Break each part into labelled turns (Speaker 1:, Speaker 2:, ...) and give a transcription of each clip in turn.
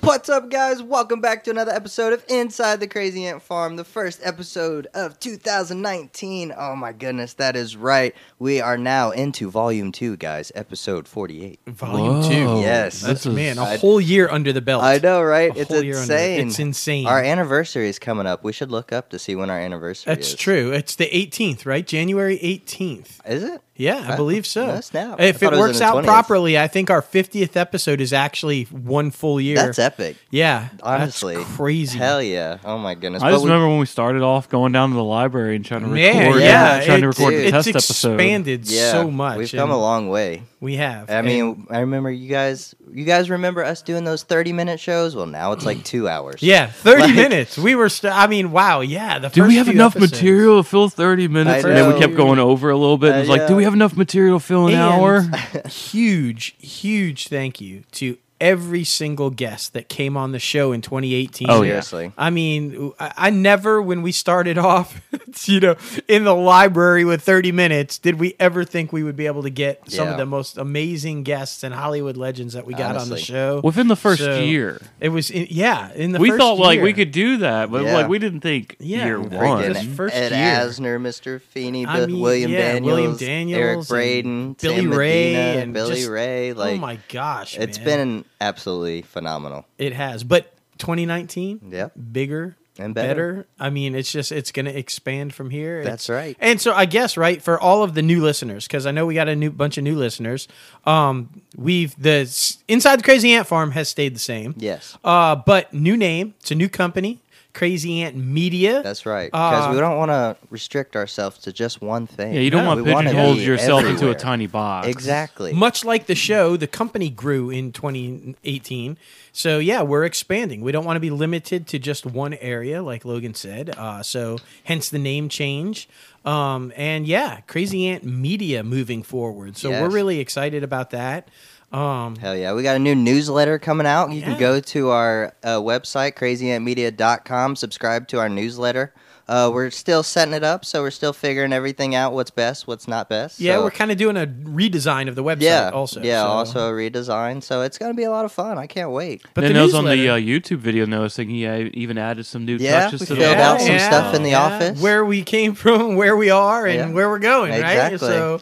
Speaker 1: What's up, guys? Welcome back to another episode of Inside the Crazy Ant Farm, the first episode of 2019. Oh my goodness, that is right. We are now into volume two, guys, episode 48.
Speaker 2: Volume
Speaker 3: Whoa.
Speaker 2: two.
Speaker 1: Yes.
Speaker 2: That's,
Speaker 3: This is-
Speaker 2: man, a
Speaker 1: I-
Speaker 2: whole year under the belt.
Speaker 1: I know, right?
Speaker 2: A
Speaker 1: It's
Speaker 2: whole year under-
Speaker 1: insane.
Speaker 2: it's insane.
Speaker 1: Our anniversary is coming up. We should look up to see when our anniversary
Speaker 2: That's
Speaker 1: is.
Speaker 2: true. It's the 18th, right? January 18th.
Speaker 1: Is it?
Speaker 2: Yeah, I
Speaker 1: Wow.
Speaker 2: believe so.
Speaker 1: No snap. I
Speaker 2: If
Speaker 1: thought
Speaker 2: it
Speaker 1: it was in
Speaker 2: works
Speaker 1: the
Speaker 2: out
Speaker 1: 20th.
Speaker 2: properly, I think our 50th episode is actually one full year.
Speaker 1: That's epic.
Speaker 2: Yeah. that's
Speaker 1: Honestly.
Speaker 2: crazy.
Speaker 1: Hell yeah. Oh my goodness.
Speaker 3: I
Speaker 1: But
Speaker 3: just
Speaker 1: we-
Speaker 3: remember when we started off going down to the library and trying to record,
Speaker 2: Man,
Speaker 3: and
Speaker 2: yeah,
Speaker 3: trying to
Speaker 2: it-
Speaker 3: record the
Speaker 1: dude.
Speaker 3: test
Speaker 2: it's
Speaker 3: episode.
Speaker 2: expanded
Speaker 1: yeah,
Speaker 2: so much.
Speaker 1: We've come
Speaker 2: and
Speaker 1: a long way.
Speaker 2: We have.
Speaker 1: I
Speaker 2: and-
Speaker 1: mean, I remember you guys. You guys remember us doing those thirty-minute shows? Well, now it's like two hours.
Speaker 2: yeah, 30
Speaker 1: Like-
Speaker 2: minutes. We were, st- I mean, wow. Yeah. The
Speaker 3: Do
Speaker 2: first
Speaker 3: we have
Speaker 2: few
Speaker 3: enough
Speaker 2: episodes.
Speaker 3: material to fill 30 minutes?
Speaker 1: I
Speaker 3: And then
Speaker 1: know.
Speaker 3: we kept going over a little bit. and
Speaker 1: Uh,
Speaker 3: it was like, do
Speaker 1: yeah.
Speaker 3: we have enough material to fill an hour?
Speaker 2: And huge, huge thank you to every single guest that came on the show in 2018.
Speaker 3: Oh, yeah.
Speaker 1: seriously.
Speaker 2: I mean, I I never, when we started off, you know, in the library with 30 minutes, did we ever think we would be able to get some
Speaker 1: Yeah.
Speaker 2: of the most amazing guests and Hollywood legends that we got on the
Speaker 1: Honestly.
Speaker 2: show
Speaker 3: Within the first
Speaker 2: So,
Speaker 3: year.
Speaker 2: It was, in, yeah, in the
Speaker 3: We
Speaker 2: first
Speaker 3: thought like
Speaker 2: year.
Speaker 3: we could do that, but
Speaker 1: Yeah.
Speaker 3: like we didn't think
Speaker 2: Yeah,
Speaker 3: year
Speaker 2: freaking
Speaker 3: one.
Speaker 2: This
Speaker 1: Ed-
Speaker 2: first
Speaker 1: Ed
Speaker 2: year.
Speaker 1: Asner, Mr. Feeney,
Speaker 2: I
Speaker 1: Bill-
Speaker 2: mean,
Speaker 1: William,
Speaker 2: yeah,
Speaker 1: Daniels,
Speaker 2: William
Speaker 1: Eric
Speaker 2: Daniels and
Speaker 1: Braden,
Speaker 2: Billy
Speaker 1: Sam
Speaker 2: Ray
Speaker 1: Medina,
Speaker 2: and
Speaker 1: Billy
Speaker 2: just-
Speaker 1: Ray. Like,
Speaker 2: oh my gosh,
Speaker 1: it's
Speaker 2: man.
Speaker 1: been absolutely phenomenal.
Speaker 2: It has. But 2019,
Speaker 1: Yep.
Speaker 2: bigger
Speaker 1: And better.
Speaker 2: I mean, it's just it's going to expand from here.
Speaker 1: That's
Speaker 2: It's-
Speaker 1: right.
Speaker 2: And so I guess right for all of the new listeners because I know we got a new bunch of new listeners. Um, we've the s- inside the crazy ant farm has stayed the same.
Speaker 1: Yes,
Speaker 2: Uh, but new name, it's a new company, Crazy Ant Media.
Speaker 1: that's right. Because
Speaker 2: Uh,
Speaker 1: we don't want to restrict ourselves to just one thing.
Speaker 3: Yeah, you don't
Speaker 2: No,
Speaker 3: want
Speaker 1: we wanna
Speaker 3: pigeonhole
Speaker 1: be
Speaker 3: yourself into
Speaker 1: everywhere.
Speaker 3: a tiny box.
Speaker 1: Exactly.
Speaker 2: Much like the show, the company grew in 2018. So yeah, we're expanding. We don't want to be limited to just one area, like Logan said. Uh, so hence the name change. Um, and yeah, Crazy Ant Media moving forward. So we're
Speaker 1: Yes.
Speaker 2: really excited about that. Um,
Speaker 1: Hell yeah. We got a new newsletter coming out. You
Speaker 2: Oh, Yeah.
Speaker 1: can go to our uh, website, crazyantmedia.com, subscribe to our newsletter. Uh, we're still setting it up, so we're still figuring everything out what's best, what's not best.
Speaker 2: yeah,
Speaker 1: So-
Speaker 2: we're kind of doing a redesign of the website.
Speaker 1: yeah,
Speaker 2: also.
Speaker 1: Yeah,
Speaker 2: so-
Speaker 1: also a redesign. So it's going to be a lot of fun. I can't wait.
Speaker 2: But
Speaker 3: then
Speaker 2: the
Speaker 3: I was on the
Speaker 2: newsletter-
Speaker 3: uh, YouTube video noticing he uh, even added some new
Speaker 1: Yeah,
Speaker 3: touches
Speaker 1: we
Speaker 3: to the
Speaker 1: filled out some
Speaker 3: website.
Speaker 1: stuff in the office.
Speaker 2: where we came from, where we are, and
Speaker 1: Yeah.
Speaker 2: where we're going,
Speaker 1: Exactly.
Speaker 2: right? So,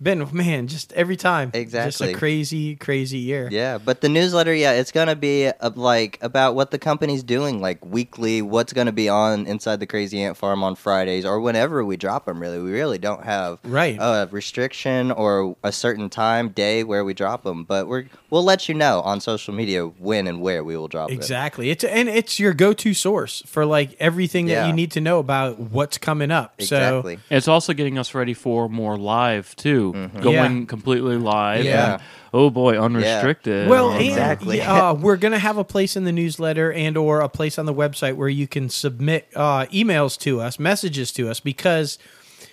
Speaker 2: Ben, man, just every time, just
Speaker 1: Exactly.
Speaker 2: a crazy, crazy year.
Speaker 1: Yeah, but the newsletter, yeah, it's gonna be uh, like about what the company's doing, like weekly, what's gonna be on inside the Crazy Ant Farm on Fridays or whenever we drop them. Really, we really don't have
Speaker 2: Right.
Speaker 1: a restriction or a certain time day where we drop them, but we're we'll let you know on social media when and where we will drop it.
Speaker 2: Exactly. It's and it's your go-to source for like everything
Speaker 1: Yeah.
Speaker 2: that you need to know about what's coming up.
Speaker 1: Exactly.
Speaker 2: So
Speaker 3: It's also getting us ready for more live too, going
Speaker 2: Yeah.
Speaker 3: completely live.
Speaker 1: Mm-hmm. Yeah.
Speaker 3: and, oh boy, unrestricted.
Speaker 2: well,
Speaker 3: Um,
Speaker 2: and,
Speaker 1: Exactly.
Speaker 2: yeah, uh, we're gonna have a place in the newsletter and or a place on the website where you can submit uh, emails to us, messages to us, because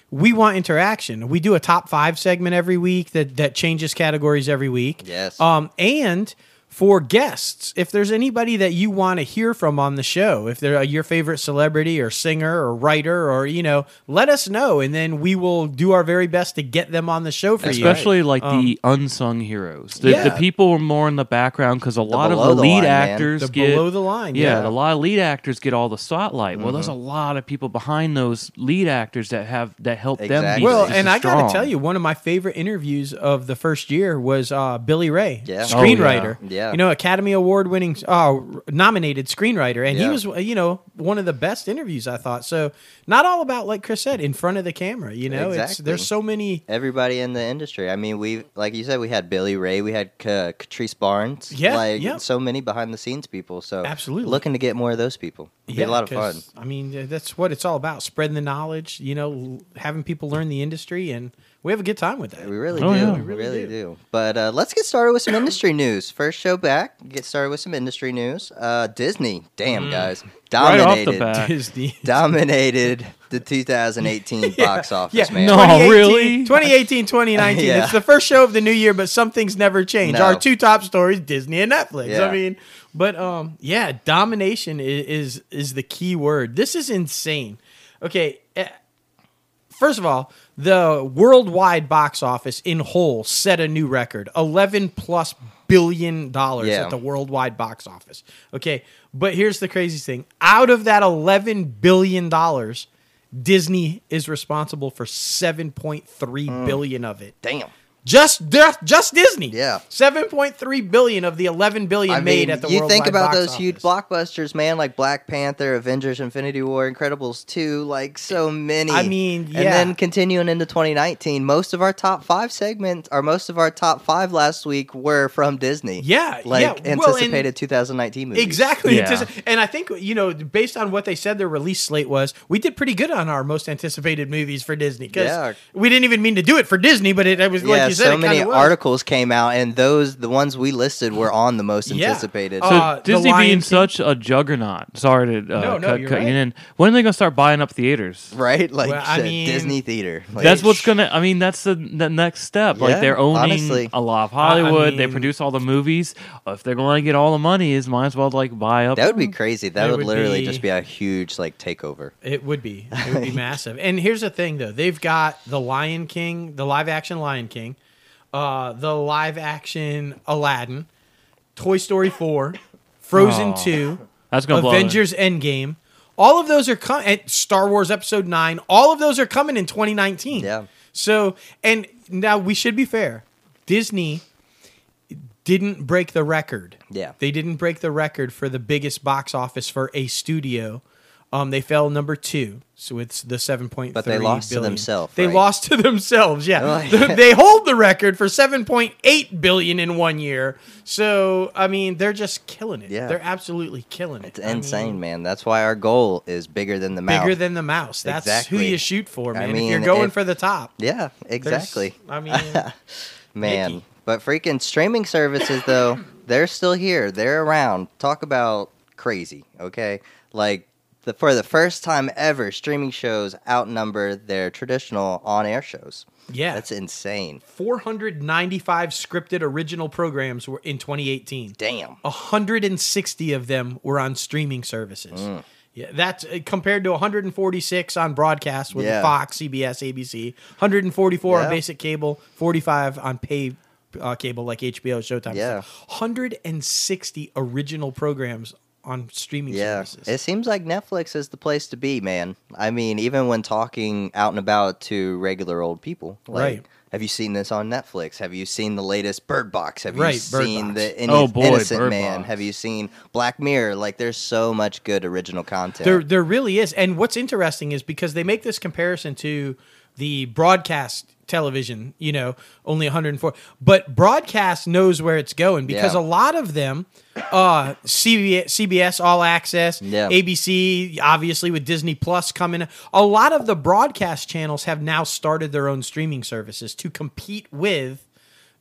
Speaker 2: we want interaction. We do a top five segment every week that that changes categories every week.
Speaker 1: Yes.
Speaker 2: Um, and for guests, if there's anybody that you want to hear from on the show, if they're uh, your favorite celebrity or singer or writer or you know, let us know, and then we will do our very best to get them on the show for you. Um,
Speaker 3: especially like the
Speaker 1: Um,
Speaker 3: unsung heroes, the,
Speaker 2: yeah.
Speaker 3: the people were more in the background because a lot of
Speaker 1: below
Speaker 3: the
Speaker 1: the
Speaker 3: lead
Speaker 1: line, man.
Speaker 3: actors
Speaker 2: The
Speaker 3: get
Speaker 2: below the line, yeah.
Speaker 3: a lot of lead actors get all the spotlight. Well, there's a
Speaker 1: Mm-hmm.
Speaker 3: lot of people behind those lead actors that have that help them.
Speaker 1: Exactly.
Speaker 3: Be
Speaker 2: Well,
Speaker 3: so
Speaker 2: and I got
Speaker 3: strong.
Speaker 2: to tell you, one of my favorite interviews of the first year was uh, Billy Ray,
Speaker 1: Yeah. Oh,
Speaker 3: yeah.
Speaker 2: screenwriter.
Speaker 1: Yeah.
Speaker 2: You know, Academy Award winning, uh, nominated screenwriter. And he
Speaker 1: Yeah.
Speaker 2: was, uh, you know, one of the best interviews, I thought. So, not all about, like Chris said, in front of the camera. You know, it's,
Speaker 1: Exactly.
Speaker 2: there's so many.
Speaker 1: Everybody in the industry. I mean, we like you said, we had Billy Ray, we had Ca Catrice Barnes,
Speaker 2: Yeah,
Speaker 1: like
Speaker 2: yeah.
Speaker 1: so many behind the scenes people. So
Speaker 2: Absolutely.
Speaker 1: looking to get more of those people. It'd be a lot of fun.
Speaker 2: 'cause, I mean, that's what it's all about spreading the knowledge, you know, l- having people learn the industry. And we have a good time with that.
Speaker 1: We really
Speaker 3: Oh,
Speaker 1: do.
Speaker 3: yeah.
Speaker 1: We
Speaker 3: We
Speaker 1: really,
Speaker 2: really
Speaker 1: do.
Speaker 2: do.
Speaker 1: But uh, let's get started with some industry news. First show back. Get started with some industry news. Uh, Disney, damn guys,
Speaker 3: Right off the
Speaker 1: dominated,
Speaker 3: bat.
Speaker 2: Disney.
Speaker 1: dominated the 2018 box office.
Speaker 2: Yeah,
Speaker 1: man.
Speaker 3: No,
Speaker 2: 2018
Speaker 3: really?
Speaker 2: 2018, 2019.
Speaker 1: Yeah.
Speaker 2: It's the first show of the new year, but some things never change.
Speaker 1: No.
Speaker 2: Our two top stories, Disney and Netflix.
Speaker 1: Yeah.
Speaker 2: I mean, but um, yeah, domination i- is is the key word. This is insane. Okay, eh, first of all, the worldwide box office in whole set a new record: eleven plus billion dollars
Speaker 1: Yeah.
Speaker 2: at the worldwide box office. Okay, but here's the craziest thing: out of that eleven billion dollars, Disney is responsible for seven point three
Speaker 1: Hmm.
Speaker 2: billion of it.
Speaker 1: Damn.
Speaker 2: Just just just Disney.
Speaker 1: Yeah.
Speaker 2: seven point three billion of the eleven billion
Speaker 1: I
Speaker 2: made
Speaker 1: mean,
Speaker 2: at the
Speaker 1: you think
Speaker 2: worldwide
Speaker 1: about
Speaker 2: box
Speaker 1: those huge
Speaker 2: office.
Speaker 1: blockbusters, man, like Black Panther, Avengers, Infinity War, Incredibles 2, like so many.
Speaker 2: I mean, yeah.
Speaker 1: And then continuing into 2019, most of our top five segments, or most of our top five last week were from Disney.
Speaker 2: Yeah, yeah.
Speaker 1: Like
Speaker 2: Well, and-
Speaker 1: anticipated 2019 movies.
Speaker 2: Exactly.
Speaker 3: Yeah.
Speaker 2: Antici- And I think, you know, based on what they said their release slate was, we did pretty good on our most anticipated movies for Disney because
Speaker 1: Yeah.
Speaker 2: we didn't even mean to do it for Disney, but it, it was
Speaker 1: yeah,
Speaker 2: like you said,
Speaker 1: so
Speaker 2: it
Speaker 1: many
Speaker 2: kinda was.
Speaker 1: articles came out, and those, the ones we listed, were on the most
Speaker 2: Yeah.
Speaker 1: anticipated.
Speaker 3: So
Speaker 2: Uh, the
Speaker 3: Disney
Speaker 2: Lion
Speaker 3: being
Speaker 2: King-
Speaker 3: such a juggernaut. Sorry to uh,
Speaker 2: No, no,
Speaker 3: cut,
Speaker 2: you're
Speaker 3: cut
Speaker 2: right.
Speaker 3: you in. When are they gonna start buying up theaters?
Speaker 1: right? Like
Speaker 2: Well,
Speaker 1: you
Speaker 2: I
Speaker 1: said,
Speaker 2: mean,
Speaker 1: Disney Theater. Like,
Speaker 3: That's what's gonna. I mean, that's the, the next step.
Speaker 1: Yeah,
Speaker 3: like they're owning
Speaker 1: honestly.
Speaker 3: a lot of Hollywood. they
Speaker 2: mean-
Speaker 3: produce all the movies. Uh, If they're going to get all the money, is might as well like buy up.
Speaker 1: that would be crazy. That
Speaker 2: It
Speaker 1: would,
Speaker 2: would
Speaker 1: literally
Speaker 2: be-
Speaker 1: just be a huge like takeover.
Speaker 2: It would be. It would be massive. And here's the thing, though. They've got the Lion King, the live action Lion King, uh, the live action Aladdin, Toy Story 4, Frozen
Speaker 3: Oh.
Speaker 2: 2.
Speaker 3: That's gonna blow. it.
Speaker 2: Avengers Endgame. All of those are coming. Star Wars Episode Nine. All of those are coming in 2019.
Speaker 1: Yeah.
Speaker 2: So and now we should be fair. Disney didn't break the record.
Speaker 1: Yeah.
Speaker 2: They didn't break the record for the biggest box office for a studio. Um, they fell number two, so it's the seven point.
Speaker 1: But they lost to themselves,
Speaker 2: They
Speaker 1: right? Oh,
Speaker 2: lost to themselves. Yeah,
Speaker 1: Like-
Speaker 2: they they hold the record for seven point eight billion in one year. So I mean, they're just killing it.
Speaker 1: Yeah.
Speaker 2: they're absolutely killing it.
Speaker 1: It's
Speaker 2: I mean,
Speaker 1: insane, man. That's why our goal is bigger than the mouth.
Speaker 2: bigger than the mouse. That's who
Speaker 1: Exactly.
Speaker 2: you shoot for,
Speaker 1: I
Speaker 2: man. if
Speaker 1: mean,
Speaker 2: you're going
Speaker 1: if-
Speaker 2: for the top,
Speaker 1: yeah,
Speaker 2: There's-
Speaker 1: exactly,
Speaker 2: I mean,
Speaker 1: man.
Speaker 2: Mickey.
Speaker 1: But freaking streaming services though, they're still here. They're around. Talk about crazy, okay? Like the, for the first time ever, streaming shows outnumber their traditional on-air shows.
Speaker 2: yeah,
Speaker 1: That's insane.
Speaker 2: 495 scripted original programs were in 2018.
Speaker 1: Damn.
Speaker 2: 160 of them were on streaming services. Yeah, that's uh, compared to 146 on broadcast with
Speaker 1: Yeah.
Speaker 2: Fox, CBS, ABC, 144 on
Speaker 1: Yeah.
Speaker 2: basic cable, 45 on pay uh, cable like HBO, Showtime.
Speaker 1: Yeah.
Speaker 2: 160 original programs on streaming
Speaker 1: Yeah,
Speaker 2: services.
Speaker 1: it seems like Netflix is the place to be, man. I mean, even when talking out and about to regular old people, like,
Speaker 2: Right.
Speaker 1: Have you seen this on Netflix? Have you seen the latest Bird Box? Have you
Speaker 2: Right, Bird
Speaker 1: seen
Speaker 2: Box.
Speaker 1: the
Speaker 3: Oh,
Speaker 1: Inno-
Speaker 3: boy,
Speaker 1: Innocent
Speaker 3: Bird
Speaker 1: Man?
Speaker 3: Box.
Speaker 1: Have you seen Black Mirror? Like, there's so much good original content.
Speaker 2: There, there really is. And what's interesting is because they make this comparison to the broadcast television, you know, only 104, but broadcast knows where it's going because
Speaker 1: Yeah.
Speaker 2: a lot of them, uh, CBS, CBS All Access,
Speaker 1: Yeah.
Speaker 2: ABC, obviously with Disney Plus coming, a lot of the broadcast channels have now started their own streaming services to compete with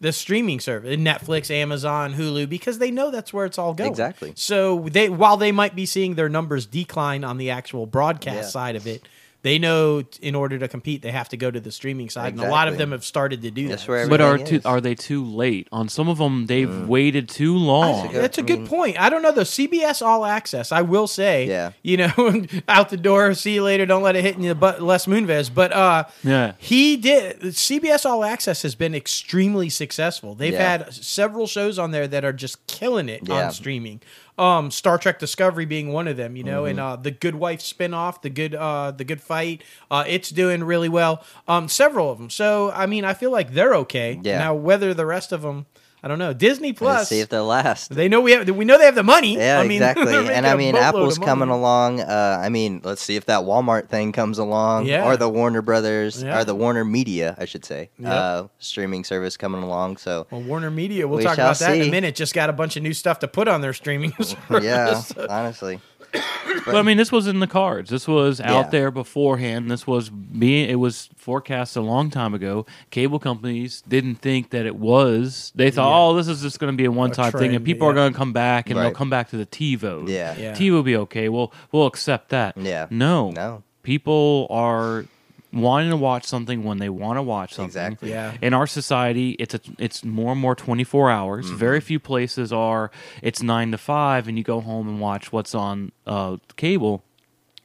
Speaker 2: the streaming service Netflix, Amazon, Hulu because they know that's where it's all going.
Speaker 1: Exactly.
Speaker 2: So they while they might be seeing their numbers decline on the actual broadcast
Speaker 1: Yeah.
Speaker 2: side of it, they know t- in order to compete they have to go to the streaming side and a lot of
Speaker 1: Exactly.
Speaker 2: them have started to do
Speaker 1: That's
Speaker 2: that.
Speaker 1: where
Speaker 3: But are
Speaker 1: everything
Speaker 3: too,
Speaker 1: is.
Speaker 3: are they too late? On some of them, they've waited too long.
Speaker 1: good-
Speaker 2: That's a
Speaker 1: I
Speaker 2: good
Speaker 1: mean-
Speaker 2: point. I don't know though. CBS All Access, I will say,
Speaker 1: Yeah.
Speaker 2: you know, out the door, see you later. Don't let it hit in the butt, Les Moonves. But uh,
Speaker 3: Yeah.
Speaker 2: he did. CBS All Access has been extremely successful. They've
Speaker 1: Yeah.
Speaker 2: had several shows on there that are just killing it
Speaker 1: Yeah.
Speaker 2: on streaming. Um, Star Trek Discovery being one of them, you know, and uh, the Good Wife spinoff, the Good, uh, the Good Fight, uh, it's doing really well. Um, several of them. So I mean, I feel like they're okay.
Speaker 1: Yeah.
Speaker 2: Now whether the rest of them. I don't know. Disney
Speaker 1: Let's
Speaker 2: Plus.
Speaker 1: see if they last.
Speaker 2: They know we have. We know they have the money.
Speaker 1: Yeah,
Speaker 2: I mean,
Speaker 1: exactly.
Speaker 2: they're
Speaker 1: And
Speaker 2: making
Speaker 1: I
Speaker 2: a
Speaker 1: mean,
Speaker 2: boatload of
Speaker 1: Apple's
Speaker 2: money.
Speaker 1: coming along. Uh, I mean, let's see if that Walmart thing comes along,
Speaker 2: Yeah.
Speaker 1: or the Warner Brothers,
Speaker 2: Yeah.
Speaker 1: or the Warner Media, I should say,
Speaker 2: Yep.
Speaker 1: uh, streaming service coming along. So
Speaker 2: Well, Warner Media. We'll
Speaker 1: We
Speaker 2: talk
Speaker 1: shall
Speaker 2: about that in a
Speaker 1: see.
Speaker 2: minute. Just got a bunch of new stuff to put on their streaming. service.
Speaker 1: yeah, honestly.
Speaker 3: But I mean, this was in the cards. This was
Speaker 1: Yeah.
Speaker 3: out there beforehand. This was being. It was forecast a long time ago. Cable companies didn't think that it was. They thought, oh, this is just going to be a one-time thing,
Speaker 2: trend,
Speaker 3: and people are
Speaker 2: yeah.
Speaker 3: going to come back, and they'll
Speaker 1: Right.
Speaker 3: come back to the TiVo.
Speaker 1: Yeah.
Speaker 2: Yeah.
Speaker 3: TiVo will be okay. We'll we'll accept that.
Speaker 1: Yeah.
Speaker 3: No.
Speaker 1: No.
Speaker 3: People are wanting to watch something when they want to watch something.
Speaker 1: Exactly.
Speaker 2: Yeah.
Speaker 3: In our society, it's a, it's more and more 24 hours. Very few places are it's 9 to 5 and you go home and watch what's on uh, cable.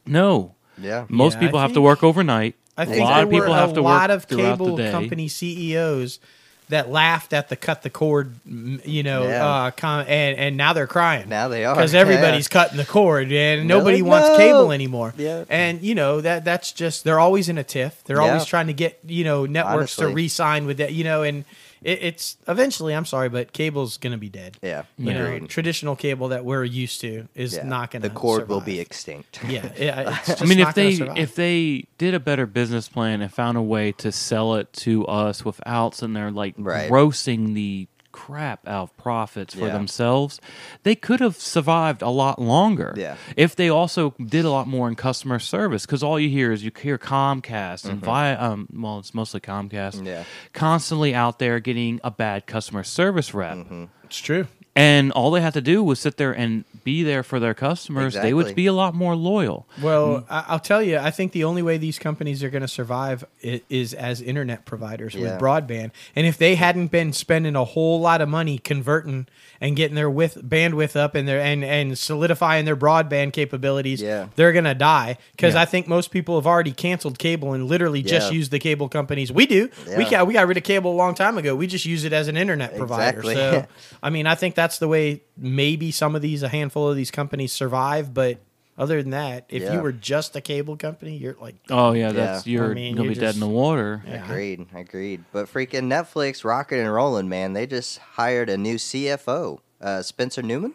Speaker 3: No.
Speaker 1: Yeah.
Speaker 3: Most
Speaker 2: Yeah, I
Speaker 3: people have to
Speaker 2: think-
Speaker 3: work overnight.
Speaker 2: I think
Speaker 3: a lot
Speaker 2: there
Speaker 3: of people
Speaker 2: were
Speaker 3: have
Speaker 2: a
Speaker 3: to
Speaker 2: lot
Speaker 3: work
Speaker 2: of
Speaker 3: throughout
Speaker 2: cable
Speaker 3: the day.
Speaker 2: company CEOs E that laughed at the cut the cord, m- you know,
Speaker 1: Yeah.
Speaker 2: uh, com- and and now they're crying.
Speaker 1: Now they are
Speaker 2: because everybody's cutting the cord and
Speaker 1: They're
Speaker 2: nobody
Speaker 1: like,
Speaker 2: wants
Speaker 1: Oh, "No."
Speaker 2: cable anymore.
Speaker 1: Yeah.
Speaker 2: and you know that that's just they're always in a tiff. They're
Speaker 1: Yeah.
Speaker 2: always trying to get you know networks to
Speaker 1: Honestly.
Speaker 2: re-sign with that. You know, and it, it's eventually I'm sorry, but cable's gonna be dead.
Speaker 1: yeah.
Speaker 2: You know,
Speaker 1: Agreed.
Speaker 2: traditional cable that we're used to is
Speaker 1: Yeah.
Speaker 2: not going to.
Speaker 1: the cord will be extinct.
Speaker 2: Yeah, yeah. It's just
Speaker 3: I mean,
Speaker 2: not
Speaker 3: if
Speaker 2: gonna
Speaker 3: they
Speaker 2: survive.
Speaker 3: if they did a better business plan and found a way to sell it to us without sitting there like
Speaker 1: Right.
Speaker 3: grossing the crap out of profits for
Speaker 1: Yeah.
Speaker 3: themselves, they could have survived a lot longer.
Speaker 1: Yeah.
Speaker 3: If they also did a lot more in customer service, because all you hear is you hear Comcast and Vi. Um, well, it's mostly Comcast.
Speaker 1: Mm-hmm. Yeah.
Speaker 3: Constantly out there getting a bad customer service rep.
Speaker 1: Mm-hmm.
Speaker 2: it's true.
Speaker 3: And all they had to do was sit there and be there for their customers. They
Speaker 1: Exactly.
Speaker 3: would be a lot more loyal.
Speaker 2: Well, I, I'll tell you, I think the only way these companies are going to survive i- is as internet providers with
Speaker 1: Yeah.
Speaker 2: broadband. And if they hadn't been spending a whole lot of money converting and getting their with bandwidth up and their and and solidifying their broadband capabilities,
Speaker 1: Yeah.
Speaker 2: they're going to die because
Speaker 3: Yeah.
Speaker 2: I think most people have already canceled cable and literally just
Speaker 1: Yeah.
Speaker 2: use the cable companies. We do. We
Speaker 1: Yeah.
Speaker 2: got we got rid of cable a long time ago. We just use it as an internet provider.
Speaker 1: Exactly.
Speaker 2: So, I mean, I think that's the way maybe some of these, a handful of these companies survive. But other than that, if
Speaker 1: Yeah.
Speaker 2: you were just a cable company, you're like,
Speaker 3: Oh yeah, that's
Speaker 1: Yeah.
Speaker 3: you're
Speaker 2: I mean,
Speaker 3: gonna
Speaker 2: you
Speaker 3: be dead in the
Speaker 2: just-
Speaker 3: water.
Speaker 2: Yeah.
Speaker 1: Agreed, agreed. But freaking Netflix, rocking and rolling, man. They just hired a new CFO, uh, Spencer Newman,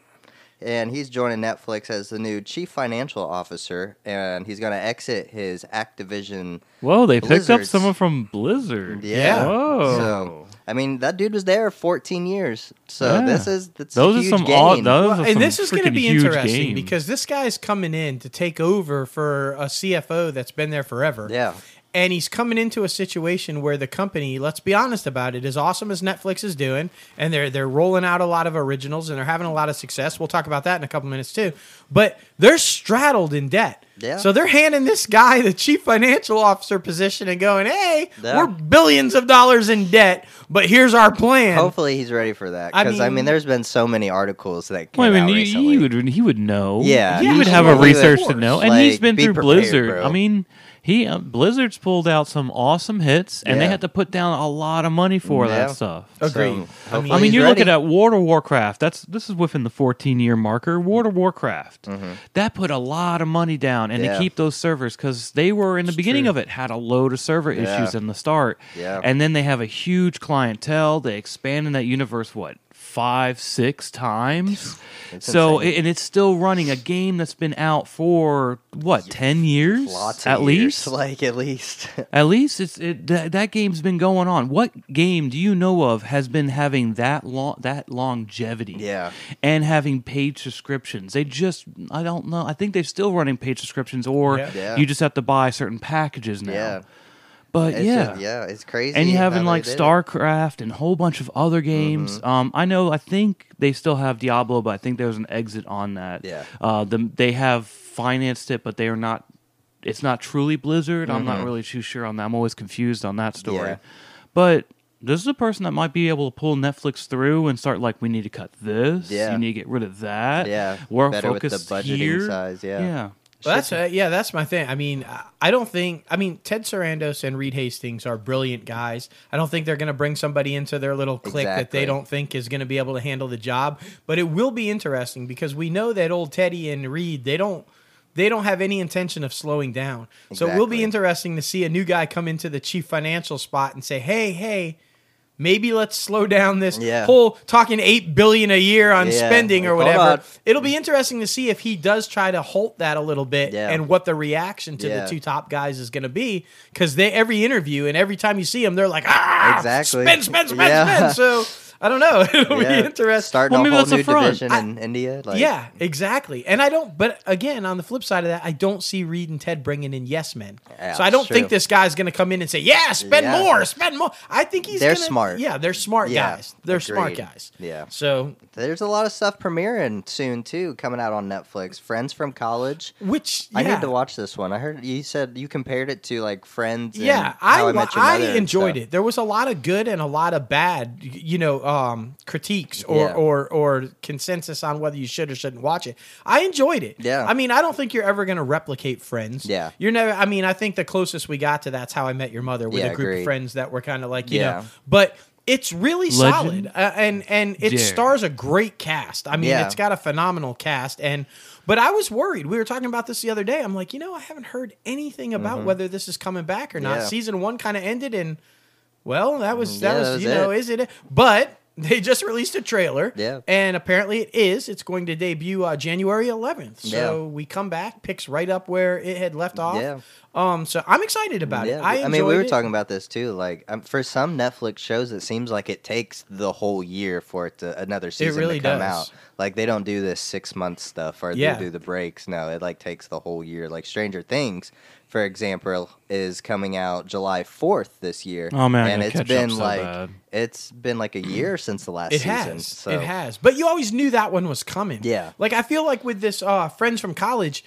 Speaker 1: and he's joining Netflix as the new chief financial officer, and he's going to exit his Activision.
Speaker 3: Whoa, they picked up
Speaker 1: Blizzards.
Speaker 3: someone from Blizzard.
Speaker 1: Yeah.
Speaker 3: Whoa.
Speaker 1: So, I mean, that dude was there 14 years. So
Speaker 3: Yeah.
Speaker 1: this is that's a
Speaker 3: those are
Speaker 1: huge
Speaker 3: some
Speaker 1: gain.
Speaker 3: odd. Those
Speaker 2: Well,
Speaker 3: are
Speaker 2: and
Speaker 3: some
Speaker 2: this is going to
Speaker 3: freaking
Speaker 2: be
Speaker 3: huge
Speaker 2: interesting
Speaker 3: games.
Speaker 2: because this guy's coming in to take over for a CFO that's been there forever.
Speaker 1: Yeah.
Speaker 2: And he's coming into a situation where the company, let's be honest about it, as awesome as Netflix is doing, and they're they're rolling out a lot of originals and they're having a lot of success. We'll talk about that in a couple minutes too. But they're straddled in debt.
Speaker 1: Yeah.
Speaker 2: So they're handing this guy the chief financial officer position and going, Hey,
Speaker 1: Yeah.
Speaker 2: we're billions of dollars in debt, but here's our plan.
Speaker 1: Hopefully he's ready for that
Speaker 2: I
Speaker 1: because I,
Speaker 2: mean-
Speaker 1: mean, there's been so many articles that came
Speaker 3: Well, I mean,
Speaker 1: out
Speaker 3: you-
Speaker 1: recently.
Speaker 3: he would he would know.
Speaker 1: Yeah,
Speaker 3: he
Speaker 2: Yeah,
Speaker 3: would have a
Speaker 2: absolutely.
Speaker 3: research
Speaker 2: Of
Speaker 3: to
Speaker 2: course.
Speaker 3: know, and he's
Speaker 1: Like,
Speaker 3: been
Speaker 1: be
Speaker 3: through
Speaker 1: prepared,
Speaker 3: Blizzard.
Speaker 1: bro.
Speaker 3: I mean, he uh, Blizzard's pulled out some awesome hits, and they
Speaker 1: Yeah.
Speaker 3: had to put down a lot of money for
Speaker 1: Yeah.
Speaker 3: that stuff.
Speaker 2: Agreed.
Speaker 1: So,
Speaker 2: I mean,
Speaker 3: I
Speaker 1: He's
Speaker 3: mean, you're looking
Speaker 1: ready.
Speaker 3: at War to Warcraft. That's this is within the 14 year marker. War to Warcraft that put a lot of money down, and
Speaker 1: Mm-hmm. Yeah.
Speaker 3: to keep those servers because they were in the beginning of it had a load of server
Speaker 1: Yeah.
Speaker 3: issues in the start.
Speaker 1: Yeah.
Speaker 3: and then they have a huge clientele. They expand in that universe. What? Five, six times. so,
Speaker 1: insane.
Speaker 3: a- and it's still running a game that's been out for what, 10 years?
Speaker 1: Lots of
Speaker 3: at
Speaker 1: years,
Speaker 3: least?
Speaker 1: like at least.
Speaker 3: At least it's it, that that game's been going on. What game do you know of has been having that long that longevity?
Speaker 1: Yeah.
Speaker 3: and having paid subscriptions. They just I don't know. I think they're still running paid subscriptions, or
Speaker 2: Yeah.
Speaker 1: Yeah.
Speaker 3: you just have to buy certain packages now.
Speaker 1: Yeah.
Speaker 3: But
Speaker 1: It's
Speaker 3: yeah,
Speaker 1: just- yeah, Mm-hmm. it's crazy.
Speaker 3: and you
Speaker 1: how
Speaker 3: having
Speaker 1: they
Speaker 3: like
Speaker 1: did it.
Speaker 3: StarCraft and a whole bunch of other games. Um, I know, I think they still have Diablo, but I think there's an exit on that.
Speaker 1: Yeah.
Speaker 3: Uh, the, they have financed it, but they are not. It's not truly Blizzard. I'm not really too sure on that. I'm always confused on that story.
Speaker 1: Mm-hmm. Yeah.
Speaker 3: But this is a person that might be able to pull Netflix through and start like, we need to cut this.
Speaker 1: Yeah.
Speaker 3: You need to get rid of that.
Speaker 1: Yeah,
Speaker 3: We're
Speaker 1: better with the
Speaker 3: focused
Speaker 1: budgeting
Speaker 3: here.
Speaker 1: size, yeah.
Speaker 3: Yeah.
Speaker 2: Well, that's uh, yeah, that's my thing. I mean, I- I don't think. I mean, Ted Sarandos and Reed Hastings are brilliant guys. I don't think they're going to bring somebody into their little clique that they
Speaker 1: Exactly.
Speaker 2: don't think is going to be able to handle the job. But it will be interesting because we know that old Teddy and Reed they don't they don't have any intention of slowing down. So it will be
Speaker 1: Exactly.
Speaker 2: interesting to see a new guy come into the chief financial spot and say, "Hey, hey." Maybe let's slow down this
Speaker 1: Yeah.
Speaker 2: whole talking eight billion a year on
Speaker 1: Yeah,
Speaker 2: spending or
Speaker 1: like, hold
Speaker 2: whatever.
Speaker 1: on.
Speaker 2: It'll be interesting to see if he does try to halt that a little bit
Speaker 1: Yeah.
Speaker 2: and what the reaction to
Speaker 1: Yeah.
Speaker 2: the two top guys is going to be because they every interview and every time you see them, they're like, ah,
Speaker 1: Exactly.
Speaker 2: spend, spend, spend,
Speaker 1: Yeah.
Speaker 2: spend. So I don't know. It'll
Speaker 1: Yeah,
Speaker 2: be interesting.
Speaker 1: Starting
Speaker 3: Well,
Speaker 1: a
Speaker 3: maybe
Speaker 1: whole
Speaker 3: that's a
Speaker 1: new
Speaker 3: front.
Speaker 1: division in India. Like,
Speaker 2: yeah, exactly. And I don't, but again, on the flip side of that, I don't see Reed and Ted bringing in yes men.
Speaker 1: Yeah,
Speaker 2: so I don't
Speaker 1: it's
Speaker 2: think
Speaker 1: true.
Speaker 2: this guy's going to come in and say, yeah, spend
Speaker 1: Yeah.
Speaker 2: more, spend more. I think he's
Speaker 1: They're
Speaker 2: gonna-
Speaker 1: smart.
Speaker 2: Yeah, they're smart
Speaker 1: Yeah,
Speaker 2: guys. They're smart
Speaker 1: agreed.
Speaker 2: guys.
Speaker 1: Yeah.
Speaker 2: So
Speaker 1: There's a lot of stuff premiering soon too, coming out on Netflix. Friends from college.
Speaker 2: which
Speaker 1: I
Speaker 2: yeah.
Speaker 1: need to watch this one. I heard you said you compared it to like Friends. and
Speaker 2: yeah
Speaker 1: How
Speaker 2: i
Speaker 1: I,
Speaker 2: wa-
Speaker 1: Met Your
Speaker 2: I,
Speaker 1: Mother and
Speaker 2: enjoyed
Speaker 1: stuff.
Speaker 2: it there was a lot of good and a lot of bad y- you know um critiques or
Speaker 1: Yeah.
Speaker 2: or or consensus on whether you should or shouldn't watch it i enjoyed it
Speaker 1: Yeah.
Speaker 2: i mean i don't think you're ever going to replicate friends
Speaker 1: Yeah.
Speaker 2: you're never i mean i think the closest we got to that's how i met your mother with
Speaker 1: Yeah,
Speaker 2: a group of
Speaker 1: agreed.
Speaker 2: friends that were kind of like you
Speaker 1: Yeah.
Speaker 2: know but It's really
Speaker 3: Legend?
Speaker 2: solid, uh, and and it
Speaker 3: Yeah.
Speaker 2: stars a great cast. I mean,
Speaker 1: Yeah.
Speaker 2: it's got a phenomenal cast, and but I was worried. We were talking about this the other day. I'm like, you know, I haven't heard anything about whether this is coming back or not.
Speaker 1: Mm-hmm. Yeah.
Speaker 2: Season one kind of ended, and well, that was that
Speaker 1: Yeah,
Speaker 2: was,
Speaker 1: that was
Speaker 2: you know,
Speaker 1: it.
Speaker 2: is it? But they just released a trailer,
Speaker 1: Yeah.
Speaker 2: and apparently it is. It's going to debut uh, January 11th. So we come back, picks right up where it had left off.
Speaker 1: Yeah.
Speaker 2: Um, so I'm excited about it. I,
Speaker 1: mean, we
Speaker 2: enjoyed
Speaker 1: were
Speaker 2: it.
Speaker 1: talking about this too. Like, um, for some Netflix shows, it seems like it takes the whole year for it to another season
Speaker 2: really
Speaker 1: to come
Speaker 2: does.
Speaker 1: out. Like, they don't do this six month stuff or
Speaker 2: Yeah.
Speaker 1: they do the breaks. No, it like takes the whole year. Like Stranger Things, for example, is coming out July fourth this year.
Speaker 3: Oh, man, I'm
Speaker 1: and
Speaker 3: gonna
Speaker 1: it's
Speaker 3: catch up
Speaker 1: been
Speaker 3: so
Speaker 1: like
Speaker 3: bad.
Speaker 1: it's been like a year since the last
Speaker 2: It
Speaker 1: season.
Speaker 2: has.
Speaker 1: So
Speaker 2: It has. But you always knew that one was coming.
Speaker 1: Yeah.
Speaker 2: Like I feel like with this uh friends from college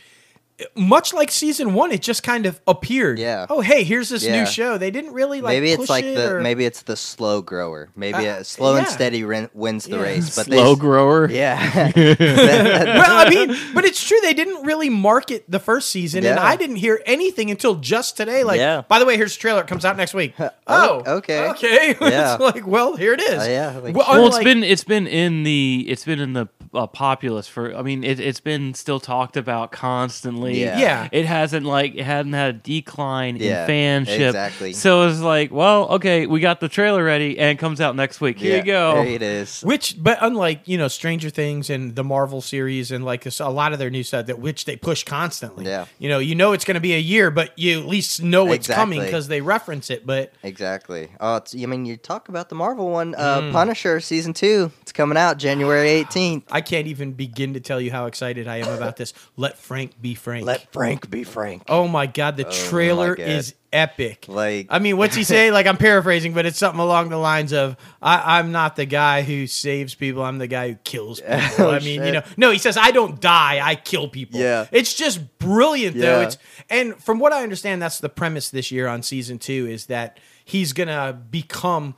Speaker 2: much like season one, it just kind of appeared.
Speaker 1: Yeah.
Speaker 2: Oh, hey, here's this
Speaker 1: Yeah.
Speaker 2: new show. They didn't really like.
Speaker 1: maybe
Speaker 2: push
Speaker 1: it's like
Speaker 2: it
Speaker 1: the
Speaker 2: or-
Speaker 1: maybe it's the slow grower. Maybe
Speaker 2: Uh,
Speaker 1: uh, slow and
Speaker 2: yeah.
Speaker 1: steady rin- wins the
Speaker 2: Yeah.
Speaker 1: race. But
Speaker 3: Slow
Speaker 1: they,
Speaker 3: grower.
Speaker 1: Yeah. That-
Speaker 2: well, I mean, but it's true. They didn't really market the first season, and
Speaker 1: Yeah.
Speaker 2: I didn't hear anything until just today. Like,
Speaker 1: Yeah.
Speaker 2: by the way, here's the trailer. It comes out next week. Oh,
Speaker 1: okay.
Speaker 2: okay.
Speaker 1: Yeah.
Speaker 2: it's like, well, here it is.
Speaker 1: Uh, yeah, like-
Speaker 2: well,
Speaker 3: Well, it's
Speaker 2: unlike-
Speaker 3: been it's been in the it's been in the uh, populace for. I mean, it, it's been still talked about constantly.
Speaker 1: Yeah.
Speaker 2: Yeah.
Speaker 3: it hasn't like it hadn't had a decline
Speaker 1: Yeah,
Speaker 3: in fanship.
Speaker 1: exactly.
Speaker 3: So it's like, well, okay, we got the trailer ready, and it comes out next week. Here you
Speaker 1: Yeah,
Speaker 3: go.
Speaker 1: There it is.
Speaker 2: Which, but unlike you know Stranger Things and the Marvel series and like this, a lot of their new stuff that which they push constantly.
Speaker 1: Yeah.
Speaker 2: you know, you know it's going to be a year, but you at least know it's coming
Speaker 1: Exactly.
Speaker 2: because they reference it. But
Speaker 1: Exactly. Oh, it's, I mean, you talk about the Marvel one, uh, Punisher season two. It's coming out January eighteenth.
Speaker 2: I can't even begin to tell you how excited I am about this. Let Frank be Frank.
Speaker 1: Let Frank be Frank.
Speaker 2: oh my God, the trailer
Speaker 1: God.
Speaker 2: is epic.
Speaker 1: Like-
Speaker 2: I mean, what's he say? like I'm paraphrasing, but it's something along the lines of, I- "I'm not the guy who saves people. I'm the guy who kills people."
Speaker 1: Oh,
Speaker 2: I mean, you
Speaker 1: shit.
Speaker 2: know, no, he says, "I don't die. I kill people."
Speaker 1: Yeah.
Speaker 2: it's just brilliant though.
Speaker 1: Yeah.
Speaker 2: It's and from what I understand, that's the premise this year on season two is that he's gonna become.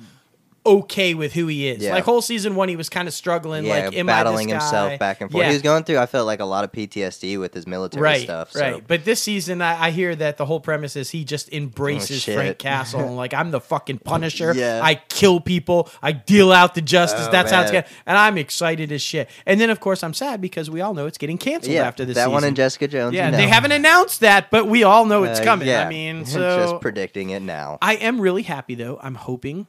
Speaker 2: Okay with who he is.
Speaker 1: Yeah.
Speaker 2: Like whole season one, he was kind of struggling,
Speaker 1: Yeah,
Speaker 2: like am I this
Speaker 1: battling
Speaker 2: guy?
Speaker 1: himself back and forth.
Speaker 2: Yeah
Speaker 1: He was going through. I felt like a lot of PTSD with his military stuff. So.
Speaker 2: right. But this season, I, I hear that the whole premise is he just
Speaker 1: Oh,
Speaker 2: embraces
Speaker 1: shit.
Speaker 2: Frank Castle and like I'm the fucking Punisher.
Speaker 1: Yeah.
Speaker 2: I kill people. I deal out the justice.
Speaker 1: Oh,
Speaker 2: That's how it's
Speaker 1: man.
Speaker 2: going. And I'm excited as shit. And then of course I'm sad because we all know it's getting canceled
Speaker 1: yeah,
Speaker 2: after this
Speaker 1: that
Speaker 2: season.
Speaker 1: one and Jessica Jones.
Speaker 2: yeah,
Speaker 1: you know.
Speaker 2: they haven't announced that, but we all know it's
Speaker 1: Uh,
Speaker 2: coming.
Speaker 1: yeah.
Speaker 2: I mean,
Speaker 1: just
Speaker 2: so
Speaker 1: predicting it now.
Speaker 2: I am really happy though. I'm hoping,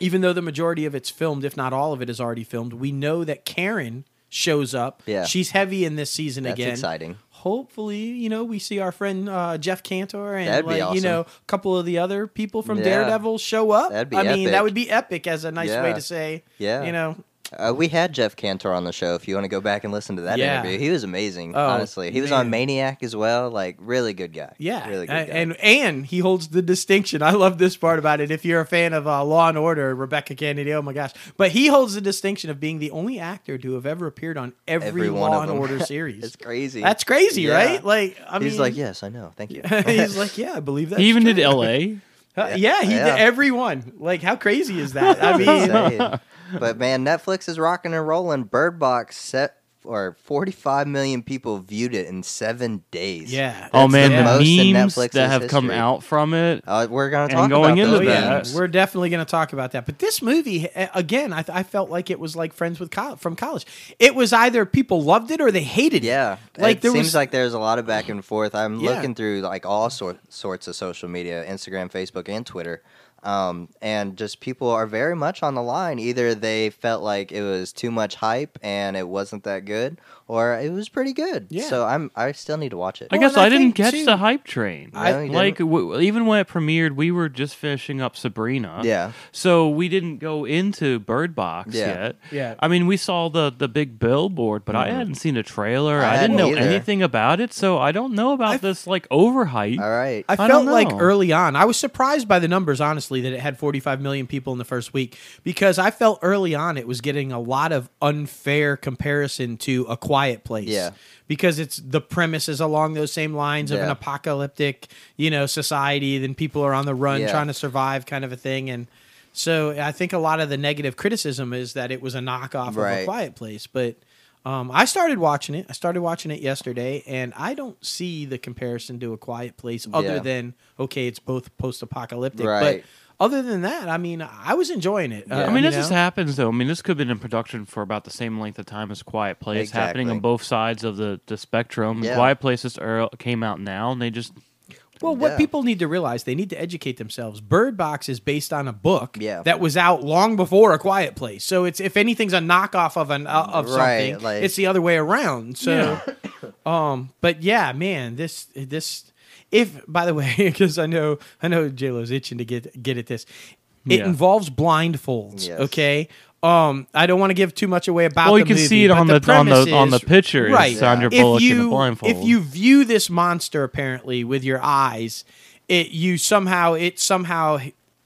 Speaker 2: even though the majority of it's filmed, if not all of it is already filmed, we know that Karen shows up.
Speaker 1: Yeah.
Speaker 2: she's heavy in this season
Speaker 1: That's
Speaker 2: again.
Speaker 1: exciting.
Speaker 2: Hopefully, you know, we see our friend uh, Jeff Cantor and
Speaker 1: That'd be
Speaker 2: like you
Speaker 1: awesome.
Speaker 2: know a couple of the other people from
Speaker 1: Yeah.
Speaker 2: Daredevil show up.
Speaker 1: That'd be
Speaker 2: I mean, that
Speaker 1: epic.
Speaker 2: would be epic as a nice way
Speaker 1: Yeah.
Speaker 2: to say,
Speaker 1: Yeah.
Speaker 2: you know,
Speaker 1: Uh, we had Jeff Cantor on the show. If you want to go back and listen to that
Speaker 2: Yeah.
Speaker 1: interview, he was amazing.
Speaker 2: Oh,
Speaker 1: honestly, he was
Speaker 2: man.
Speaker 1: on Maniac as well. Like, really good guy.
Speaker 2: Yeah,
Speaker 1: really good
Speaker 2: a-
Speaker 1: guy.
Speaker 2: and and he holds the distinction. I love this part about it. If you're a fan of uh, Law and Order, Rebecca Kennedy, oh my gosh! But he holds the distinction of being the only actor to have ever appeared on every,
Speaker 1: Every one
Speaker 2: Law
Speaker 1: of
Speaker 2: and
Speaker 1: them.
Speaker 2: Order series.
Speaker 1: it's crazy.
Speaker 2: That's crazy,
Speaker 1: Yeah.
Speaker 2: right? Like, I
Speaker 1: he's
Speaker 2: mean,
Speaker 1: like, yes, I know. Thank you.
Speaker 2: he's like, yeah, I believe that.
Speaker 3: he even did L.A.
Speaker 2: yeah, he
Speaker 1: Yeah.
Speaker 2: did everyone. Like, how crazy is that? I mean,
Speaker 1: Insane. but man, Netflix is rocking and rolling. Bird Box set or 45 million people viewed it in seven days.
Speaker 2: yeah.
Speaker 3: Oh
Speaker 1: That's
Speaker 3: man,
Speaker 1: the
Speaker 3: the,
Speaker 1: most in
Speaker 3: memes
Speaker 1: Netflix's
Speaker 3: that have come
Speaker 1: history.
Speaker 3: out from it.
Speaker 1: Uh, we're gonna
Speaker 3: And
Speaker 1: talk
Speaker 3: going
Speaker 1: about
Speaker 3: into
Speaker 1: those
Speaker 3: that-
Speaker 2: yeah,
Speaker 1: memes.
Speaker 2: we're definitely going to talk about that. But this movie, a- again, I, th- I felt like it was like Friends with Col- from College. It was either people loved it or they hated it.
Speaker 1: Yeah,
Speaker 2: like
Speaker 1: it
Speaker 2: there
Speaker 1: seems
Speaker 2: was
Speaker 1: like there's a lot of back and forth. I'm
Speaker 2: Yeah.
Speaker 1: looking through like all sor- sorts of social media, Instagram, Facebook, and Twitter, um, and just people are very much on the line. Either they felt like it was too much hype and it wasn't that good, or it was pretty good.
Speaker 2: Yeah.
Speaker 1: So I'm I still need to watch it.
Speaker 3: I
Speaker 2: Well,
Speaker 3: guess
Speaker 2: and I
Speaker 3: I didn't
Speaker 2: think,
Speaker 3: catch
Speaker 2: too-
Speaker 3: the hype train.
Speaker 1: I- No, you
Speaker 3: like w- even when it premiered, we were just finishing up Sabrina.
Speaker 1: Yeah.
Speaker 3: So we didn't go into Bird Box
Speaker 1: Yeah.
Speaker 3: yet.
Speaker 2: Yeah.
Speaker 3: I mean, we saw the the big billboard, but I hadn't seen a trailer.
Speaker 1: I
Speaker 3: I, didn't
Speaker 1: hadn't
Speaker 3: know
Speaker 1: either.
Speaker 3: anything about it, so I don't know about
Speaker 2: I-
Speaker 3: this like overhype.
Speaker 1: All right.
Speaker 2: I
Speaker 3: I
Speaker 2: felt
Speaker 3: don't
Speaker 2: like
Speaker 3: know.
Speaker 2: early on, I was surprised by the numbers, honestly, that it had 45 million people in the first week because I felt early on it was getting a lot of unfair comparison to A Quiet Place.
Speaker 1: Yeah.
Speaker 2: Because it's the premise is along those same lines of an
Speaker 1: Yeah.
Speaker 2: apocalyptic, you know, society. Then people are on the run
Speaker 1: Yeah.
Speaker 2: trying to survive, kind of a thing. And so I think a lot of the negative criticism is that it was a knockoff of A
Speaker 1: Right.
Speaker 2: Quiet Place. But um, I started watching it. I started watching it yesterday, and I don't see the comparison to A Quiet Place other
Speaker 1: Yeah.
Speaker 2: than okay, it's both post-apocalyptic,
Speaker 1: Right.
Speaker 2: but other than that, I mean, I was enjoying it.
Speaker 1: Yeah.
Speaker 2: Uh,
Speaker 3: I mean,
Speaker 2: you
Speaker 3: this just
Speaker 2: know?
Speaker 3: happens though. I mean, this could have been in production for about the same length of time as Quiet Place, happening
Speaker 1: Exactly.
Speaker 3: on both sides of the, the spectrum.
Speaker 1: Yeah.
Speaker 3: Quiet Place just er- came out now, and they just
Speaker 2: Well, what
Speaker 1: Yeah.
Speaker 2: people need to realize, they need to educate themselves. Bird Box is based on a book
Speaker 1: Yeah.
Speaker 2: that was out long before A Quiet Place. So it's if anything's a knockoff of an uh, of
Speaker 1: Right,
Speaker 2: something,
Speaker 1: like-
Speaker 2: it's the other way around. So, um, but yeah, man, this this if by the way, because I know I know J Lo's itching to get get at this. It
Speaker 3: Yeah.
Speaker 2: involves blindfolds.
Speaker 1: Yes.
Speaker 2: Okay. Um, I don't want to give too much away about.
Speaker 3: Well,
Speaker 2: the
Speaker 3: you can
Speaker 2: movie,
Speaker 3: see it
Speaker 2: but
Speaker 3: on the- on the-
Speaker 2: premise
Speaker 3: on the
Speaker 2: is-
Speaker 3: picture is
Speaker 2: Right.
Speaker 3: Sandra Bullock
Speaker 2: if
Speaker 3: in a
Speaker 2: you,
Speaker 3: blindfold.
Speaker 2: If you view this monster apparently with your eyes, it you somehow it somehow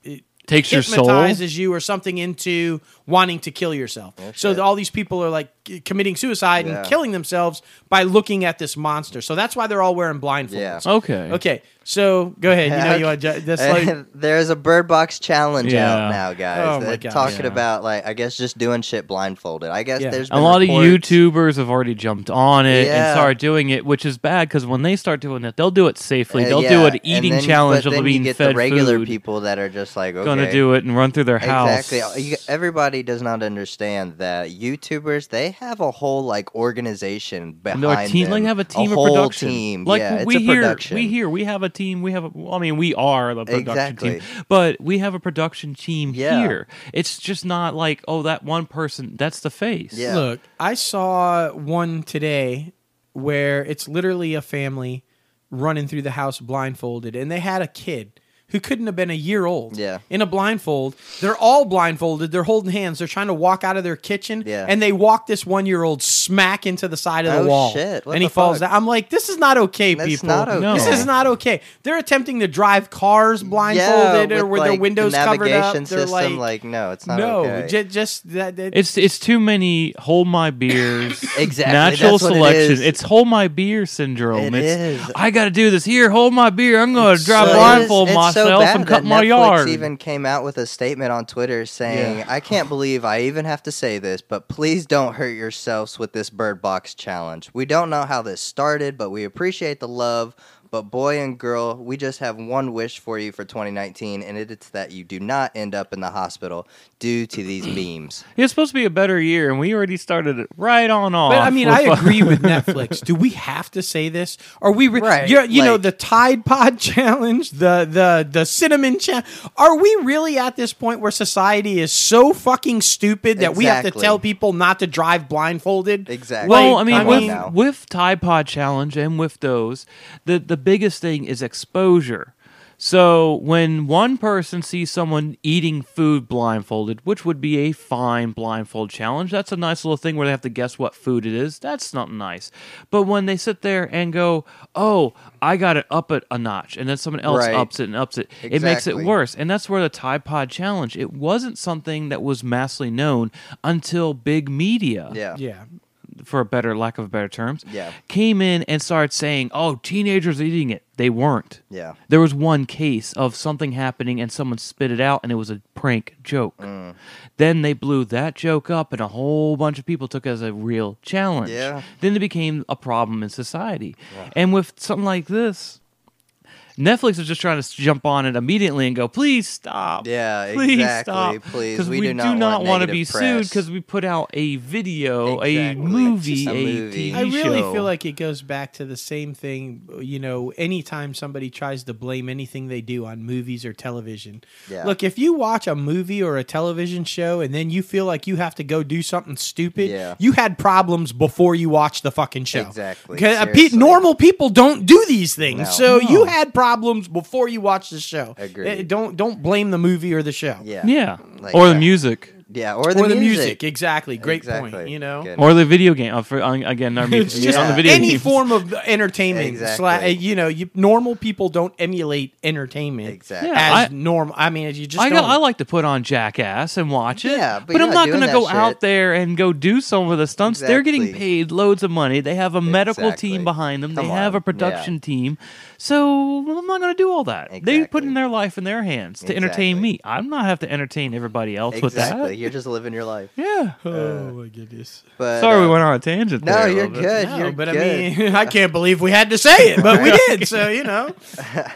Speaker 2: it
Speaker 3: Takes your soul?
Speaker 2: hypnotizes you or something into wanting to kill yourself. so
Speaker 1: shit.
Speaker 2: that all these people are like c- committing suicide
Speaker 1: Yeah.
Speaker 2: and killing themselves by looking at this monster. So that's why they're all wearing blindfolds.
Speaker 1: Yeah.
Speaker 3: okay,
Speaker 2: Okay. So go ahead. You know you want to that's like
Speaker 1: And there's a bird box challenge
Speaker 3: Yeah.
Speaker 1: out now, guys.
Speaker 2: Oh my
Speaker 1: They're
Speaker 2: gosh.
Speaker 1: Talking
Speaker 3: Yeah.
Speaker 1: about like I guess just doing shit blindfolded. I guess
Speaker 2: Yeah.
Speaker 1: there's
Speaker 3: A
Speaker 1: been
Speaker 3: lot of
Speaker 1: reports-
Speaker 3: YouTubers have already jumped on it
Speaker 1: Yeah.
Speaker 3: and started doing it, which is bad because when they start doing it, they'll do it safely.
Speaker 1: Uh,
Speaker 3: they'll
Speaker 1: yeah,
Speaker 3: do an
Speaker 1: and
Speaker 3: eating
Speaker 1: then-
Speaker 3: challenge
Speaker 1: but
Speaker 3: of
Speaker 1: then you
Speaker 3: being
Speaker 1: get
Speaker 3: fed
Speaker 1: the regular
Speaker 3: food.
Speaker 1: people that are just like okay,
Speaker 3: Gonna do it and run through their house.
Speaker 1: Exactly. Uh, You- Everybody does not understand that YouTubers they have a whole like organization behind
Speaker 3: And they're like team,
Speaker 1: them.
Speaker 3: like have a team of
Speaker 1: whole
Speaker 3: production.
Speaker 1: Team.
Speaker 3: Like
Speaker 1: yeah,
Speaker 3: we
Speaker 1: it's a
Speaker 3: hear,
Speaker 1: production.
Speaker 3: we hear, we have a team. We have, a, I mean, we are the production
Speaker 1: Exactly.
Speaker 3: team, but we have a production team
Speaker 1: Yeah.
Speaker 3: here. It's just not like, oh, that one person, that's the face.
Speaker 1: Yeah.
Speaker 2: Look, I saw one today where it's literally a family running through the house blindfolded, and they had a kid who couldn't have been a year old
Speaker 1: Yeah.
Speaker 2: in a blindfold. They're all blindfolded. They're holding hands. They're trying to walk out of their kitchen,
Speaker 1: Yeah.
Speaker 2: and they walk this one year old smack into the side of the
Speaker 1: Oh,
Speaker 2: wall,
Speaker 1: shit. What
Speaker 2: and he
Speaker 1: the
Speaker 2: falls
Speaker 1: fuck?
Speaker 2: down. I'm like, this is not okay,
Speaker 1: That's
Speaker 2: people.
Speaker 1: not No.
Speaker 2: This
Speaker 3: okay.
Speaker 2: is not okay. They're attempting to drive cars blindfolded
Speaker 1: yeah,
Speaker 2: or
Speaker 1: with,
Speaker 2: with
Speaker 1: like,
Speaker 2: their windows
Speaker 1: the
Speaker 2: covered
Speaker 1: navigation
Speaker 2: up. They're
Speaker 1: System,
Speaker 2: like,
Speaker 1: no, it's not
Speaker 2: no,
Speaker 1: okay.
Speaker 2: ju- just that. that
Speaker 3: It's it's too many hold my beers.
Speaker 1: Exactly,
Speaker 3: Natural
Speaker 1: that's what it
Speaker 3: selection.
Speaker 1: is.
Speaker 3: It's hold my beer syndrome.
Speaker 1: It
Speaker 3: it's
Speaker 1: is.
Speaker 3: I gotta do this here, hold my beer. I'm gonna
Speaker 2: It's
Speaker 3: drive
Speaker 2: so-
Speaker 3: blindfold
Speaker 1: it is- it's so
Speaker 3: myself
Speaker 1: bad
Speaker 3: and cut
Speaker 1: that
Speaker 3: my
Speaker 1: Netflix
Speaker 3: yard.
Speaker 1: even came out with a statement on Twitter saying,
Speaker 3: Yeah.
Speaker 1: "I can't believe I even have to say this, but please don't hurt yourselves with this Bird Box challenge. We don't know how this started, but we appreciate the love." But boy and girl, we just have one wish for you for 2019, and it's that you do not end up in the hospital due to these memes.
Speaker 3: It's supposed to be a better year, and we already started it right on off.
Speaker 2: But I mean,
Speaker 3: We're
Speaker 2: I
Speaker 3: fu-
Speaker 2: agree with Netflix. Do we have to say this? Are we re-
Speaker 1: Right,
Speaker 2: you're- You know
Speaker 1: like-
Speaker 2: the Tide Pod challenge, the the the cinnamon challenge. Are we really at this point where society is so fucking stupid that we have to
Speaker 1: Exactly.
Speaker 2: tell people not to drive blindfolded?
Speaker 1: Exactly.
Speaker 3: Well,
Speaker 2: Like,
Speaker 3: I mean,
Speaker 1: come on
Speaker 3: with
Speaker 1: now.
Speaker 3: with Tide Pod Challenge and with those, the the biggest thing is exposure. So when one person sees someone eating food blindfolded, which would be a fine blindfold challenge, that's a nice little thing where they have to guess what food it is. That's not nice. But when they sit there and go, "Oh, I got to up it a notch," and then someone else
Speaker 1: Right.
Speaker 3: ups it and ups it, it makes it
Speaker 1: Exactly.
Speaker 3: worse worse. And that's where the Tide Pod Challenge, it wasn't something that was massively known until big media,
Speaker 1: Yeah.
Speaker 2: yeah.
Speaker 3: for a better lack of better terms,
Speaker 1: Yeah.
Speaker 3: came in and started saying, oh, teenagers are eating it. They weren't.
Speaker 1: Yeah.
Speaker 3: There was one case of something happening and someone spit it out and it was a prank joke.
Speaker 1: Mm.
Speaker 3: Then they blew that joke up and a whole bunch of people took it as a real challenge.
Speaker 1: Yeah.
Speaker 3: Then it became a problem in society. And with something like this, Netflix is just trying to s- jump on it immediately and go, please stop.
Speaker 1: Yeah,
Speaker 3: please
Speaker 1: exactly.
Speaker 3: Stop.
Speaker 1: Please,
Speaker 3: 'Cause
Speaker 1: we
Speaker 3: we,
Speaker 1: do not want
Speaker 3: wanna
Speaker 1: negative
Speaker 3: be sued
Speaker 1: press."
Speaker 3: because we put out a video, a
Speaker 1: Exactly.
Speaker 3: movie,
Speaker 1: Just a
Speaker 3: a,
Speaker 1: movie.
Speaker 3: TV
Speaker 2: I really
Speaker 3: show.
Speaker 2: feel like it goes back to the same thing. You know, anytime somebody tries to blame anything they do on movies or television.
Speaker 1: Yeah.
Speaker 2: Look, if you watch a movie or a television show and then you feel like you have to go do something stupid,
Speaker 1: Yeah.
Speaker 2: you had problems before you watched the fucking show.
Speaker 1: Exactly,
Speaker 2: Okay? Uh, pe-
Speaker 1: seriously.
Speaker 2: normal people don't do these things,
Speaker 1: No.
Speaker 2: so
Speaker 3: No.
Speaker 2: you had problems before you watched the show.
Speaker 1: Agreed.
Speaker 2: Uh, Don't don't blame the movie or the show.
Speaker 1: Yeah.
Speaker 3: yeah,
Speaker 1: Like
Speaker 3: or the
Speaker 1: that.
Speaker 3: music.
Speaker 1: Yeah, or the
Speaker 2: Or the
Speaker 1: music.
Speaker 2: music, exactly. Great point.
Speaker 1: Exactly.
Speaker 2: You know,
Speaker 1: Good.
Speaker 3: Or the video game. Oh, for, on, again, our
Speaker 2: it's
Speaker 3: music.
Speaker 2: just
Speaker 3: on the video
Speaker 2: any
Speaker 3: games.
Speaker 2: form of entertainment.
Speaker 1: Exactly.
Speaker 2: Sla- you know, you, normal people don't emulate entertainment
Speaker 1: Exactly.
Speaker 3: Yeah,
Speaker 2: as
Speaker 3: I-
Speaker 2: normal. I mean, you just
Speaker 3: I,
Speaker 2: don't.
Speaker 3: got, I like to put on Jackass and watch it.
Speaker 1: Yeah, but
Speaker 3: I'm
Speaker 1: you're not
Speaker 3: not
Speaker 1: doing
Speaker 3: gonna
Speaker 1: that
Speaker 3: go
Speaker 1: shit.
Speaker 3: out there and go do some of the stunts. They're getting
Speaker 1: Exactly.
Speaker 3: paid loads of money. They have a medical
Speaker 1: Exactly.
Speaker 3: team behind them.
Speaker 1: Come
Speaker 3: they have
Speaker 1: on.
Speaker 3: a production team. So I'm not going to do all that. They're
Speaker 1: Exactly.
Speaker 3: putting their life in their hands to
Speaker 1: Exactly.
Speaker 3: entertain me. I'm not have to entertain everybody else
Speaker 1: Exactly.
Speaker 3: with
Speaker 1: You're just living your life.
Speaker 3: that. Yeah.
Speaker 1: Uh,
Speaker 2: oh my goodness.
Speaker 1: But
Speaker 3: Sorry, we
Speaker 1: uh,
Speaker 3: went on a tangent.
Speaker 1: No,
Speaker 3: there a
Speaker 1: you're
Speaker 3: little bit.
Speaker 1: good.
Speaker 2: No,
Speaker 1: you're
Speaker 2: but
Speaker 1: good.
Speaker 2: I mean, I can't believe we had to say it, but we did. So you know,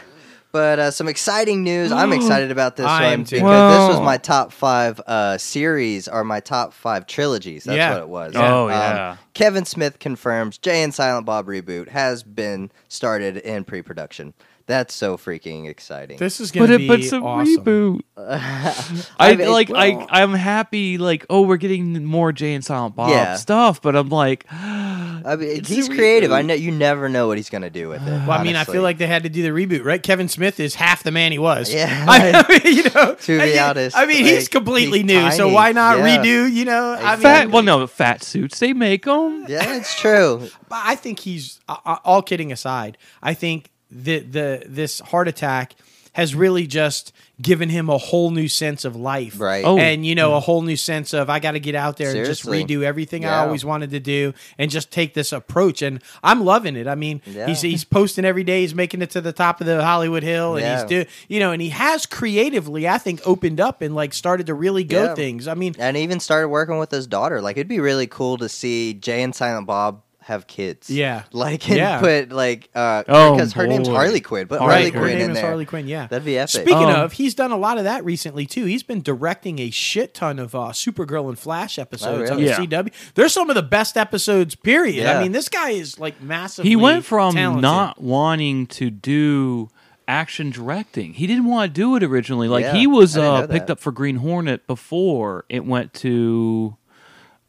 Speaker 1: But uh, some exciting news. I'm excited about this
Speaker 2: I am
Speaker 1: one
Speaker 2: too.
Speaker 1: because this was
Speaker 3: Whoa.
Speaker 1: my top five uh, series or my top five trilogies. That's
Speaker 2: Yeah.
Speaker 1: what it was. Um,
Speaker 3: Yeah. Oh, yeah.
Speaker 1: Kevin Smith confirms Jay and Silent Bob reboot has been started in pre-production. That's so freaking exciting.
Speaker 2: This is going to
Speaker 3: But it
Speaker 2: be
Speaker 3: but it's a
Speaker 2: awesome.
Speaker 3: reboot. I
Speaker 1: I mean,
Speaker 3: like
Speaker 1: well-
Speaker 3: I I'm happy like oh we're getting more Jay and Silent Bob
Speaker 1: Yeah.
Speaker 3: stuff, but I'm like
Speaker 1: I mean,
Speaker 3: It's
Speaker 1: he's
Speaker 3: a
Speaker 1: creative. I
Speaker 3: reboot.
Speaker 1: know you never know what he's gonna do with it.
Speaker 2: Well, I mean, I feel like they had to do the reboot, right? Kevin Smith is half the man he was.
Speaker 1: Yeah.
Speaker 2: I mean, you know,
Speaker 1: To be
Speaker 2: I-
Speaker 1: honest,
Speaker 2: I mean, he's
Speaker 1: like,
Speaker 2: completely
Speaker 1: he's
Speaker 2: new, so
Speaker 1: tiny.
Speaker 2: why not
Speaker 1: Yeah.
Speaker 2: redo? You know, I mean,
Speaker 3: fat. Well, no, fat suits they make them.
Speaker 1: yeah, it's true.
Speaker 2: But I think he's I- I- all kidding aside. I think the the this heart attack has really just given him a whole new sense of life,
Speaker 1: Right. Mm.
Speaker 3: Oh.
Speaker 2: and you know, a whole new sense of I got to get out there
Speaker 1: Seriously.
Speaker 2: and just redo everything I
Speaker 1: Yeah.
Speaker 2: always wanted to do, and just take this approach. And I'm loving it. I mean,
Speaker 1: Yeah.
Speaker 2: he's he's posting every day. He's making it to the top of the Hollywood Hill, and he's
Speaker 1: Yeah.
Speaker 2: do you know, and he has creatively, I think, opened up and like started to really go
Speaker 1: Yeah.
Speaker 2: things. I mean,
Speaker 1: And he even started working with his daughter. Like it'd be really cool to see Jay and Silent Bob have kids.
Speaker 2: Yeah.
Speaker 1: Like and
Speaker 2: Yeah,
Speaker 1: put like uh
Speaker 3: Oh,
Speaker 1: because her name's
Speaker 3: boy.
Speaker 1: Harley Quinn, but
Speaker 2: Right,
Speaker 1: Harley
Speaker 2: her
Speaker 1: Quinn
Speaker 2: name
Speaker 1: in
Speaker 2: is
Speaker 1: there.
Speaker 2: Harley Quinn. Yeah,
Speaker 1: That'd be epic.
Speaker 2: Speaking
Speaker 3: Um,
Speaker 2: of, he's done a lot of that recently too. He's been directing a shit ton of uh, Supergirl and Flash episodes
Speaker 1: Oh,
Speaker 2: on
Speaker 1: really?
Speaker 2: the
Speaker 3: Yeah.
Speaker 2: CW. They're some of the best episodes. Period. I
Speaker 1: Yeah.
Speaker 2: mean, this guy is like massively.
Speaker 3: He went from
Speaker 2: talented.
Speaker 3: not wanting to do action directing. He didn't want to do it originally. Like
Speaker 1: Yeah,
Speaker 3: he was
Speaker 1: I didn't
Speaker 3: uh,
Speaker 1: know
Speaker 3: picked
Speaker 1: that.
Speaker 3: up for Green Hornet before it went to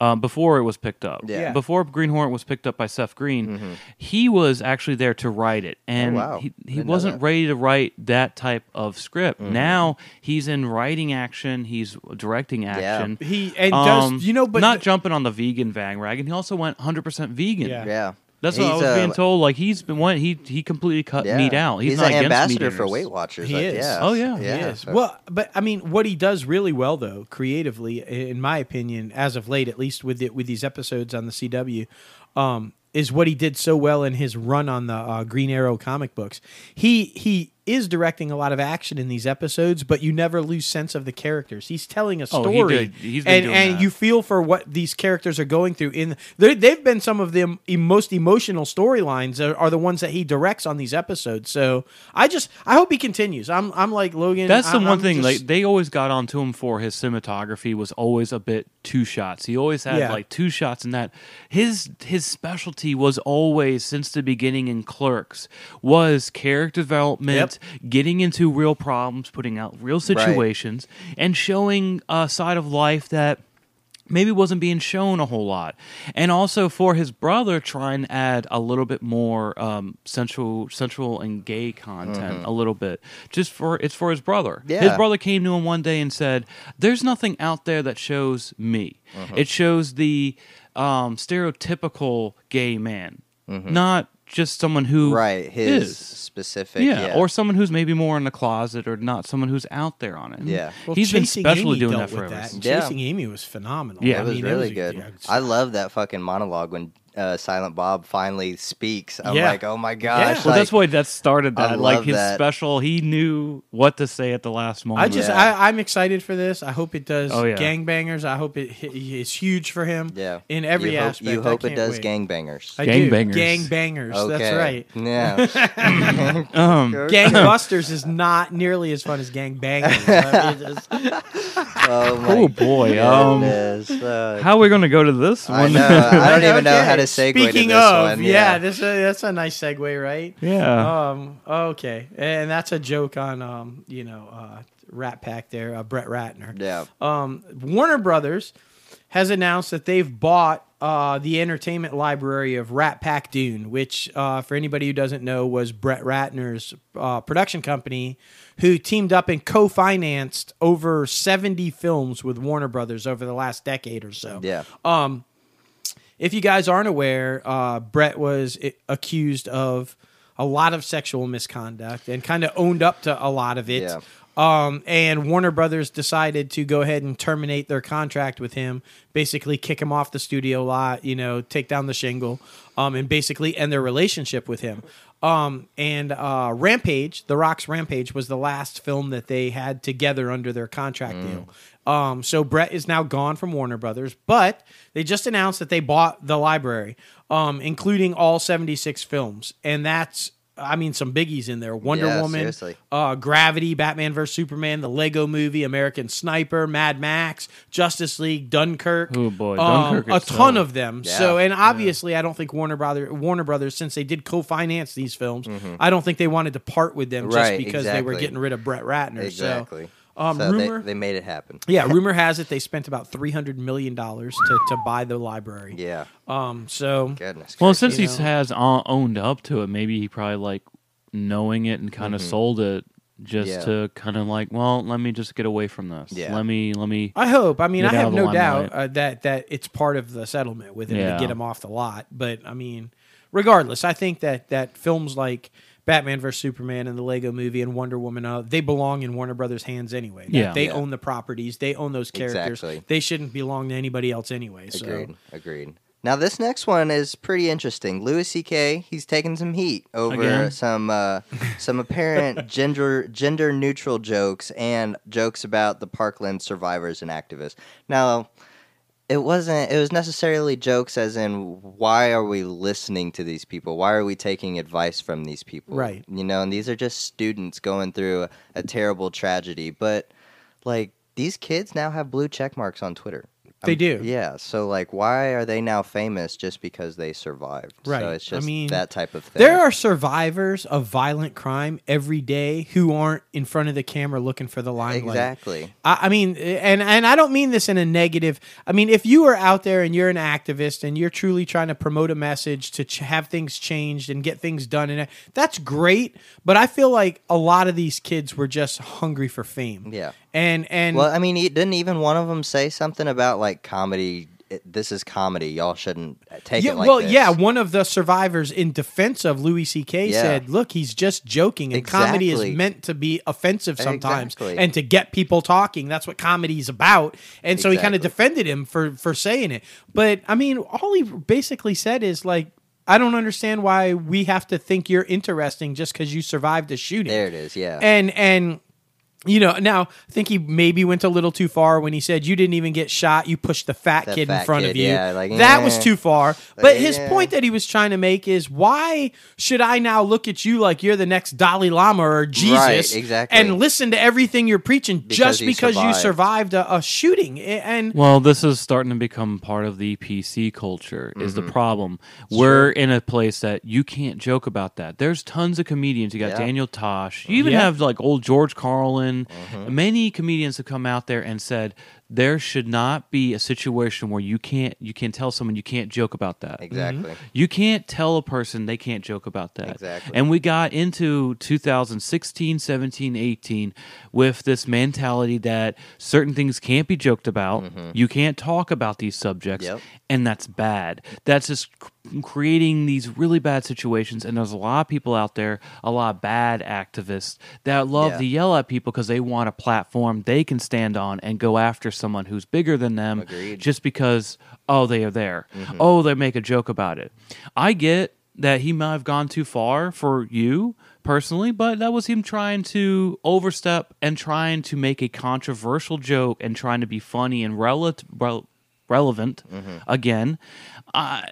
Speaker 3: um, before it was picked up.
Speaker 1: Yeah. Yeah.
Speaker 3: Before Green Hornet was picked up by Seth Green, he was actually there to write it, and
Speaker 1: Oh, wow.
Speaker 3: he, he
Speaker 1: Didn't know
Speaker 3: wasn't
Speaker 1: that. Mm-hmm.
Speaker 3: ready to write that type of script. Now he's in writing action. He's directing action.
Speaker 2: He and does you know, but
Speaker 3: um, not jumping on the vegan wagon. He also went 100% vegan.
Speaker 2: Yeah.
Speaker 1: yeah.
Speaker 3: That's what I
Speaker 1: He's
Speaker 3: was
Speaker 1: a-
Speaker 3: being told. Like he's been one. He he completely cut
Speaker 1: yeah.
Speaker 3: meat out. He's,
Speaker 1: He's,
Speaker 3: not
Speaker 1: an
Speaker 3: against
Speaker 1: ambassador
Speaker 3: meat
Speaker 1: for
Speaker 3: eaters.
Speaker 1: Weight Watchers.
Speaker 2: He
Speaker 1: like,
Speaker 2: is.
Speaker 1: Yeah.
Speaker 3: Oh, yeah. He
Speaker 1: yeah.
Speaker 2: Yes.
Speaker 1: so-
Speaker 2: Well, but I mean, what he does really well, though, creatively, in my opinion, as of late, at least with it with these episodes on the CW, um, is what he did so well in his run on the uh, Green Arrow comic books. He he is directing a lot of action in these episodes, but you never lose sense of the characters. He's telling a
Speaker 3: Oh,
Speaker 2: story,
Speaker 3: he did. He's been
Speaker 2: and
Speaker 3: doing
Speaker 2: and
Speaker 3: that.
Speaker 2: you feel for what these characters are going through. In they- they've been some of the em- e, most emotional storylines are, are the ones that he directs on these episodes. So I just I hope he continues. I'm I'm like Logan.
Speaker 3: That's the
Speaker 2: I'm-
Speaker 3: one
Speaker 2: I'm
Speaker 3: thing.
Speaker 2: just-
Speaker 3: like they always got onto him for his cinematography was always a bit two shots. He always had
Speaker 2: Yeah.
Speaker 3: like two shots, and that his his specialty was always since the beginning in Clerks was character development, getting into real problems, putting out real situations, and showing a side of life that maybe wasn't being shown a whole lot and also for his brother trying to add a little bit more um, central central and gay content a little bit just for it's for his brother his
Speaker 1: Mm-hmm. Yeah.
Speaker 3: brother came to him one day and said there's nothing out there that shows me
Speaker 1: Uh-huh.
Speaker 3: it shows the um, stereotypical gay man not just someone who
Speaker 1: Mm-hmm. right. His
Speaker 3: is
Speaker 1: specific.
Speaker 3: yeah,
Speaker 1: Yeah.
Speaker 3: or someone who's maybe more in the closet or not someone who's out there on it. And
Speaker 1: Yeah.
Speaker 2: Well,
Speaker 3: he's been
Speaker 2: Chasing
Speaker 3: specially
Speaker 2: Amy
Speaker 3: doing
Speaker 2: dealt
Speaker 3: that forever.
Speaker 2: with that. and
Speaker 1: Yeah.
Speaker 2: Chasing Amy was phenomenal.
Speaker 3: Yeah.
Speaker 1: That
Speaker 2: I
Speaker 1: was
Speaker 2: mean, it
Speaker 1: really
Speaker 2: a-
Speaker 1: good.
Speaker 2: yeah,
Speaker 1: I love that fucking monologue when uh, Silent Bob finally speaks. I'm
Speaker 2: Yeah.
Speaker 1: like, oh my gosh.
Speaker 3: Well, that's
Speaker 1: like-
Speaker 3: why that started
Speaker 1: I
Speaker 3: that. like
Speaker 1: love
Speaker 3: his
Speaker 1: that.
Speaker 3: special, he knew what to say at the last moment.
Speaker 2: I just
Speaker 1: Yeah.
Speaker 2: I, I'm excited for this. I hope it does
Speaker 3: Oh, yeah.
Speaker 2: gangbangers. I hope it hi- is huge for him.
Speaker 1: Yeah.
Speaker 2: in every
Speaker 1: you
Speaker 2: aspect.
Speaker 1: Hope, you
Speaker 2: I
Speaker 1: hope it
Speaker 2: can't
Speaker 1: does
Speaker 2: wait.
Speaker 1: gangbangers.
Speaker 2: I do.
Speaker 3: Gangbangers.
Speaker 2: Gangbangers. That's right.
Speaker 1: Yeah.
Speaker 3: Um,
Speaker 2: Gangbusters is not nearly as fun as gangbangers. I mean, it's-
Speaker 1: oh my
Speaker 3: oh boy, um,
Speaker 1: goodness. Uh,
Speaker 3: how are we going to go to this
Speaker 1: I
Speaker 3: one?
Speaker 1: know. I don't even know how to segue
Speaker 2: Okay.
Speaker 1: to
Speaker 2: Speaking
Speaker 1: this
Speaker 2: of,
Speaker 1: one.
Speaker 2: yeah,
Speaker 1: Yeah.
Speaker 2: this uh, that's a nice segue, right?
Speaker 3: yeah,
Speaker 2: Um. Okay, and that's a joke on um. You know, uh, Rat Pack there, uh, Brett Ratner.
Speaker 1: Yeah.
Speaker 2: Um, Warner Brothers has announced that they've bought uh, the entertainment library of Rat Pack Dune, which, uh, for anybody who doesn't know, was Brett Ratner's uh, production company, who teamed up and co financed over 70 films with Warner Brothers over the last decade or so.
Speaker 1: Yeah.
Speaker 2: Um, if you guys aren't aware, uh, Brett was i- accused of a lot of sexual misconduct and kind of owned up to a lot of it.
Speaker 1: Yeah.
Speaker 2: Um, and Warner Brothers decided to go ahead and terminate their contract with him, basically kick him off the studio lot, you know, take down the shingle, um, and basically end their relationship with him. Um, and uh, Rampage, The Rock's Rampage, was the last film that they had together under their contract
Speaker 1: Hmm.
Speaker 2: deal. Um, so Brett is now gone from Warner Brothers, but they just announced that they bought the library, um, including all 76 films. And that's I mean, some biggies in there: Wonder
Speaker 1: Yeah,
Speaker 2: Woman,
Speaker 1: seriously.
Speaker 2: uh, Gravity, Batman vs Superman, the Lego Movie, American Sniper, Mad Max, Justice League, Dunkirk.
Speaker 3: Oh, boy,
Speaker 2: um,
Speaker 3: Dunkirk
Speaker 2: a
Speaker 3: is
Speaker 2: ton
Speaker 3: solid.
Speaker 2: of them.
Speaker 1: Yeah.
Speaker 2: So, and obviously, I don't think Warner Brother Warner Brothers, since they did co-finance these films, I don't think they wanted to part with them just
Speaker 1: Mm-hmm. Right,
Speaker 2: because they were
Speaker 1: exactly.
Speaker 2: getting rid of Brett Ratner.
Speaker 1: Exactly.
Speaker 2: So, um,
Speaker 1: So they-
Speaker 2: rumor.
Speaker 1: they, made it happen.
Speaker 2: yeah, rumor has it they spent about three hundred million dollars to, to buy the library.
Speaker 1: Yeah.
Speaker 2: Um. So
Speaker 1: Goodness.
Speaker 3: Well,
Speaker 1: gracious.
Speaker 3: since he
Speaker 2: know.
Speaker 3: has o- owned up to it, maybe he probably like knowing it and kind of sold it
Speaker 1: Mm-hmm.
Speaker 3: just
Speaker 1: Yeah.
Speaker 3: to kind of like, well, let me just get away from this.
Speaker 1: Yeah.
Speaker 3: Let me, let me.
Speaker 2: I hope. I mean,
Speaker 3: Get
Speaker 2: I
Speaker 3: out of
Speaker 2: have
Speaker 3: the
Speaker 2: no
Speaker 3: limelight.
Speaker 2: doubt uh, that that it's part of the settlement with him
Speaker 3: Yeah.
Speaker 2: to get him off the lot. But I mean, regardless, I think that that films like Batman vs Superman and the Lego Movie and Wonder Woman, uh, they belong in Warner Brothers' hands anyway. That
Speaker 3: Yeah.
Speaker 2: they
Speaker 1: Yeah.
Speaker 2: own the properties, they own those characters.
Speaker 1: Exactly.
Speaker 2: They shouldn't belong to anybody else anyway. So
Speaker 1: Agreed. Agreed. Now this next one is pretty interesting. Louis C.K. He's taking some heat over
Speaker 3: Again?
Speaker 1: some uh, some apparent gender gender neutral jokes and jokes about the Parkland survivors and activists. Now, it wasn't. It was necessarily jokes, as in, why are we listening to these people? Why are we taking advice from these people?
Speaker 2: Right.
Speaker 1: You know, and these are just students going through a, a terrible tragedy. But like these kids now have blue check marks on Twitter.
Speaker 2: They
Speaker 1: I'm-
Speaker 2: do.
Speaker 1: yeah. So like, why are they now famous just because they survived?
Speaker 2: Right,
Speaker 1: So it's
Speaker 2: I
Speaker 1: just
Speaker 2: mean,
Speaker 1: that type of thing.
Speaker 2: There are survivors of violent crime every day who aren't in front of the camera looking for the limelight.
Speaker 1: exactly.
Speaker 2: I, I mean, and and I don't mean this in a negative. I mean, if you are out there and you're an activist and you're truly trying to promote a message to ch- have things changed and get things done, and uh, that's great. But I feel like a lot of these kids were just hungry for fame.
Speaker 1: Yeah.
Speaker 2: And and
Speaker 1: Well, I mean, he- didn't even one of them say something about like comedy? it- This is comedy. Y'all shouldn't uh, take
Speaker 2: yeah,
Speaker 1: it like
Speaker 2: well,
Speaker 1: this.
Speaker 2: yeah. One of the survivors in defense of Louis C.K.
Speaker 1: Yeah.
Speaker 2: said, "Look, he's just joking, and comedy is
Speaker 1: Exactly.
Speaker 2: meant to be offensive sometimes,
Speaker 1: Exactly.
Speaker 2: and to get people talking. That's what comedy's about." And so he kind of
Speaker 1: Exactly.
Speaker 2: defended him for for saying it. But I mean, all he basically said is like. I don't understand why we have to think you're interesting just because you survived a shooting
Speaker 1: There it is. Yeah.
Speaker 2: and and you know now i think he maybe went a little too far when he said you didn't even get shot you pushed the fat
Speaker 1: The
Speaker 2: kid in
Speaker 1: fat
Speaker 2: front of
Speaker 1: kid,
Speaker 2: you
Speaker 1: yeah, like,
Speaker 2: that
Speaker 1: eh.
Speaker 2: was too far but his
Speaker 1: yeah.
Speaker 2: point that he was trying to make is why should i now look at you like you're the next dalai lama or jesus
Speaker 1: exactly.
Speaker 2: and listen to everything you're preaching just
Speaker 1: you
Speaker 2: because you
Speaker 1: survived.
Speaker 2: survived a, a shooting A- and
Speaker 3: Well, this is starting to become part of the PC culture. Is the problem? We're in a place that you can't joke about that. There's tons of comedians. You got
Speaker 1: Yeah.
Speaker 3: Daniel Tosh. You even
Speaker 2: Yeah.
Speaker 3: have like old George Carlin. Many comedians have come out there and said there should not be a situation where you can't you can tell someone you can't joke about that.
Speaker 1: exactly.
Speaker 2: Mm-hmm.
Speaker 3: You can't tell a person they can't joke about that.
Speaker 1: Exactly.
Speaker 3: And we got into 2016, 17, 18 with this mentality that certain things can't be joked about. You can't talk about these subjects.
Speaker 1: Mm-hmm. Yep.
Speaker 3: And that's bad. That's just c- creating these really bad situations. And there's a lot of people out there, a lot of bad activists that love
Speaker 1: Yeah.
Speaker 3: to yell at people because they want a platform they can stand on and go after someone who's bigger than them
Speaker 1: Agreed.
Speaker 3: just because oh they are there oh they make a joke about it i get that he might have gone too far for you personally but that was him trying to overstep and trying to make a controversial joke and trying to be funny and rel- rel- relevant again uh,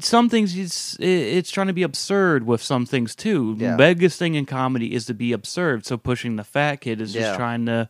Speaker 3: some things it's it's trying to be absurd with some things too
Speaker 1: Yeah.
Speaker 3: biggest thing in comedy is to be absurd so pushing the fat kid is just
Speaker 1: Yeah.
Speaker 3: trying to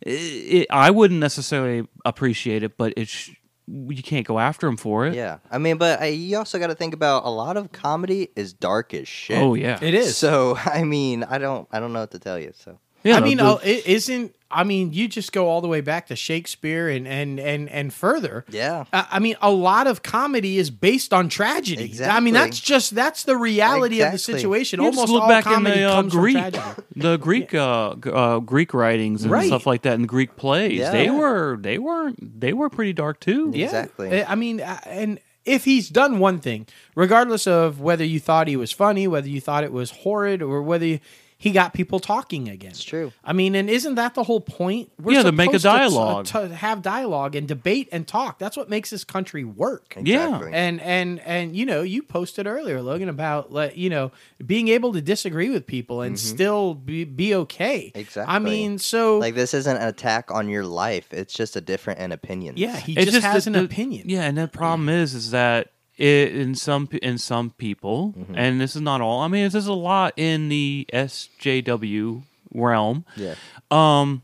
Speaker 3: it, I wouldn't necessarily appreciate it, but it's you can't go after him for it.
Speaker 1: Yeah. I mean, but I, you also got to think about a lot of comedy is dark as shit.
Speaker 3: Oh yeah.
Speaker 2: it is
Speaker 1: So I mean, I don't, I don't know what to tell you. So
Speaker 3: yeah
Speaker 2: I mean,
Speaker 3: the-
Speaker 2: uh, it isn't. I mean, you just go all the way back to Shakespeare and and and and further.
Speaker 1: Yeah.
Speaker 2: I I mean, a lot of comedy is based on tragedy. I mean,
Speaker 1: Exactly.
Speaker 2: that's just that's the reality of the
Speaker 1: Exactly.
Speaker 2: situation.
Speaker 3: you just
Speaker 2: Almost
Speaker 3: look
Speaker 2: all
Speaker 3: back in
Speaker 2: comedy
Speaker 3: the uh,
Speaker 2: comes
Speaker 3: Greek,
Speaker 2: from tragedy.
Speaker 3: the Greek, uh, g- uh, Greek writings and
Speaker 2: Right.
Speaker 3: stuff like that, and Greek plays.
Speaker 1: Yeah.
Speaker 3: They were, they weren't, they were pretty dark too.
Speaker 1: Yeah. Exactly.
Speaker 2: I I mean, uh, and if he's done one thing, regardless of whether you thought he was funny, whether you thought it was horrid, or whether you, he got people talking again, it's
Speaker 1: true.
Speaker 2: I mean, and isn't that the whole point? We're
Speaker 3: Yeah, to make a
Speaker 2: supposed t-
Speaker 3: dialogue.
Speaker 2: to, have dialogue and debate and talk. That's what makes this country work.
Speaker 3: Yeah.
Speaker 1: Exactly.
Speaker 2: And and and you know, you posted earlier, Logan, about like you know being able to disagree with people and still be, be okay. I
Speaker 1: Mm-hmm. Exactly.
Speaker 2: mean, so
Speaker 1: Like this isn't an attack on your life. It's just a different in opinion.
Speaker 2: yeah, he
Speaker 3: It's
Speaker 2: just, has
Speaker 3: that
Speaker 2: an
Speaker 3: the-
Speaker 2: opinion.
Speaker 3: Yeah, and the problem is, is that i- in some p- in some people,
Speaker 2: Mm-hmm.
Speaker 3: and this is not all. I mean, this is a lot in the SJW realm.
Speaker 1: Yeah.
Speaker 3: Um,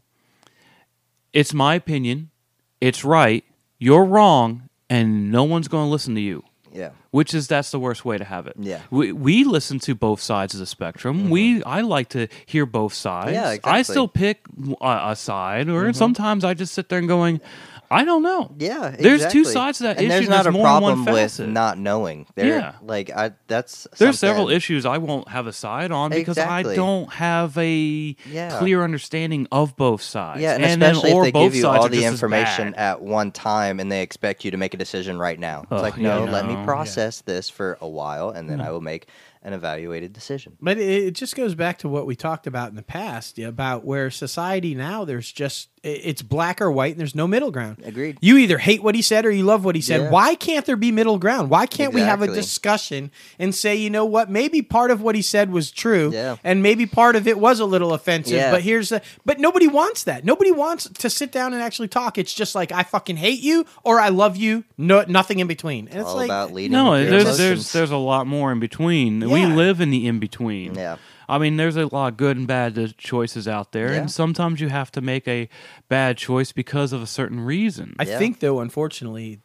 Speaker 3: it's my opinion. It's right. You're wrong, and no one's going to listen to you.
Speaker 1: Yeah.
Speaker 3: Which is that's the worst way to have it.
Speaker 1: Yeah.
Speaker 3: we, we listen to both sides of the spectrum.
Speaker 2: Mm-hmm.
Speaker 3: We I like to hear both sides.
Speaker 1: Yeah,
Speaker 3: I
Speaker 1: exactly.
Speaker 3: still pick a, a side, or
Speaker 2: Mm-hmm.
Speaker 3: sometimes I just sit there and going, I don't know.
Speaker 1: Yeah,
Speaker 3: there's two
Speaker 1: exactly.
Speaker 3: sides to that
Speaker 1: and
Speaker 3: issue.
Speaker 1: There's not a
Speaker 3: more than
Speaker 1: problem
Speaker 3: one
Speaker 1: with
Speaker 3: facet.
Speaker 1: not knowing. There,
Speaker 3: Yeah.
Speaker 1: like I, that's
Speaker 3: There's several
Speaker 1: something-
Speaker 3: issues I won't have a side on because I
Speaker 1: Exactly.
Speaker 3: don't have a
Speaker 1: Yeah.
Speaker 3: clear understanding of both sides.
Speaker 1: Yeah, and,
Speaker 3: then-
Speaker 1: especially
Speaker 3: or
Speaker 1: if they
Speaker 3: both
Speaker 1: give you
Speaker 3: sides
Speaker 1: all
Speaker 3: are
Speaker 1: the
Speaker 3: just as
Speaker 1: information
Speaker 3: bad.
Speaker 1: at one time and they expect you to make a decision right now. It's
Speaker 3: Ugh,
Speaker 1: like,
Speaker 3: yeah, Hmm.
Speaker 1: no, let me
Speaker 3: no.
Speaker 1: process this for a while and then I will make an evaluated decision.
Speaker 2: But it it just goes back to what we talked about in the past yeah, about where society now there's just i- it's black or white and there's no middle ground.
Speaker 1: Agreed.
Speaker 2: You either hate what he said or you love what he said.
Speaker 1: Yeah.
Speaker 2: Why can't there be middle ground? Why can't we have a
Speaker 1: Exactly.
Speaker 2: discussion and say, you know what, maybe part of what he said was true
Speaker 1: Yeah.
Speaker 2: and maybe part of it was a little offensive,
Speaker 1: Yeah.
Speaker 2: but here's the but nobody wants that. Nobody wants to sit down and actually talk. It's just like I fucking hate you or I love you, no nothing in between. And it's
Speaker 1: all
Speaker 2: like
Speaker 1: about leading.
Speaker 3: No,
Speaker 1: with your
Speaker 3: there's
Speaker 1: emotions.
Speaker 3: there's there's a lot more in between. We
Speaker 2: Yeah.
Speaker 3: live in the in between.
Speaker 1: Yeah.
Speaker 3: I mean, there's a lot of good and bad uh, choices out there,
Speaker 1: Yeah.
Speaker 3: and sometimes you have to make a bad choice because of a certain reason.
Speaker 2: I
Speaker 1: Yeah.
Speaker 2: think, though, unfortunately,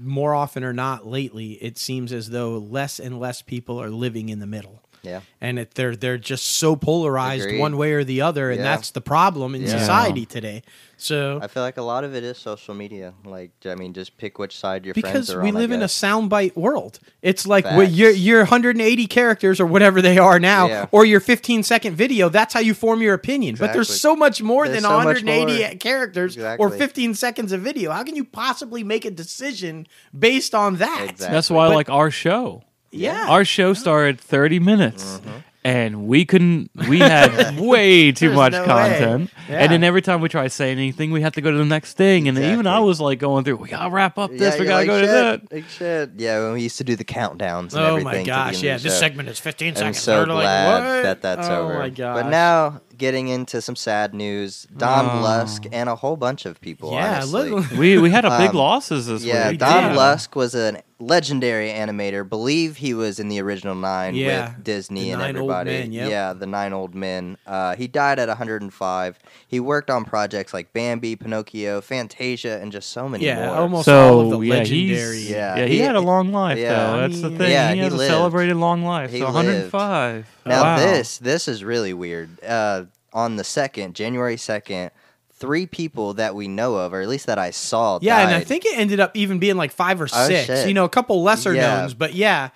Speaker 2: more often or not lately, it seems as though less and less people are living in the middle.
Speaker 1: Yeah.
Speaker 2: And it, they're they're just so polarized
Speaker 1: Agreed.
Speaker 2: one way or the other, and
Speaker 1: Yeah.
Speaker 2: that's the problem in
Speaker 1: Yeah.
Speaker 2: society today. So
Speaker 1: I feel like a lot of it is social media. Like, I mean, just pick which side your friends
Speaker 2: because
Speaker 1: are
Speaker 2: we
Speaker 1: on, I
Speaker 2: live in a
Speaker 1: guess.
Speaker 2: soundbite world, it's like well, your
Speaker 1: Facts.
Speaker 2: your 180 characters or whatever they are now,
Speaker 1: Yeah.
Speaker 2: or your 15 second video. That's how you form your opinion. But there's
Speaker 1: Exactly.
Speaker 2: so much more
Speaker 1: There's
Speaker 2: than
Speaker 1: so much
Speaker 2: 180
Speaker 1: more.
Speaker 2: characters or
Speaker 1: Exactly.
Speaker 2: 15 seconds of video. How can you possibly make a decision based on that?
Speaker 1: Exactly.
Speaker 3: That's why I
Speaker 2: But-
Speaker 3: like our show.
Speaker 2: Yeah.
Speaker 3: Our show started 30 minutes.
Speaker 1: Mm-hmm.
Speaker 3: And we couldn't. We had way too
Speaker 2: There's
Speaker 3: much
Speaker 2: no way.
Speaker 3: content,
Speaker 2: Yeah.
Speaker 3: and then every time we tried to say anything, we had to go to the next thing, and then even I
Speaker 1: Exactly.
Speaker 3: was like going through, we gotta wrap up this,
Speaker 1: yeah,
Speaker 3: we
Speaker 1: you're
Speaker 3: gotta
Speaker 1: like,
Speaker 3: go to that.
Speaker 1: shit, like, shit. Yeah, when we used to do the countdowns. And
Speaker 2: Oh
Speaker 1: everything to
Speaker 2: my
Speaker 1: the end
Speaker 2: gosh!
Speaker 1: of
Speaker 2: Yeah,
Speaker 1: the
Speaker 2: this
Speaker 1: show.
Speaker 2: segment is 15
Speaker 1: I'm
Speaker 2: seconds.
Speaker 1: so
Speaker 2: They're like,
Speaker 1: glad
Speaker 2: "What?"
Speaker 1: that that's
Speaker 2: oh
Speaker 1: over.
Speaker 2: my gosh!
Speaker 1: But now, getting into some sad news, Don
Speaker 3: Oh.
Speaker 1: Lusk and a whole bunch of people.
Speaker 2: yeah,
Speaker 1: honestly.
Speaker 2: look-
Speaker 3: we we had a big
Speaker 1: Um,
Speaker 3: losses this
Speaker 1: yeah,
Speaker 3: week.
Speaker 1: Don
Speaker 2: did.
Speaker 1: Lusk was a legendary animator. Believe he was in the original nine
Speaker 2: Yeah,
Speaker 1: with Disney
Speaker 2: the
Speaker 1: and
Speaker 2: Nine Old
Speaker 1: everybody.
Speaker 2: Men, yep.
Speaker 1: Yeah, the nine old men. Uh, he died at 105. He worked on projects like Bambi, Pinocchio, Fantasia, and just so many
Speaker 2: yeah,
Speaker 1: more.
Speaker 2: almost
Speaker 3: so
Speaker 2: all of the
Speaker 3: yeah,
Speaker 2: legendary.
Speaker 3: he's-
Speaker 1: Yeah.
Speaker 3: yeah, he,
Speaker 1: He-
Speaker 3: had a long life
Speaker 1: yeah.
Speaker 3: though.
Speaker 1: I
Speaker 3: That's the
Speaker 2: mean-
Speaker 3: thing.
Speaker 1: Yeah,
Speaker 3: he
Speaker 1: he
Speaker 3: has a
Speaker 1: lived.
Speaker 3: celebrated long life.
Speaker 1: He
Speaker 3: so
Speaker 1: lived.
Speaker 3: 105.
Speaker 1: Now
Speaker 3: Wow.
Speaker 1: this this is really weird. Uh, on the second, January second, three people that we know of, or at least that I saw,
Speaker 2: Yeah, and I
Speaker 1: died.
Speaker 2: think it ended up even being like five or
Speaker 1: Oh,
Speaker 2: six.
Speaker 1: shit.
Speaker 2: You know, a couple lesser
Speaker 1: Yeah.
Speaker 2: knowns, but yeah,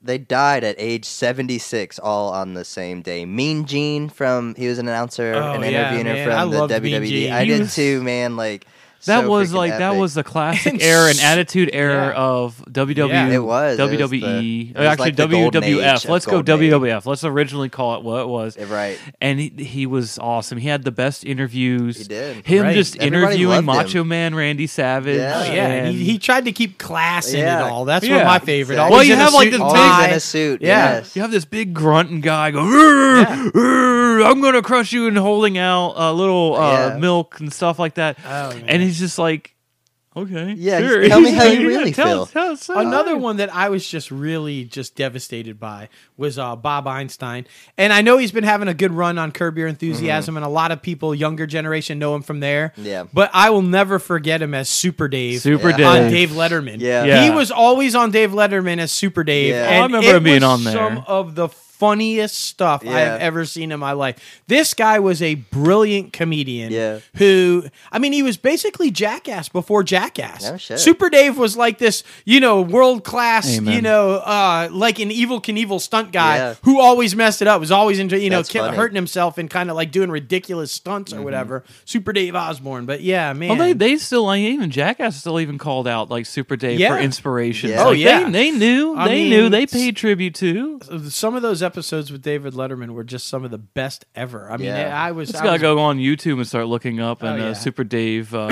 Speaker 1: they died at age seventy six, all on the same day. Mean Gene from he was an announcer,
Speaker 2: Oh,
Speaker 1: an
Speaker 2: yeah,
Speaker 1: interviewer
Speaker 2: man. I
Speaker 1: from the
Speaker 2: loved Mean
Speaker 1: WWE.
Speaker 2: Gene.
Speaker 1: I
Speaker 2: He
Speaker 1: did
Speaker 3: was-
Speaker 1: too, man. Like
Speaker 3: That
Speaker 1: so
Speaker 3: was
Speaker 1: freaking
Speaker 3: like that
Speaker 1: epic.
Speaker 3: was the classic
Speaker 2: And
Speaker 3: era and
Speaker 2: s-
Speaker 3: attitude era
Speaker 2: yeah.
Speaker 3: of E. WWE.
Speaker 2: Yeah.
Speaker 1: It was. It was
Speaker 3: WWE.
Speaker 1: the- it was
Speaker 3: E. actually,
Speaker 1: like the golden age
Speaker 3: WWF.
Speaker 1: of
Speaker 3: Let's go
Speaker 1: golden age.
Speaker 3: WWF. Let's originally call it what it was.
Speaker 1: right.
Speaker 3: And he, he was awesome. He had the best interviews.
Speaker 1: He did.
Speaker 3: Him
Speaker 2: Right.
Speaker 3: just
Speaker 1: Everybody
Speaker 3: interviewing
Speaker 1: loved him.
Speaker 3: Macho Man Randy Savage.
Speaker 1: Yeah.
Speaker 2: oh, yeah. and he, he tried to keep class in
Speaker 1: Yeah.
Speaker 2: it all. That's
Speaker 3: Yeah.
Speaker 2: what my favorite.
Speaker 1: Exactly.
Speaker 2: Always
Speaker 1: Well, you
Speaker 2: in a
Speaker 3: have, like,
Speaker 2: suit
Speaker 3: this
Speaker 2: and
Speaker 1: Always
Speaker 2: tie.
Speaker 1: in a suit.
Speaker 2: Yeah.
Speaker 1: Yes.
Speaker 3: You have this big grunting guy going, "Rrr,
Speaker 2: Yeah.
Speaker 3: rrr, I'm going to crush you, and holding out a little uh,
Speaker 1: Yeah.
Speaker 3: milk and stuff like that.
Speaker 2: Oh, man.
Speaker 3: and he's just like, okay.
Speaker 1: Yeah,
Speaker 3: sure."
Speaker 1: just tell me how
Speaker 3: Like,
Speaker 1: you
Speaker 3: yeah,
Speaker 1: really feel.
Speaker 3: tell- tell us-
Speaker 2: Another one that I was just really just devastated by was uh, Bob Einstein, and I know he's been having a good run on Curb Your Enthusiasm, and a lot of people younger generation know him from there.
Speaker 1: Yeah.
Speaker 2: but I will never forget him as Super Dave.
Speaker 3: Super
Speaker 1: Yeah.
Speaker 2: on
Speaker 3: Dave.
Speaker 2: Dave Letterman.
Speaker 1: Yeah.
Speaker 3: Yeah.
Speaker 2: he was always on Dave Letterman as Super Dave.
Speaker 1: Yeah. Oh, I
Speaker 2: And
Speaker 3: remember
Speaker 2: it
Speaker 3: him being
Speaker 2: was
Speaker 3: on there.
Speaker 2: Some of the funniest stuff I have
Speaker 1: Yeah.
Speaker 2: ever seen in my life. This guy was a brilliant comedian.
Speaker 1: Yeah.
Speaker 2: who I mean, he was basically Jackass before Jackass.
Speaker 1: No shit.
Speaker 2: Super Dave was like this, you know, world class,
Speaker 3: Amen.
Speaker 2: you know, uh, like an evil Knievel stunt guy
Speaker 1: Yeah.
Speaker 2: who always messed it up. Was always into you know
Speaker 1: That's
Speaker 2: ki-
Speaker 1: funny.
Speaker 2: hurting himself and kind of like doing ridiculous stunts or whatever. Super Dave Osborne, but yeah, man.
Speaker 3: Well, Mm-hmm. they, they still, like, even Jackass still even called out, like, Super Dave for
Speaker 2: Yeah.
Speaker 3: inspiration.
Speaker 1: Yeah.
Speaker 2: Oh,
Speaker 3: Like, they-
Speaker 2: yeah.
Speaker 3: They, knew.
Speaker 2: I
Speaker 3: they
Speaker 2: mean, Oh,
Speaker 3: knew. They
Speaker 2: s-
Speaker 3: paid tribute to.
Speaker 2: some of those episodes with David Letterman were just some of the best ever. I mean,
Speaker 1: Yeah.
Speaker 2: I was
Speaker 3: Just
Speaker 2: I
Speaker 3: got to
Speaker 2: was, Oh,
Speaker 3: go on YouTube and start looking up and
Speaker 2: yeah.
Speaker 3: uh, Super Dave uh,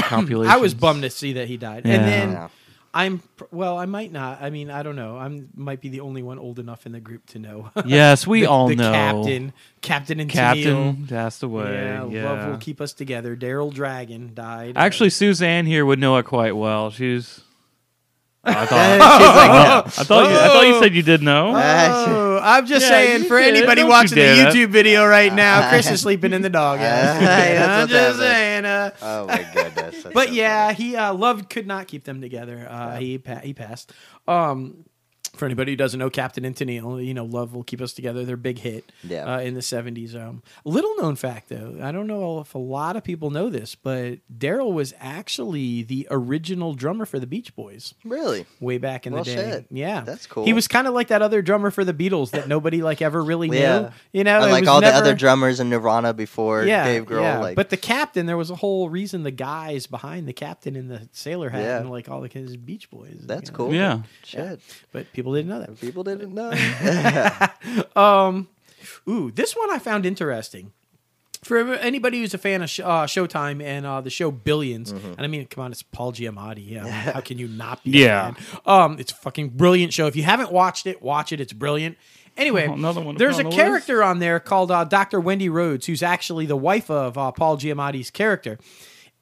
Speaker 3: compilation.
Speaker 2: I was bummed to see that he died.
Speaker 3: Yeah.
Speaker 2: And then
Speaker 1: Yeah.
Speaker 2: I'm pr- well, I might not. I mean, I don't know. I might be the only one old enough in the group to know.
Speaker 3: Yes, we
Speaker 2: the,
Speaker 3: all
Speaker 2: the
Speaker 3: know.
Speaker 2: captain, Captain and Tennille.
Speaker 3: Captain passed away.
Speaker 2: Yeah,
Speaker 3: Yeah,
Speaker 2: love will keep us together. Daryl Dragon died.
Speaker 3: Actually, Suzanne here would know it quite well. She's I
Speaker 1: She's
Speaker 3: thought,
Speaker 1: like,
Speaker 3: I thought, you, I thought you said you did know.
Speaker 2: Oh, I'm just
Speaker 3: Yeah,
Speaker 2: saying
Speaker 3: you
Speaker 2: for
Speaker 3: did.
Speaker 2: anybody
Speaker 3: Don't you
Speaker 2: watching the
Speaker 3: dare.
Speaker 2: YouTube video right now, Chris
Speaker 1: Uh,
Speaker 2: is sleeping in the dog.
Speaker 1: uh, that's
Speaker 2: I'm
Speaker 1: what's
Speaker 2: just
Speaker 1: happening.
Speaker 2: saying. Uh,
Speaker 1: oh my goodness. that's
Speaker 2: but
Speaker 1: so
Speaker 2: yeah,
Speaker 1: funny.
Speaker 2: he uh, loved could not keep them together. Uh, He pa- he passed. Um, for anybody who doesn't know, Captain and Tennille, you know, Love will keep us together. Their big hit
Speaker 1: Yeah.
Speaker 2: uh, in the seventies. Um, little known fact though, I don't know if a lot of people know this, but Daryl was actually the original drummer for the Beach Boys
Speaker 1: really.
Speaker 2: way back in
Speaker 1: Well,
Speaker 2: the day.
Speaker 1: shit.
Speaker 2: Yeah,
Speaker 1: That's cool.
Speaker 2: He was kind of like that other drummer for the Beatles that nobody like ever really knew.
Speaker 1: Yeah.
Speaker 2: You know, it
Speaker 1: Unlike
Speaker 2: was
Speaker 1: all the
Speaker 2: never-
Speaker 1: other drummers in Nirvana before Dave Grohl, like
Speaker 2: but the captain, there was a whole reason the guys behind the captain in the sailor hat
Speaker 1: Yeah.
Speaker 2: and like all the kids, Beach Boys.
Speaker 1: that's
Speaker 2: you know.
Speaker 1: cool.
Speaker 3: Yeah.
Speaker 1: Shit.
Speaker 2: but people didn't know that.
Speaker 1: People didn't know.
Speaker 2: Um, ooh, this one I found interesting. For anybody who's a fan of Sh- uh, Showtime and uh, the show 100000000s and I mean, come on, it's Paul Giamatti. Yeah, I mean, how can you not be? a
Speaker 3: Yeah.
Speaker 2: fan? um, it's a fucking brilliant show. If you haven't watched it, watch it. It's brilliant. Anyway,
Speaker 3: Oh, another one to
Speaker 2: there's
Speaker 3: put
Speaker 2: a
Speaker 3: on the
Speaker 2: character on there called uh, Dr. Wendy Rhodes, who's actually the wife of uh, Paul Giamatti's character,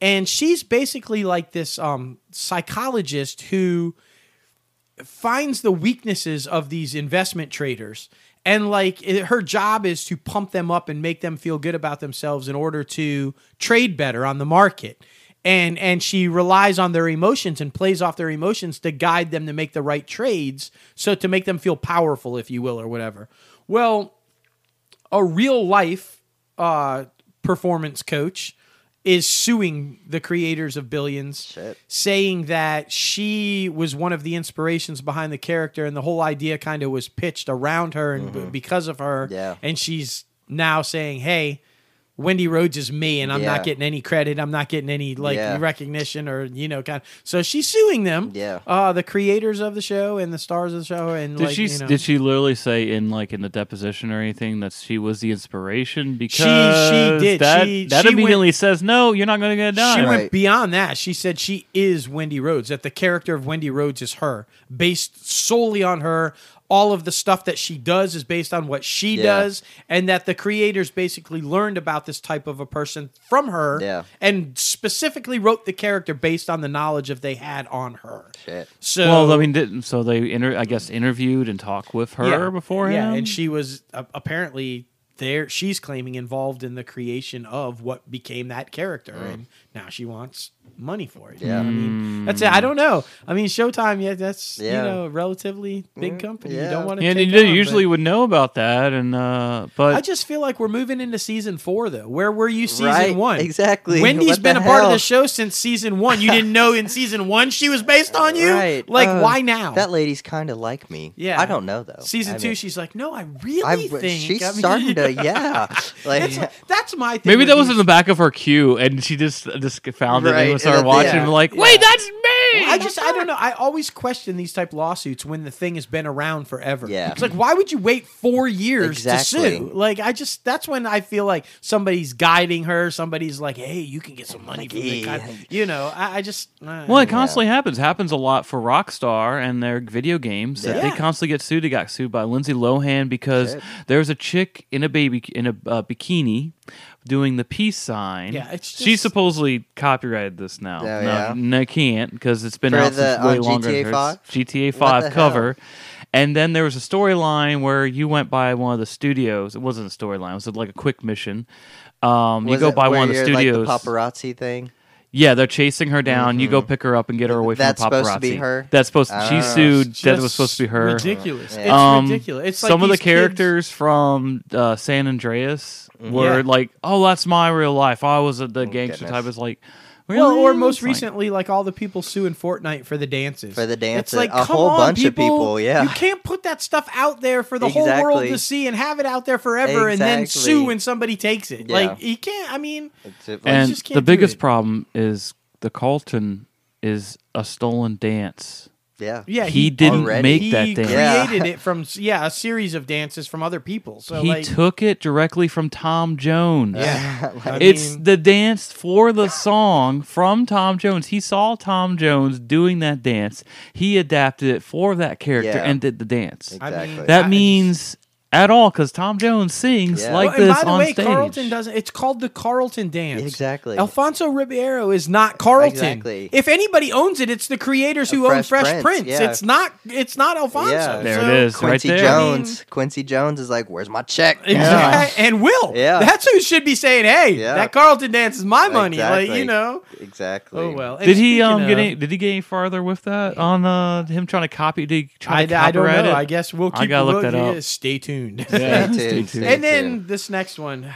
Speaker 2: and she's basically like this um, psychologist who finds the weaknesses of these investment traders and like it, her job is to pump them up and make them feel good about themselves in order to trade better on the market and and she relies on their emotions and plays off their emotions to guide them to make the right trades so to make them feel powerful if you will or whatever well a real life uh, performance coach is suing the creators of Billions,
Speaker 1: Shit.
Speaker 2: saying that she was one of the inspirations behind the character, and the whole idea kind of was pitched around her and b- because of her.
Speaker 1: Mm-hmm. Yeah.
Speaker 2: And she's now saying, "Hey, Wendy Rhodes is me, and I'm
Speaker 1: Yeah.
Speaker 2: not getting any credit. I'm not getting any like
Speaker 1: Yeah.
Speaker 2: recognition or you know kind." Of, so she's suing them.
Speaker 1: Yeah.
Speaker 2: Uh, the creators of the show and the stars of the show, and
Speaker 3: Did
Speaker 2: like,
Speaker 3: she
Speaker 2: you know,
Speaker 3: did she literally say in like in the deposition or anything that she was the inspiration? Because
Speaker 2: did.
Speaker 3: That,
Speaker 2: She-
Speaker 3: that
Speaker 2: she
Speaker 3: immediately says no. You're not going to get it done.
Speaker 2: She went
Speaker 1: Right.
Speaker 2: beyond that. She said she is Wendy Rhodes, that the character of Wendy Rhodes is her, based solely on her. All of the stuff that she does is based on what she
Speaker 1: Yeah.
Speaker 2: does, and that the creators basically learned about this type of a person from her
Speaker 1: Yeah.
Speaker 2: and specifically wrote the character based on the knowledge of they had on her.
Speaker 1: Shit.
Speaker 2: So
Speaker 3: well, I mean, didn't, so they inter- I guess interviewed and talked with her
Speaker 2: Mm. yeah.
Speaker 3: beforehand.
Speaker 2: Yeah, and she was uh, apparently there. She's claiming involved in the creation of what became that character,
Speaker 1: Mm.
Speaker 2: and now she wants money for it. You know
Speaker 1: Yeah.
Speaker 2: what I mean, that's it. I don't know. I mean, Showtime. Yeah, that's you
Speaker 1: Yeah. Mm,
Speaker 2: know, relatively big company. You
Speaker 1: yeah.
Speaker 2: don't want to.
Speaker 3: Yeah, and you usually would know about that, and uh, but
Speaker 2: I just feel like we're moving into season four, though. Where were you season
Speaker 1: Right,
Speaker 2: one?
Speaker 1: exactly.
Speaker 2: Wendy's
Speaker 1: What
Speaker 2: been a
Speaker 1: the
Speaker 2: part of
Speaker 1: hell?
Speaker 2: the show since season one. You didn't know in season one she was based on you.
Speaker 1: Right.
Speaker 2: Like,
Speaker 1: Uh,
Speaker 2: why now?
Speaker 1: That lady's kind of like me.
Speaker 2: Yeah.
Speaker 1: I don't know though.
Speaker 2: season
Speaker 1: I
Speaker 2: two,
Speaker 1: mean,
Speaker 2: she's like, no, I really
Speaker 1: I
Speaker 2: think
Speaker 1: she's
Speaker 2: I mean-
Speaker 1: starting to. Yeah. Like.
Speaker 2: That's, that's my thing.
Speaker 3: maybe
Speaker 2: with
Speaker 3: that was
Speaker 2: these-
Speaker 3: in the back of her queue, and she just uh, just found it
Speaker 1: Right,
Speaker 3: and started
Speaker 1: and
Speaker 3: watching,
Speaker 1: then-
Speaker 3: and like,
Speaker 2: yeah.
Speaker 3: wait, that's me.
Speaker 2: I just I don't know. I always question these type lawsuits when the thing has been around forever.
Speaker 1: Yeah.
Speaker 2: It's like why would you wait four years
Speaker 1: Exactly.
Speaker 2: to sue? Like I just that's when I feel like somebody's guiding her. Somebody's like, hey, you can get some money from the
Speaker 1: yeah.
Speaker 2: guy. You know, I, I just I
Speaker 3: Well, it
Speaker 2: don't know.
Speaker 3: constantly happens. Happens a lot for Rockstar and their video games. That
Speaker 2: Yeah.
Speaker 3: They constantly get sued. They got sued by Lindsay Lohan because there's a chick in a baby in a uh, bikini doing the peace sign.
Speaker 2: Yeah, it's
Speaker 3: she
Speaker 2: just-
Speaker 3: supposedly copyrighted this now.
Speaker 1: Oh,
Speaker 3: no,
Speaker 1: yeah?
Speaker 3: no, I can't because it's been
Speaker 1: For
Speaker 3: out
Speaker 1: the-
Speaker 3: since way
Speaker 1: on
Speaker 3: longer.
Speaker 1: GTA
Speaker 3: than
Speaker 1: 5?
Speaker 3: hers. GTA
Speaker 1: What the
Speaker 3: Five cover. And then there was a storyline where you went by one of the studios. It wasn't a storyline. It was like a quick mission. Um, you
Speaker 1: was
Speaker 3: go
Speaker 1: it
Speaker 3: by
Speaker 1: where
Speaker 3: one of the
Speaker 1: you're,
Speaker 3: studios.
Speaker 1: Like the paparazzi thing.
Speaker 3: Yeah, they're chasing her down. You go
Speaker 2: Mm-hmm.
Speaker 3: pick her up and get her away
Speaker 1: That's
Speaker 3: from the paparazzi.
Speaker 1: supposed to be her?
Speaker 3: That's supposed. To, she
Speaker 1: Oh,
Speaker 3: sued. That
Speaker 2: Just
Speaker 3: was supposed to be her.
Speaker 2: Ridiculous. It's
Speaker 3: Um,
Speaker 2: ridiculous. It's like
Speaker 3: some of the
Speaker 2: these kids-
Speaker 3: characters from uh, San Andreas
Speaker 1: Mm-hmm.
Speaker 3: were
Speaker 2: Yeah.
Speaker 3: like, "Oh, that's my real life. I was a, the gangster
Speaker 1: Oh, goodness.
Speaker 3: type." It's like, really?
Speaker 2: Well, or most
Speaker 3: It's like-
Speaker 2: recently, like all the people suing Fortnite for the dances.
Speaker 1: For the
Speaker 2: It's
Speaker 1: dances.
Speaker 2: like
Speaker 1: A
Speaker 2: come
Speaker 1: whole
Speaker 2: on,
Speaker 1: bunch of
Speaker 2: people.
Speaker 1: people, yeah.
Speaker 2: you can't put that stuff out there for the whole world
Speaker 1: Exactly.
Speaker 2: to see and have it out there forever, and then
Speaker 1: Exactly.
Speaker 2: sue when somebody takes it.
Speaker 1: Yeah.
Speaker 2: Like you can't. I mean,
Speaker 1: It's it-
Speaker 3: and
Speaker 2: just
Speaker 3: the
Speaker 2: can't do
Speaker 3: biggest
Speaker 2: it.
Speaker 3: problem is the Carlton is a stolen dance.
Speaker 1: yeah.
Speaker 2: yeah,
Speaker 3: He
Speaker 2: he,
Speaker 3: didn't
Speaker 1: already-
Speaker 3: make
Speaker 2: he
Speaker 3: that dance.
Speaker 1: Yeah.
Speaker 2: created it from yeah a series of dances from other people. So
Speaker 3: He
Speaker 2: like,
Speaker 3: took it directly from Tom Jones.
Speaker 2: yeah, I
Speaker 3: it's
Speaker 2: mean,
Speaker 3: the dance for the song from Tom Jones. He saw Tom Jones doing that dance. He adapted it for that character
Speaker 1: Yeah.
Speaker 3: and did the dance.
Speaker 2: I mean,
Speaker 1: Exactly.
Speaker 3: that
Speaker 2: I-
Speaker 3: means at all because Tom Jones sings
Speaker 1: Yeah.
Speaker 3: like
Speaker 2: Well, and
Speaker 3: this
Speaker 2: by the
Speaker 3: on
Speaker 2: way,
Speaker 3: stage.
Speaker 2: Carlton doesn't. It's called the Carlton dance.
Speaker 1: Exactly.
Speaker 2: Alfonso Ribeiro is not Carlton.
Speaker 1: Exactly.
Speaker 2: If anybody owns it, it's the creators who own
Speaker 1: Fresh
Speaker 2: Fresh Prince.
Speaker 1: Prince, yeah.
Speaker 2: It's not. It's not Alfonso.
Speaker 1: Yeah.
Speaker 3: there
Speaker 2: So-
Speaker 3: it is, right
Speaker 1: Quincy
Speaker 3: there.
Speaker 1: Jones. Quincy Jones is like, "Where's my check?"
Speaker 2: Exactly. And Will.
Speaker 1: Yeah.
Speaker 2: That's who should be saying, "Hey,
Speaker 1: Yeah.
Speaker 2: that Carlton dance is my money." Like
Speaker 1: Exactly.
Speaker 2: you know.
Speaker 1: Exactly.
Speaker 2: Oh well. And
Speaker 3: Did he
Speaker 2: speaking
Speaker 3: um
Speaker 2: of-
Speaker 3: get any, did he get any farther with that on uh, him trying to copy? Did he try
Speaker 2: I,
Speaker 3: to
Speaker 2: I don't know.
Speaker 3: copyright it?
Speaker 2: I guess we'll
Speaker 3: I
Speaker 2: keep.
Speaker 3: gotta look
Speaker 2: we'll-
Speaker 3: that up.
Speaker 2: yeah, Stay tuned.
Speaker 3: Yeah.
Speaker 1: Stay tuned,
Speaker 3: Stay
Speaker 1: stay
Speaker 2: and then
Speaker 1: tuned.
Speaker 2: this next one,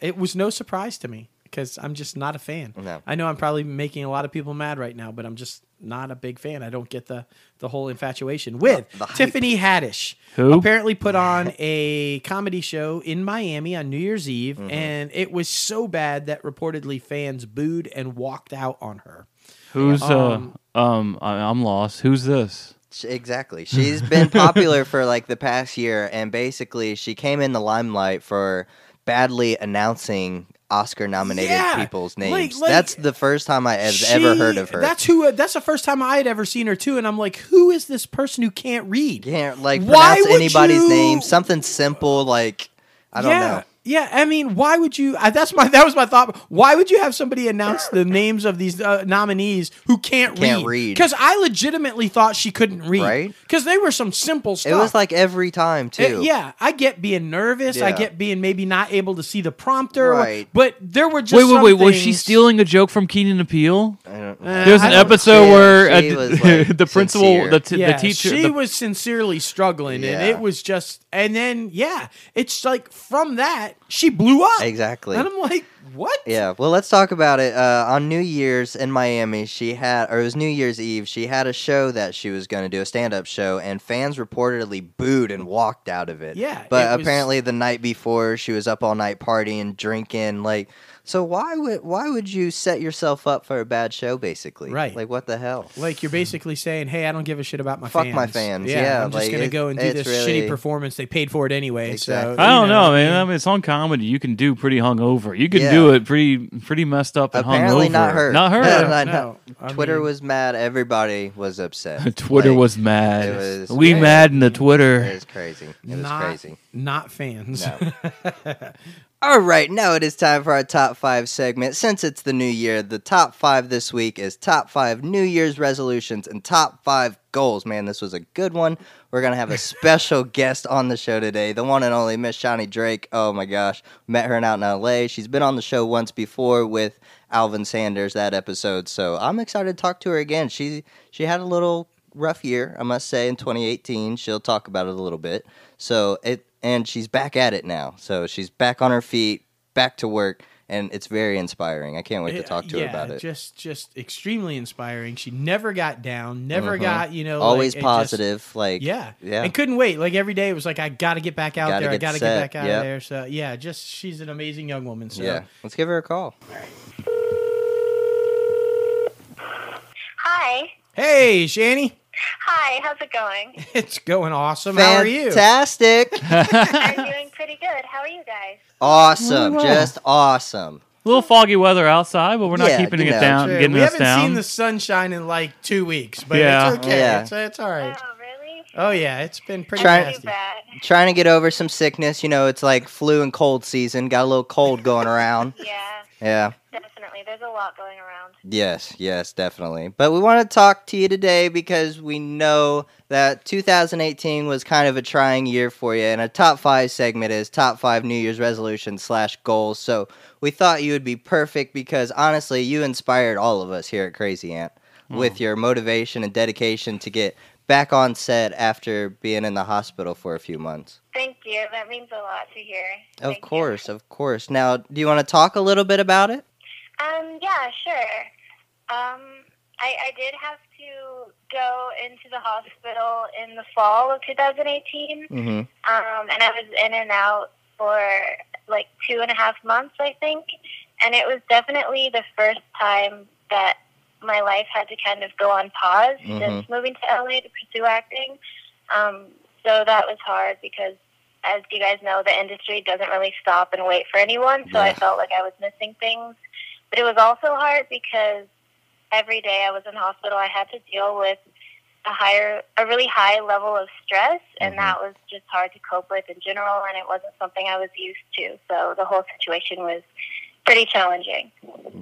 Speaker 2: it was no surprise to me because I'm just not a fan.
Speaker 1: No.
Speaker 2: I know I'm probably making a lot of people mad right now, but I'm just not a big fan. I don't get the the whole infatuation with
Speaker 1: The- the hype.
Speaker 2: Tiffany Haddish,
Speaker 3: Who?
Speaker 2: apparently put on a comedy show in Miami on New Year's Eve,
Speaker 1: Mm-hmm.
Speaker 2: and it was so bad that reportedly fans booed and walked out on her.
Speaker 3: Who's
Speaker 2: Um,
Speaker 3: uh um I, I'm lost. Who's this?
Speaker 1: Sh- Exactly. She's been popular for like the past year, and basically, she came in the limelight for badly announcing Oscar nominated
Speaker 2: Yeah,
Speaker 1: people's
Speaker 2: like-
Speaker 1: names.
Speaker 2: like,
Speaker 1: that's the first time I have ever
Speaker 2: She-
Speaker 1: heard of her.
Speaker 2: That's who. That's the first time I had ever seen her too, and I'm like, who is this person who can't read?
Speaker 1: can't like
Speaker 2: Why
Speaker 1: pronounce
Speaker 2: would
Speaker 1: anybody's
Speaker 2: you-
Speaker 1: name. Something simple like I don't
Speaker 2: yeah.
Speaker 1: know.
Speaker 2: Yeah, I mean, why would you? I, that's my that was my thought. Why would you have somebody announce the names of these uh, nominees who can't,
Speaker 1: Can't read.
Speaker 2: Because I legitimately thought she couldn't read.
Speaker 1: Right?
Speaker 2: Because they were some simple stuff.
Speaker 1: It was like every time too.
Speaker 2: Uh, yeah, I get being nervous. I
Speaker 1: Yeah.
Speaker 2: get being maybe not able to see the prompter.
Speaker 1: Right.
Speaker 2: But there were just
Speaker 3: Wait, wait,
Speaker 2: some
Speaker 3: wait. Was she
Speaker 2: things-
Speaker 3: stealing a joke from Keenan and Peele?
Speaker 1: I don't
Speaker 2: Uh,
Speaker 3: There's
Speaker 2: I
Speaker 3: an
Speaker 2: don't-
Speaker 3: episode
Speaker 1: she-
Speaker 3: where uh,
Speaker 1: she
Speaker 3: d-
Speaker 1: was, like,
Speaker 3: the principal,
Speaker 1: sincere.
Speaker 3: the, t-
Speaker 2: yeah,
Speaker 3: the teacher,
Speaker 2: She
Speaker 3: the-
Speaker 2: was sincerely struggling, and
Speaker 1: Yeah.
Speaker 2: it was just. And then yeah, it's like from that she blew up
Speaker 1: Exactly.
Speaker 2: and I'm like, what?
Speaker 1: Yeah, well, let's talk about it. Uh, on New Year's in Miami, she had, or it was New Year's Eve, she had a show that she was going to do, a stand up show, and fans reportedly booed and walked out of it.
Speaker 2: Yeah, it
Speaker 1: But
Speaker 2: was-
Speaker 1: apparently, the night before, she was up all night partying, drinking. Like, so why would why would you set yourself up for a bad show, basically?
Speaker 2: Right.
Speaker 1: Like, what the hell?
Speaker 2: Like you're basically saying, "Hey, I don't give a shit about my
Speaker 1: Fuck
Speaker 2: fans.
Speaker 1: my fans.
Speaker 2: Yeah,
Speaker 1: Yeah,
Speaker 2: I'm just
Speaker 1: like,
Speaker 2: gonna
Speaker 1: it-
Speaker 2: go and do
Speaker 1: it's
Speaker 2: this shitty
Speaker 1: really-
Speaker 2: performance. They paid for it anyway.
Speaker 1: Exactly.
Speaker 2: So
Speaker 3: I don't
Speaker 2: you
Speaker 3: know, man. I mean, it's on comedy. You can do pretty hungover. You can
Speaker 1: Yeah.
Speaker 3: do it pretty, pretty messed up and
Speaker 1: Apparently
Speaker 3: hungover.
Speaker 1: not her.
Speaker 3: Not her.
Speaker 1: No, no,
Speaker 2: No,
Speaker 1: no,
Speaker 2: no. I
Speaker 1: Twitter
Speaker 2: mean-
Speaker 1: was mad. Everybody was upset.
Speaker 3: Twitter
Speaker 1: Like,
Speaker 3: was mad.
Speaker 1: it was-
Speaker 3: we
Speaker 1: Yeah.
Speaker 3: mad in the
Speaker 1: It
Speaker 3: Twitter.
Speaker 1: was crazy. It was
Speaker 2: not,
Speaker 1: crazy.
Speaker 2: Not fans.
Speaker 1: All right, now it is time for our top five segment. Since it's the new year, the top five this week is top five New Year's resolutions and top five goals. Man, this was a good one. We're going to have a special guest on the show today, the one and only Miss Shawnee Drake. Oh my gosh, met her out in LA. She's been on the show once before with Alvin Sanders that episode, so I'm excited to talk to her again. She she had a little rough year, I must say, in 2018. She'll talk about it a little bit. So it and she's back at it now. So she's back on her feet, back to work, and it's very inspiring. I can't wait to talk to
Speaker 2: yeah,
Speaker 1: her about it.
Speaker 2: Just, just extremely inspiring. She never got down. Never
Speaker 1: Mhm.
Speaker 2: got you know. like,
Speaker 1: Always
Speaker 2: it just-
Speaker 1: positive, like
Speaker 2: yeah,
Speaker 1: yeah.
Speaker 2: And couldn't wait. Like every day, it was like, I got to get back out
Speaker 1: Gotta
Speaker 2: there. I
Speaker 1: get
Speaker 2: got to get
Speaker 1: set,
Speaker 2: back out
Speaker 1: yeah.
Speaker 2: of there. So yeah, just she's an amazing young woman. So
Speaker 1: yeah. Let's give her a call.
Speaker 4: Hi.
Speaker 2: hey, Shani,
Speaker 4: Hi, how's it going?
Speaker 2: it's going awesome. How are you?
Speaker 1: Fantastic,
Speaker 4: I'm doing pretty good. How are you guys?
Speaker 1: awesome,
Speaker 3: Well.
Speaker 1: just awesome.
Speaker 3: A little foggy weather outside, but we're not
Speaker 1: Yeah,
Speaker 3: keeping
Speaker 1: you
Speaker 3: it
Speaker 1: know.
Speaker 3: down,
Speaker 2: Sure,
Speaker 3: Um, getting
Speaker 2: we
Speaker 3: us
Speaker 2: haven't
Speaker 3: down.
Speaker 2: seen the sunshine in like two weeks, but
Speaker 3: Yeah.
Speaker 2: it's okay.
Speaker 1: Yeah.
Speaker 2: It's, it's all right.
Speaker 4: Oh, really?
Speaker 2: Oh yeah, it's been pretty
Speaker 1: Try-
Speaker 4: Too
Speaker 2: nasty.
Speaker 4: bad.
Speaker 1: Trying to get over some sickness, you know. It's like flu and cold season. Got a little cold going around.
Speaker 4: Yeah,
Speaker 1: Yeah.
Speaker 4: definitely. There's a lot going around.
Speaker 1: Yes, yes, definitely. But we want to talk to you today because we know that 2018 was kind of a trying year for you, and a top five segment is top five New Year's resolutions slash goals. So we thought you would be perfect because honestly, you inspired all of us here at Crazy Ant with your motivation and dedication to get back on set after being in the hospital for a few months.
Speaker 4: Thank you. That means a lot to hear.
Speaker 1: Of
Speaker 4: Thank you.
Speaker 1: course, of course. Now, do you want to talk a little bit about it?
Speaker 4: Um, yeah, sure. Um, I, I did have to go into the hospital in the fall of 2018,
Speaker 1: Mm-hmm.
Speaker 4: um, and I was in and out for like two and a half months, I think. And it was definitely the first time that my life had to kind of go on pause since moving to LA to pursue acting. Um, so that was hard because, as you guys know, the industry doesn't really stop and wait for anyone. So I
Speaker 1: Yeah.
Speaker 4: felt like I was missing things. But it was also hard because every day I was in hospital, I had to deal with a higher, a really high level of stress, and that was just hard to cope with in general, and it wasn't something I was used to. So the whole situation was pretty challenging.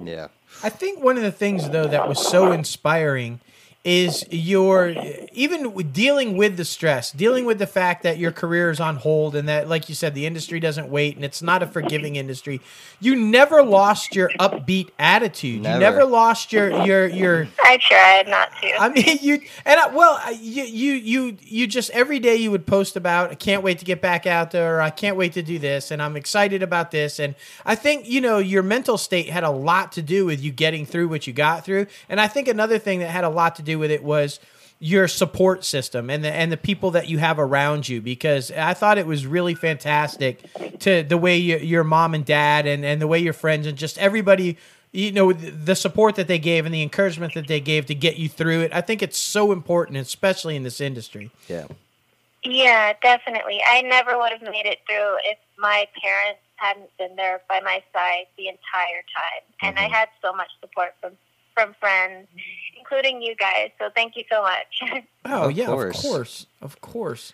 Speaker 1: Yeah.
Speaker 2: I think one of the things though that was so inspiring is your even with dealing with the stress, dealing with the fact that your career is on hold and that like you said the industry doesn't wait and it's not a forgiving industry. You never lost your upbeat attitude.
Speaker 1: Never.
Speaker 2: You never lost your your your
Speaker 4: I tried not to.
Speaker 2: I mean, you and I, well, I- you you you you just every day you would post about. I can't wait to get back out there. I can't wait to do this, and I'm excited about this. And I think you know your mental state had a lot to do with you getting through what you got through. And I think another thing that had a lot to do with it was your support system and the and the people that you have around you because I thought it was really fantastic to the way your your mom and dad and and the way your friends and just everybody you know th- the support that they gave and the encouragement that they gave to get you through it. I think it's so important, especially in this industry.
Speaker 1: Yeah.
Speaker 4: Yeah, definitely. I never would have made it through if my parents hadn't been there by my side the entire time. And I had so much support from from friends, including you guys. So thank you so much.
Speaker 2: Oh
Speaker 1: Of
Speaker 2: yeah,
Speaker 1: course.
Speaker 2: of course, of course,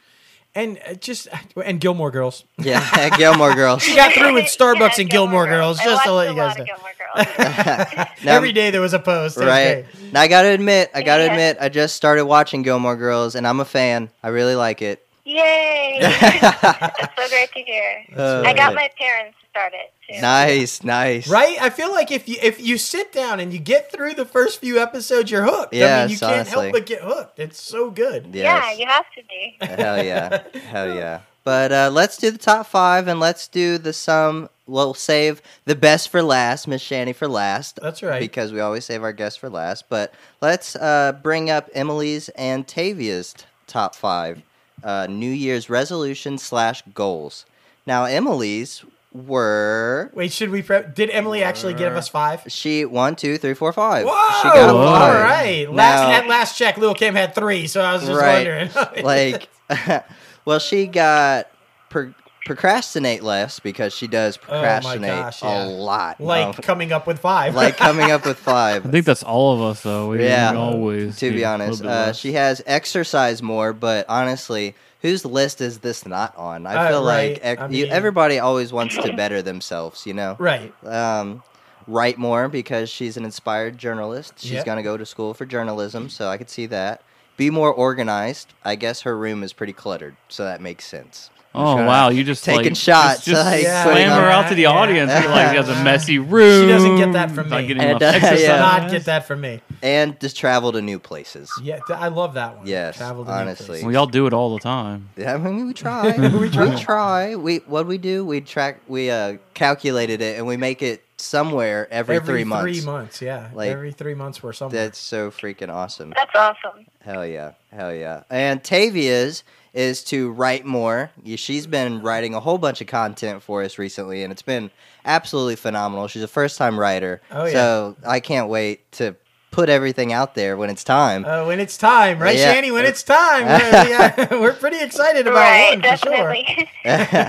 Speaker 2: and uh, just and Gilmore Girls.
Speaker 1: Yeah. Gilmore Girls.
Speaker 2: You got through with Starbucks
Speaker 4: Yeah,
Speaker 2: and Gilmore, Girls.
Speaker 4: I
Speaker 2: Just to let
Speaker 4: watched a
Speaker 2: you guys
Speaker 4: lot
Speaker 2: know,
Speaker 4: of Gilmore Girls.
Speaker 1: Now-
Speaker 2: every day there was a post. It was
Speaker 1: Right.
Speaker 2: great.
Speaker 1: Now I gotta admit, I gotta
Speaker 4: Yeah.
Speaker 1: admit, I just started watching Gilmore Girls, and I'm a fan. I really like it.
Speaker 4: Yay! That's so great to hear.
Speaker 1: Uh,
Speaker 4: I got my parents started too.
Speaker 1: nice, nice.
Speaker 2: Right? I feel like if you if you sit down and you get through the first few episodes, you're hooked. I
Speaker 1: Yes,
Speaker 2: mean, you can't
Speaker 1: honestly.
Speaker 2: help but get hooked. It's so good.
Speaker 4: Yeah,
Speaker 1: Yes.
Speaker 4: you have to be.
Speaker 1: Hell yeah. Hell yeah. But uh, let's do the top five, and let's do the sum. We'll save the best for last, Miss Shanny for last.
Speaker 2: That's right.
Speaker 1: Because we always save our guests for last. But let's uh, bring up Emily's and Tavia's t- top five uh, New Year's resolution slash goals. Now, Emily's were
Speaker 2: Wait, should we prep? Did Emily actually give us five?
Speaker 1: She one, two, three, four, five.
Speaker 2: Whoa!
Speaker 1: She got a
Speaker 3: Whoa.
Speaker 1: five.
Speaker 2: All right. Last at last check, Lil Kim had three, so I was just
Speaker 1: Right.
Speaker 2: wondering.
Speaker 1: like, well, she got pro- procrastinate less because she does procrastinate
Speaker 2: Oh gosh,
Speaker 1: a
Speaker 2: yeah.
Speaker 1: lot.
Speaker 2: like
Speaker 1: Um,
Speaker 2: coming up with five.
Speaker 1: like coming up with
Speaker 3: I
Speaker 1: five.
Speaker 3: think that's all of us, though. We
Speaker 1: Yeah,
Speaker 3: yeah, always.
Speaker 1: to
Speaker 3: do
Speaker 1: be
Speaker 3: a little
Speaker 1: honest,
Speaker 3: bit
Speaker 1: uh,
Speaker 3: less.
Speaker 1: she has exercise more, but honestly, whose list is this not on? I
Speaker 2: Uh,
Speaker 1: feel like
Speaker 2: right,
Speaker 1: ex-
Speaker 2: I
Speaker 1: you,
Speaker 2: mean-
Speaker 1: everybody always wants to better themselves, you know.
Speaker 2: right.
Speaker 1: um, write more because she's an inspired journalist. She's
Speaker 2: Yeah.
Speaker 1: going to go to school for journalism, so I could see that. Be more organized. I guess her room is pretty cluttered, so that makes sense.
Speaker 3: Oh
Speaker 1: Just
Speaker 3: wow! You just
Speaker 1: taking
Speaker 3: like,
Speaker 1: shots,
Speaker 3: Just, just
Speaker 1: like,
Speaker 2: Yeah.
Speaker 3: slam
Speaker 2: putting
Speaker 3: her
Speaker 2: on-
Speaker 3: out to the
Speaker 2: Yeah.
Speaker 3: audience. You're like, she has a messy room.
Speaker 2: She doesn't get that from
Speaker 3: not
Speaker 2: me.
Speaker 3: Getting
Speaker 1: And,
Speaker 3: enough
Speaker 1: uh,
Speaker 3: exercise.
Speaker 1: yeah.
Speaker 2: Does not get that from me.
Speaker 1: And just travel to new places.
Speaker 2: Yeah, th- I love that one.
Speaker 1: Yes,
Speaker 2: to new
Speaker 1: honestly.
Speaker 2: places.
Speaker 3: We all do it all the time.
Speaker 1: Yeah, I mean, we try. we try. We try. We what we do? We track. We uh, calculated it, and we make it somewhere every,
Speaker 2: every
Speaker 1: three months.
Speaker 2: yeah.
Speaker 1: Like,
Speaker 2: every three months we're somewhere.
Speaker 1: That's so freaking awesome.
Speaker 4: That's awesome.
Speaker 1: Hell yeah. Hell yeah. And Tavia's is to write more. Yeah, She's been writing a whole bunch of content for us recently, and it's been absolutely phenomenal. She's a first time writer.
Speaker 2: Oh, yeah.
Speaker 1: So I can't wait to put everything out there when it's time.
Speaker 2: Uh, when it's time, right,
Speaker 1: Yeah.
Speaker 2: Shani? When it's time, we're, yeah, we're pretty excited about
Speaker 4: right,
Speaker 2: one for
Speaker 4: definitely.
Speaker 2: sure.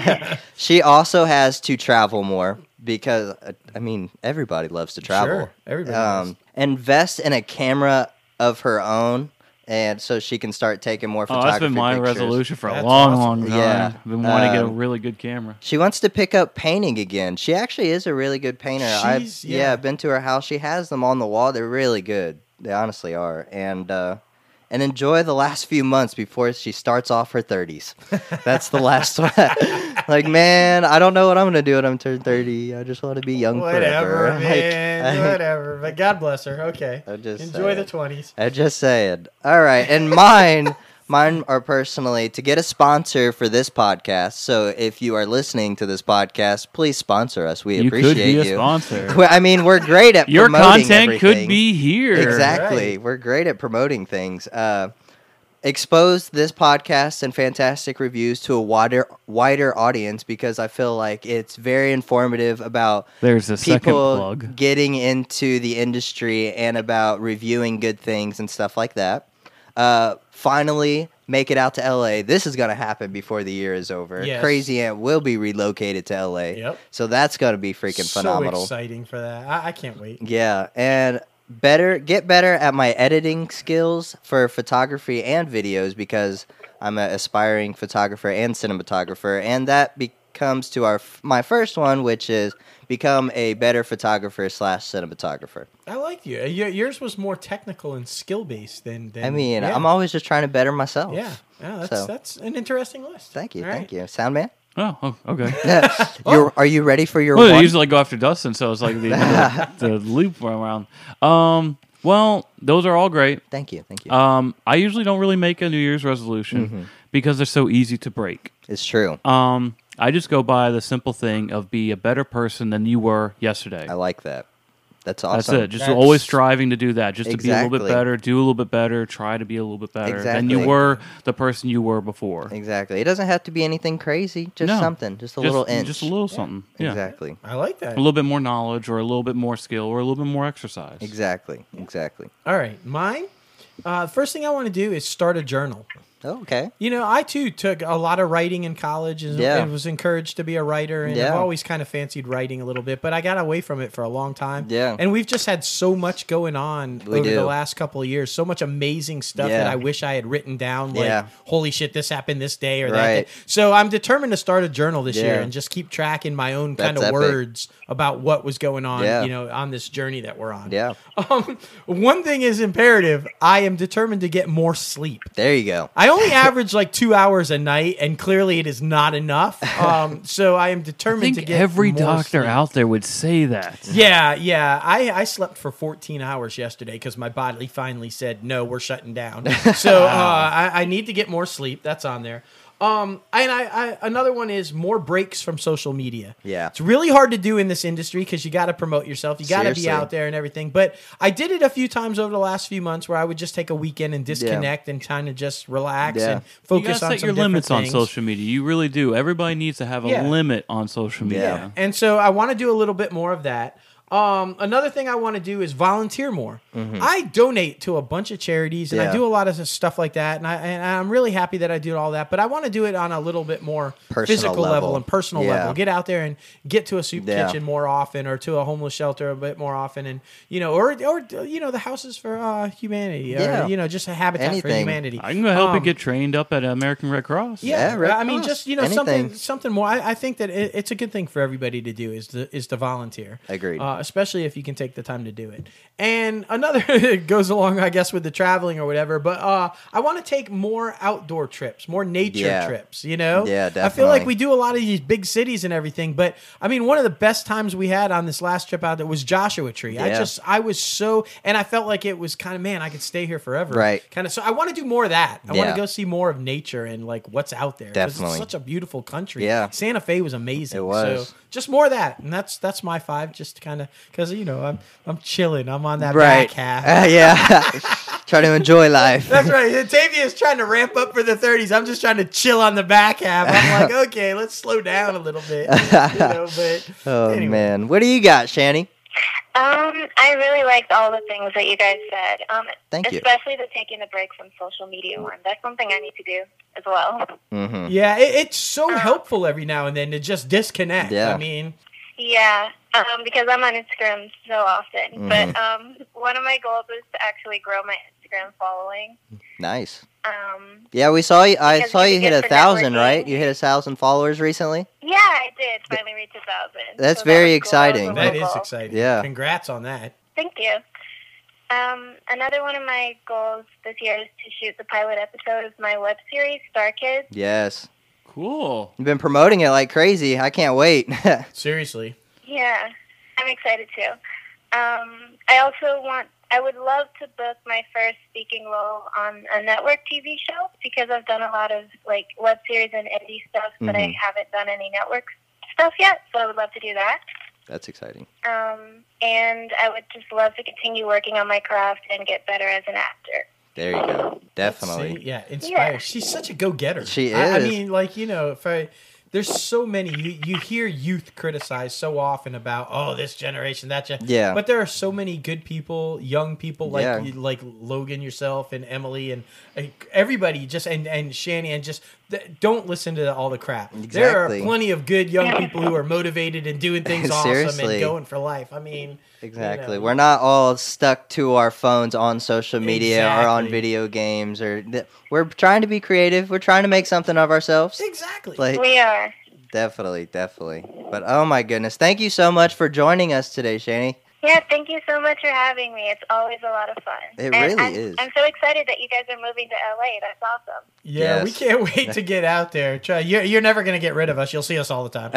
Speaker 1: she also has to travel more because, uh, I mean, everybody loves to travel.
Speaker 2: Sure, everybody
Speaker 1: Um, invest in a camera of her own. And so she can start taking more
Speaker 3: Oh,
Speaker 1: photography
Speaker 3: that's been my
Speaker 1: pictures.
Speaker 3: resolution for a
Speaker 2: That's
Speaker 3: long,
Speaker 2: awesome.
Speaker 3: long time.
Speaker 1: Yeah.
Speaker 3: I've been wanting to get a
Speaker 1: Um,
Speaker 3: really good camera.
Speaker 1: She wants to pick up painting again. She actually is a really good painter. I've,
Speaker 2: She's-
Speaker 1: yeah.
Speaker 2: yeah.
Speaker 1: I've been to her house. She has them on the wall. They're really good. They honestly are. And uh, and enjoy the last few months before she starts off her thirties. That's the last one. like, man, I don't know what I'm gonna do when I'm turned thirty. I just want to be young
Speaker 2: Whatever,
Speaker 1: forever.
Speaker 2: man.
Speaker 1: Like,
Speaker 2: whatever. But God bless her. Okay.
Speaker 1: I'm just
Speaker 2: Enjoy the
Speaker 1: saying.
Speaker 2: twenties.
Speaker 1: I, I just saying. All right, and mine. Mine are personally to get a sponsor for this podcast. So if you are listening to this podcast, please sponsor us. We
Speaker 3: You could
Speaker 1: appreciate
Speaker 3: be a
Speaker 1: you.
Speaker 3: sponsor.
Speaker 1: Well, I mean, we're great at
Speaker 3: Your
Speaker 1: promoting
Speaker 3: content could
Speaker 1: everything.
Speaker 3: be here.
Speaker 1: exactly.
Speaker 2: Right.
Speaker 1: We're great at promoting things. Uh, expose this podcast and fantastic reviews to a wider wider audience because I feel like it's very informative about
Speaker 3: There's a second
Speaker 1: people
Speaker 3: plug.
Speaker 1: getting into the industry and about reviewing good things and stuff like that. Uh, finally, make it out to LA. This is going to happen before the year is over.
Speaker 2: Yes.
Speaker 1: Crazy Ant will be relocated to LA.
Speaker 2: Yep.
Speaker 1: So that's going to be freaking
Speaker 2: so
Speaker 1: phenomenal.
Speaker 2: exciting for that. I, I can't wait.
Speaker 1: Yeah, and better get better at my editing skills for photography and videos because I'm an aspiring photographer and cinematographer, and that be- comes to our f- my first one, which is become a better photographer slash cinematographer.
Speaker 2: I like you. Y- Yours was more technical and skill based than, than.
Speaker 1: I mean,
Speaker 2: yeah.
Speaker 1: I'm always just trying to better myself.
Speaker 2: Yeah, yeah. That's
Speaker 1: So-
Speaker 2: that's an interesting list.
Speaker 1: Thank you,
Speaker 2: All
Speaker 1: thank
Speaker 2: right.
Speaker 1: you, sound man.
Speaker 3: Oh, oh, okay.
Speaker 1: You're, are you ready for your
Speaker 3: Well, they
Speaker 1: one?
Speaker 3: usually go after Dustin, so it's like the, the, the loop around. Um, well, those are all great.
Speaker 1: Thank you, thank you.
Speaker 3: Um, I usually don't really make a New Year's resolution
Speaker 1: Mm-hmm.
Speaker 3: because they're so easy to break.
Speaker 1: it's true.
Speaker 3: Um, I just go by the simple thing of be a better person than you were yesterday.
Speaker 1: I like that. That's
Speaker 3: That's
Speaker 1: awesome.
Speaker 3: it. Just
Speaker 2: That's-
Speaker 3: always striving to do that, just to be a little bit
Speaker 1: Exactly.
Speaker 3: better, do a little bit better, try to be a little bit better than you
Speaker 1: Exactly.
Speaker 3: were the person you were before.
Speaker 1: Exactly. It doesn't have to be anything crazy. Just
Speaker 3: No.
Speaker 1: something. Just a
Speaker 3: just,
Speaker 1: little inch.
Speaker 3: just a little something. Yeah.
Speaker 1: Exactly.
Speaker 2: I like that.
Speaker 3: A little bit more knowledge, or a little bit more skill, or a little bit more exercise.
Speaker 1: Exactly. Exactly.
Speaker 2: All right, mine. Uh, first thing I want to do is start a journal.
Speaker 1: Oh, okay.
Speaker 2: You know, I too took a lot of writing in college and,
Speaker 1: Yeah.
Speaker 2: and was encouraged to be a writer. And I've
Speaker 1: Yeah.
Speaker 2: always kind of fancied writing a little bit, but I got away from it for a long time.
Speaker 1: Yeah.
Speaker 2: And we've just had so much going on
Speaker 1: We
Speaker 2: over the
Speaker 1: do.
Speaker 2: last couple of years, so much amazing stuff
Speaker 1: Yeah.
Speaker 2: that I wish I had written down. Like,
Speaker 1: Yeah.
Speaker 2: holy shit, this happened this day or that.
Speaker 1: Right.
Speaker 2: Day. So I'm determined to start a journal this year
Speaker 1: Yeah.
Speaker 2: and just keep tracking my own
Speaker 1: That's
Speaker 2: kind of
Speaker 1: epic.
Speaker 2: words about what was going on,
Speaker 1: Yeah.
Speaker 2: you know, on this journey that we're on.
Speaker 1: Yeah.
Speaker 2: Um, one thing is imperative. I am determined to get more sleep.
Speaker 1: There you go.
Speaker 2: I only average like two hours a night, and clearly it is not enough. Um, so I am
Speaker 3: I
Speaker 2: determined to
Speaker 3: think
Speaker 2: get
Speaker 3: every
Speaker 2: more
Speaker 3: doctor
Speaker 2: sleep.
Speaker 3: out there would say that.
Speaker 2: Yeah, yeah. I, I slept for 14 hours yesterday because my body finally said, no, we're shutting down. So uh, I, I need to get more sleep. That's on there. Um, and I, I another one is more breaks from social media.
Speaker 1: Yeah.
Speaker 2: it's really hard to do in this industry because you got to promote yourself, you got to be
Speaker 1: Seriously.
Speaker 2: out there and everything. But I did it a few times over the last few months where I would just take a weekend and disconnect and kind of just relax
Speaker 1: Yeah.
Speaker 2: and
Speaker 3: You
Speaker 2: focus
Speaker 3: gotta
Speaker 2: on
Speaker 3: set
Speaker 2: some
Speaker 3: your
Speaker 2: different
Speaker 3: limits
Speaker 2: things.
Speaker 3: on social media. You really do. Everybody needs to have a
Speaker 2: Yeah.
Speaker 3: limit on social media.
Speaker 2: And so I want to do a little bit more of that. Um, another thing I want to do is volunteer more. I donate to a bunch of charities and I
Speaker 1: Mm-hmm. Yeah.
Speaker 2: do a lot of stuff like that. And, I, and I'm really happy that I do all that, but I want to do it on a little bit more
Speaker 1: Personal
Speaker 2: physical level,
Speaker 1: level.
Speaker 2: and personal
Speaker 1: Yeah.
Speaker 2: level. Get out there and get to a soup
Speaker 1: Yeah.
Speaker 2: kitchen more often or to a homeless shelter a bit more often. And, you know, or, or you know, the houses for uh, humanity or,
Speaker 1: Yeah.
Speaker 2: you know, just a habitat for
Speaker 1: Anything.
Speaker 2: humanity.
Speaker 3: I can go help
Speaker 2: Um,
Speaker 3: it get trained up at American Red Cross.
Speaker 2: yeah,
Speaker 1: Yeah, Red
Speaker 2: I mean,
Speaker 1: Cross,
Speaker 2: just you know, something
Speaker 1: anything.
Speaker 2: something more. I, I think that it, it's a good thing for everybody to do is to is to volunteer.
Speaker 1: Agreed.
Speaker 2: Uh, especially if you can take the time to do it. And another it goes along, I guess, with the traveling or whatever. But uh, I want to take more outdoor trips, more nature
Speaker 1: Yeah.
Speaker 2: trips. You know,
Speaker 1: Yeah,
Speaker 2: I feel like
Speaker 1: definitely.
Speaker 2: we do a lot of these big cities and everything, but I mean, one of the best times we had on this last trip out there was Joshua Tree. I
Speaker 1: Yeah.
Speaker 2: just I was so, and I felt like it was kind of man, I could stay here forever.
Speaker 1: Right.
Speaker 2: Kind of. So I want to do more of that. I want
Speaker 1: Yeah.
Speaker 2: to go see more of nature and like what's out there. 'cause
Speaker 1: Definitely.
Speaker 2: it's such a beautiful country.
Speaker 1: Yeah.
Speaker 2: Santa Fe was amazing.
Speaker 1: It was.
Speaker 2: So just more of that, and that's that's my five. Just kind of because you know I'm I'm chilling. I'm on that
Speaker 1: Right.
Speaker 2: back half.
Speaker 1: Ah, yeah. Try to enjoy life.
Speaker 2: That's right. Tavia is trying to ramp up for the 30s. I'm just trying to chill on the back half. I'm like, okay, let's slow down a little bit. You know, but
Speaker 1: Oh
Speaker 2: anyway.
Speaker 1: man, what do you got, Shani?
Speaker 4: Um, I really liked all the things that you guys said. Um,
Speaker 1: Thank you.
Speaker 4: especially the taking the break from social media one. That's something I need to do as well.
Speaker 1: hmm
Speaker 2: Yeah, it, it's so helpful every now and then to just disconnect.
Speaker 1: Yeah.
Speaker 2: I mean,
Speaker 4: Yeah, um, because I'm on Instagram so often. But
Speaker 1: Mm-hmm.
Speaker 4: um, one of my goals is to actually grow my Instagram following.
Speaker 1: Nice.
Speaker 4: Um,
Speaker 1: Yeah, we saw you. I
Speaker 4: Because
Speaker 1: saw
Speaker 4: we
Speaker 1: you hit
Speaker 4: get
Speaker 1: a
Speaker 4: for
Speaker 1: thousand,
Speaker 4: networking.
Speaker 1: right? You hit a thousand followers recently.
Speaker 4: yeah, I did finally reach a thousand.
Speaker 1: That's
Speaker 4: so that
Speaker 1: very
Speaker 4: was cool. That was a
Speaker 1: exciting.
Speaker 4: little
Speaker 2: that is
Speaker 4: goal.
Speaker 2: exciting.
Speaker 1: Yeah.
Speaker 2: Congrats on that.
Speaker 4: Thank you. Um, another one of my goals this year is to shoot the pilot episode of my web series, Star Kids.
Speaker 1: Yes,
Speaker 3: Cool.
Speaker 1: you've been promoting it like crazy. I can't wait.
Speaker 2: Seriously.
Speaker 4: Yeah, I'm excited too. Um, I also want, I would love to book my first speaking role on a network TV show because I've done a lot of like web series and indie stuff, but I
Speaker 1: Mhm.
Speaker 4: haven't done any network stuff yet, so I would love to do that.
Speaker 1: That's exciting.
Speaker 4: Um, and I would just love to continue working on my craft and get better as an actor.
Speaker 1: There you go. Definitely.
Speaker 2: See, yeah, inspired.
Speaker 4: Yeah.
Speaker 2: She's such a go getter.
Speaker 1: She
Speaker 2: I, I
Speaker 1: is.
Speaker 2: mean, like you know, if I there's so many. You, you hear youth criticized so often about oh this generation that gen-.
Speaker 1: Yeah.
Speaker 2: But there are so many good people, young people like
Speaker 1: Yeah.
Speaker 2: you- like Logan yourself and Emily and uh, everybody just and and Shanny and just th- don't listen to all the crap. There are
Speaker 1: Exactly.
Speaker 2: plenty of good young people who are motivated and doing things awesome and
Speaker 1: Seriously.
Speaker 2: going for life. I mean, you
Speaker 1: Exactly.
Speaker 2: know.
Speaker 1: We're not all stuck to our phones on social media or on
Speaker 2: Exactly.
Speaker 1: video games or th- we're trying to be creative. We're trying to make something of ourselves.
Speaker 2: exactly.
Speaker 1: Like
Speaker 4: We are.
Speaker 1: definitely, definitely. But oh my goodness, thank you so much for joining us today, Shani.
Speaker 4: Yeah, thank you so much for having me. It's always a lot of fun.
Speaker 1: It
Speaker 4: And
Speaker 1: really
Speaker 4: I'm-
Speaker 1: is.
Speaker 4: I'm so excited that you guys are moving to LA. That's awesome.
Speaker 2: Yeah, we
Speaker 1: Yes.
Speaker 2: can't wait to get out there. Try you're, you're never gonna get rid of us. You'll see us all the time.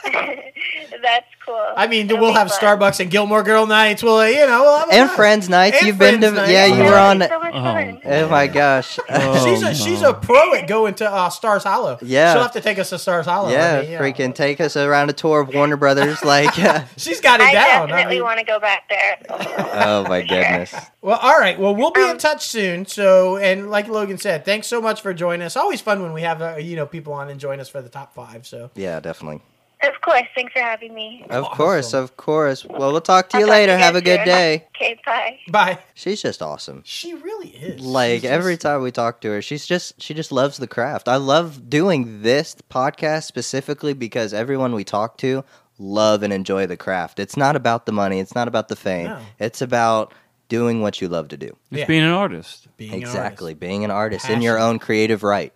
Speaker 4: That's cool.
Speaker 2: I mean,
Speaker 4: It'll
Speaker 2: we'll
Speaker 4: be
Speaker 2: have
Speaker 4: fun.
Speaker 2: Starbucks and Gilmore Girl nights. We'll you know we'll have a
Speaker 1: And
Speaker 2: blast.
Speaker 1: Friends Nights.
Speaker 2: And
Speaker 1: You've been to
Speaker 2: Friends nights.
Speaker 1: yeah, you
Speaker 4: That
Speaker 1: were
Speaker 4: would
Speaker 1: on.
Speaker 4: be So much
Speaker 3: Oh.
Speaker 4: fun.
Speaker 1: Oh my gosh.
Speaker 3: Oh.
Speaker 2: she's a she's a pro at going to uh, Stars Hollow.
Speaker 1: Yeah.
Speaker 2: she'll have to take us to Stars Hollow. I
Speaker 1: yeah,
Speaker 2: mean,
Speaker 1: freaking take us around a tour of Warner Brothers. Like, uh,
Speaker 2: She's got it
Speaker 4: I
Speaker 2: down. I
Speaker 4: definitely
Speaker 2: mean-
Speaker 4: want to go back there.
Speaker 1: oh my goodness.
Speaker 2: well, all right. Well, we'll be in
Speaker 4: Um,
Speaker 2: touch soon. So, and like Logan said, thanks so much for joining us. Always fun when we have uh, you know people on and join us for the top five. So,
Speaker 1: Yeah, definitely.
Speaker 4: of course. Thanks for having me.
Speaker 1: Of course,
Speaker 2: Awesome.
Speaker 1: of course. Well, we'll talk to
Speaker 4: I'll
Speaker 1: you
Speaker 4: talk
Speaker 1: later.
Speaker 4: you
Speaker 1: Have a
Speaker 4: guys
Speaker 1: good
Speaker 4: soon.
Speaker 1: day.
Speaker 4: Okay, bye.
Speaker 2: bye.
Speaker 1: She's just awesome.
Speaker 2: She really is
Speaker 1: like
Speaker 2: She's
Speaker 1: every
Speaker 2: just-
Speaker 1: time we talk to her she's just she just loves the craft i love doing this podcast specifically because everyone we talk to love and enjoy the craft it's not about the money it's not about the fame
Speaker 2: No.
Speaker 1: it's about doing what you love to do
Speaker 3: It's
Speaker 2: Yeah.
Speaker 3: being an artist.
Speaker 2: being an
Speaker 1: exactly
Speaker 2: artist.
Speaker 1: being an artist in your
Speaker 2: Passion.
Speaker 1: own creative right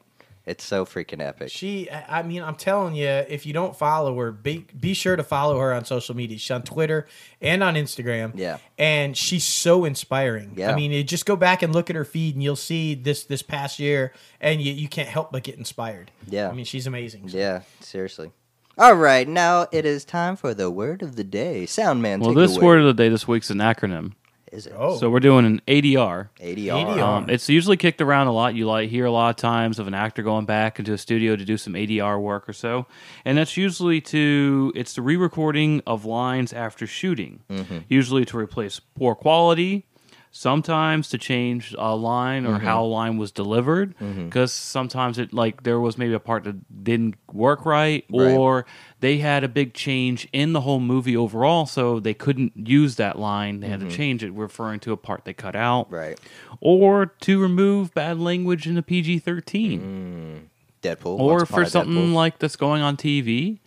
Speaker 1: it's so freaking epic
Speaker 2: She, I I mean, I'm telling you, if you don't follow her, be be sure to follow her on social media. She's on Twitter and on Instagram.
Speaker 1: Yeah.
Speaker 2: and she's so inspiring.
Speaker 1: Yeah.
Speaker 2: I mean, you just go back and look at her feed, and you'll see this this past year, and you you can't help but get inspired.
Speaker 1: Yeah.
Speaker 2: I mean, she's amazing.
Speaker 1: yeah seriously all right now it is time for the word of the day sound man
Speaker 3: Well,
Speaker 1: take it
Speaker 3: this
Speaker 1: away.
Speaker 3: word of the day this week's an acronym.
Speaker 1: is it
Speaker 2: Oh,
Speaker 3: So we're doing an ADR.
Speaker 1: ADR.
Speaker 2: ADR.
Speaker 3: Um, it's usually kicked around a lot. You like hear a lot of times of an actor going back into a studio to do some ADR work or so, and that's usually to it's the re-recording of lines after shooting,
Speaker 1: Mm-hmm.
Speaker 3: usually to replace poor quality. Sometimes to change a line
Speaker 1: Mm-hmm.
Speaker 3: or how a line was delivered, because sometimes it like there was maybe a part that didn't work right,
Speaker 1: Right.
Speaker 3: or they had a big change in the whole movie overall, so they couldn't use that line. They had to change it, referring to a part they cut out
Speaker 1: Mm-hmm. right
Speaker 3: or to remove bad language in the PG
Speaker 1: Mm,
Speaker 3: 13,
Speaker 1: deadpool
Speaker 3: or
Speaker 1: Once Upon
Speaker 3: for
Speaker 1: a
Speaker 3: something
Speaker 1: Deadpool.
Speaker 3: like that's going on TV,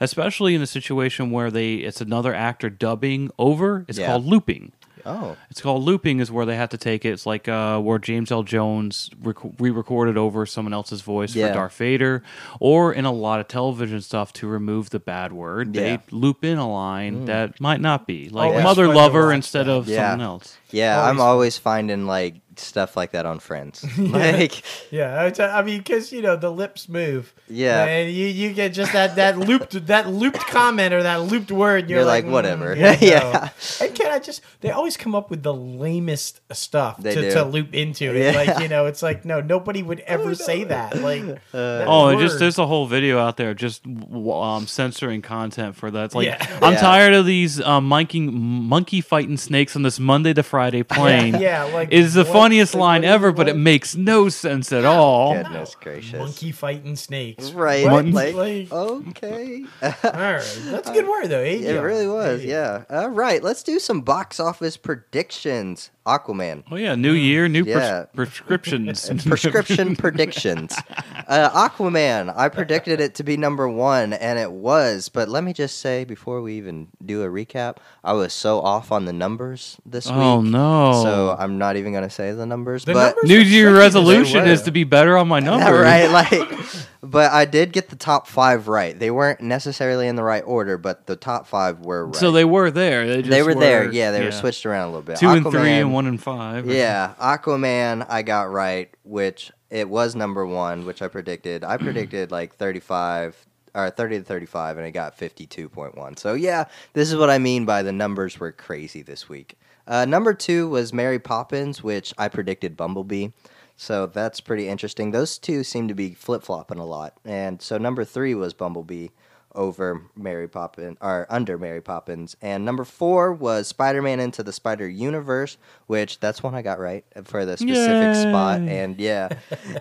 Speaker 3: especially in a situation where they it's another actor dubbing over. It's
Speaker 1: Yeah.
Speaker 3: called looping.
Speaker 1: oh
Speaker 3: It's called looping is where they have to take it. It's like uh, where James L. Jones rec- re-recorded over someone else's voice
Speaker 1: Yeah.
Speaker 3: for Darth Vader, or in a lot of television stuff to remove the bad word.
Speaker 1: Yeah. Mm. Oh,
Speaker 3: They loop in a line that might not be like
Speaker 2: Always
Speaker 3: mother
Speaker 2: fun to
Speaker 3: lover
Speaker 2: watch
Speaker 3: instead
Speaker 2: that.
Speaker 3: of
Speaker 1: Yeah.
Speaker 3: someone else.
Speaker 1: Yeah, I'm
Speaker 2: Always fun.
Speaker 1: always finding like stuff like that on Friends. Like,
Speaker 2: Yeah, I t- I mean, because you know the lips move.
Speaker 1: Yeah.
Speaker 2: and you, you get just that that looped that looped comment or that looped word. and You're,
Speaker 1: You're like,
Speaker 2: "Mm,
Speaker 1: whatever."
Speaker 2: no.
Speaker 1: Yeah.
Speaker 2: and can I just? They always come up with the lamest stuff
Speaker 1: They
Speaker 2: to,
Speaker 1: do.
Speaker 2: to loop into. It's
Speaker 1: Yeah.
Speaker 2: Like you know, it's like no, nobody would ever say that. Like,
Speaker 1: Uh,
Speaker 2: that
Speaker 3: Oh, it
Speaker 2: word.
Speaker 3: just there's a whole video out there just w- um, censoring content for that. It's like
Speaker 2: Yeah.
Speaker 3: I'm
Speaker 1: Yeah.
Speaker 3: tired of these uh, monkey monkey fighting snakes on this Monday to Friday plane.
Speaker 2: Yeah, like
Speaker 3: It's the
Speaker 2: what-
Speaker 3: funniest
Speaker 2: like,
Speaker 3: line
Speaker 2: what is
Speaker 3: ever, but it
Speaker 2: what?
Speaker 3: makes no sense at all.
Speaker 1: goodness gracious.
Speaker 2: Oh, monkey fighting snakes.
Speaker 1: Right.
Speaker 2: What?
Speaker 1: Like,
Speaker 2: Like-
Speaker 1: okay.
Speaker 2: All right, that's a good word though. eh?
Speaker 1: it really was. Yeah. All right. Let's do some box office predictions. Aquaman.
Speaker 3: Oh yeah, new year, new pres-
Speaker 1: Yeah.
Speaker 3: prescriptions.
Speaker 1: Prescription predictions. Uh, Aquaman. I predicted it to be number one, and it was. But let me just say before we even do a recap, I was so off on the numbers this
Speaker 3: oh
Speaker 1: week.
Speaker 3: no.
Speaker 1: So uh, I'm not even going to say the numbers.
Speaker 2: The
Speaker 1: but
Speaker 2: numbers
Speaker 3: new
Speaker 2: are tricky
Speaker 3: year
Speaker 2: to
Speaker 3: resolution
Speaker 2: say.
Speaker 3: is to be better on my number.
Speaker 1: Yeah, right, like, but I did get the top five right. They weren't necessarily in the right order, but the top five were right.
Speaker 3: So they were there. They, just
Speaker 1: they were, there. Yeah, they were switched around a little bit.
Speaker 3: Two and three and
Speaker 1: Aquaman-
Speaker 3: one and five. or-
Speaker 1: Yeah, Aquaman, I got right, which it was number one, which I predicted. I predicted like thirty-five. Or 30 to 35, and it got 52.1. So, yeah, this is what I mean by the numbers were crazy this week. Uh, number two was Mary Poppins, which I predicted Bumblebee. So that's pretty interesting. Those two seem to be flip flopping a lot. And so number three was Bumblebee over Mary Poppins or under Mary Poppins. And number four was Spider Man Into the Spider Universe, which that's one I got right for the specific spot.
Speaker 3: Yay.
Speaker 1: And yeah.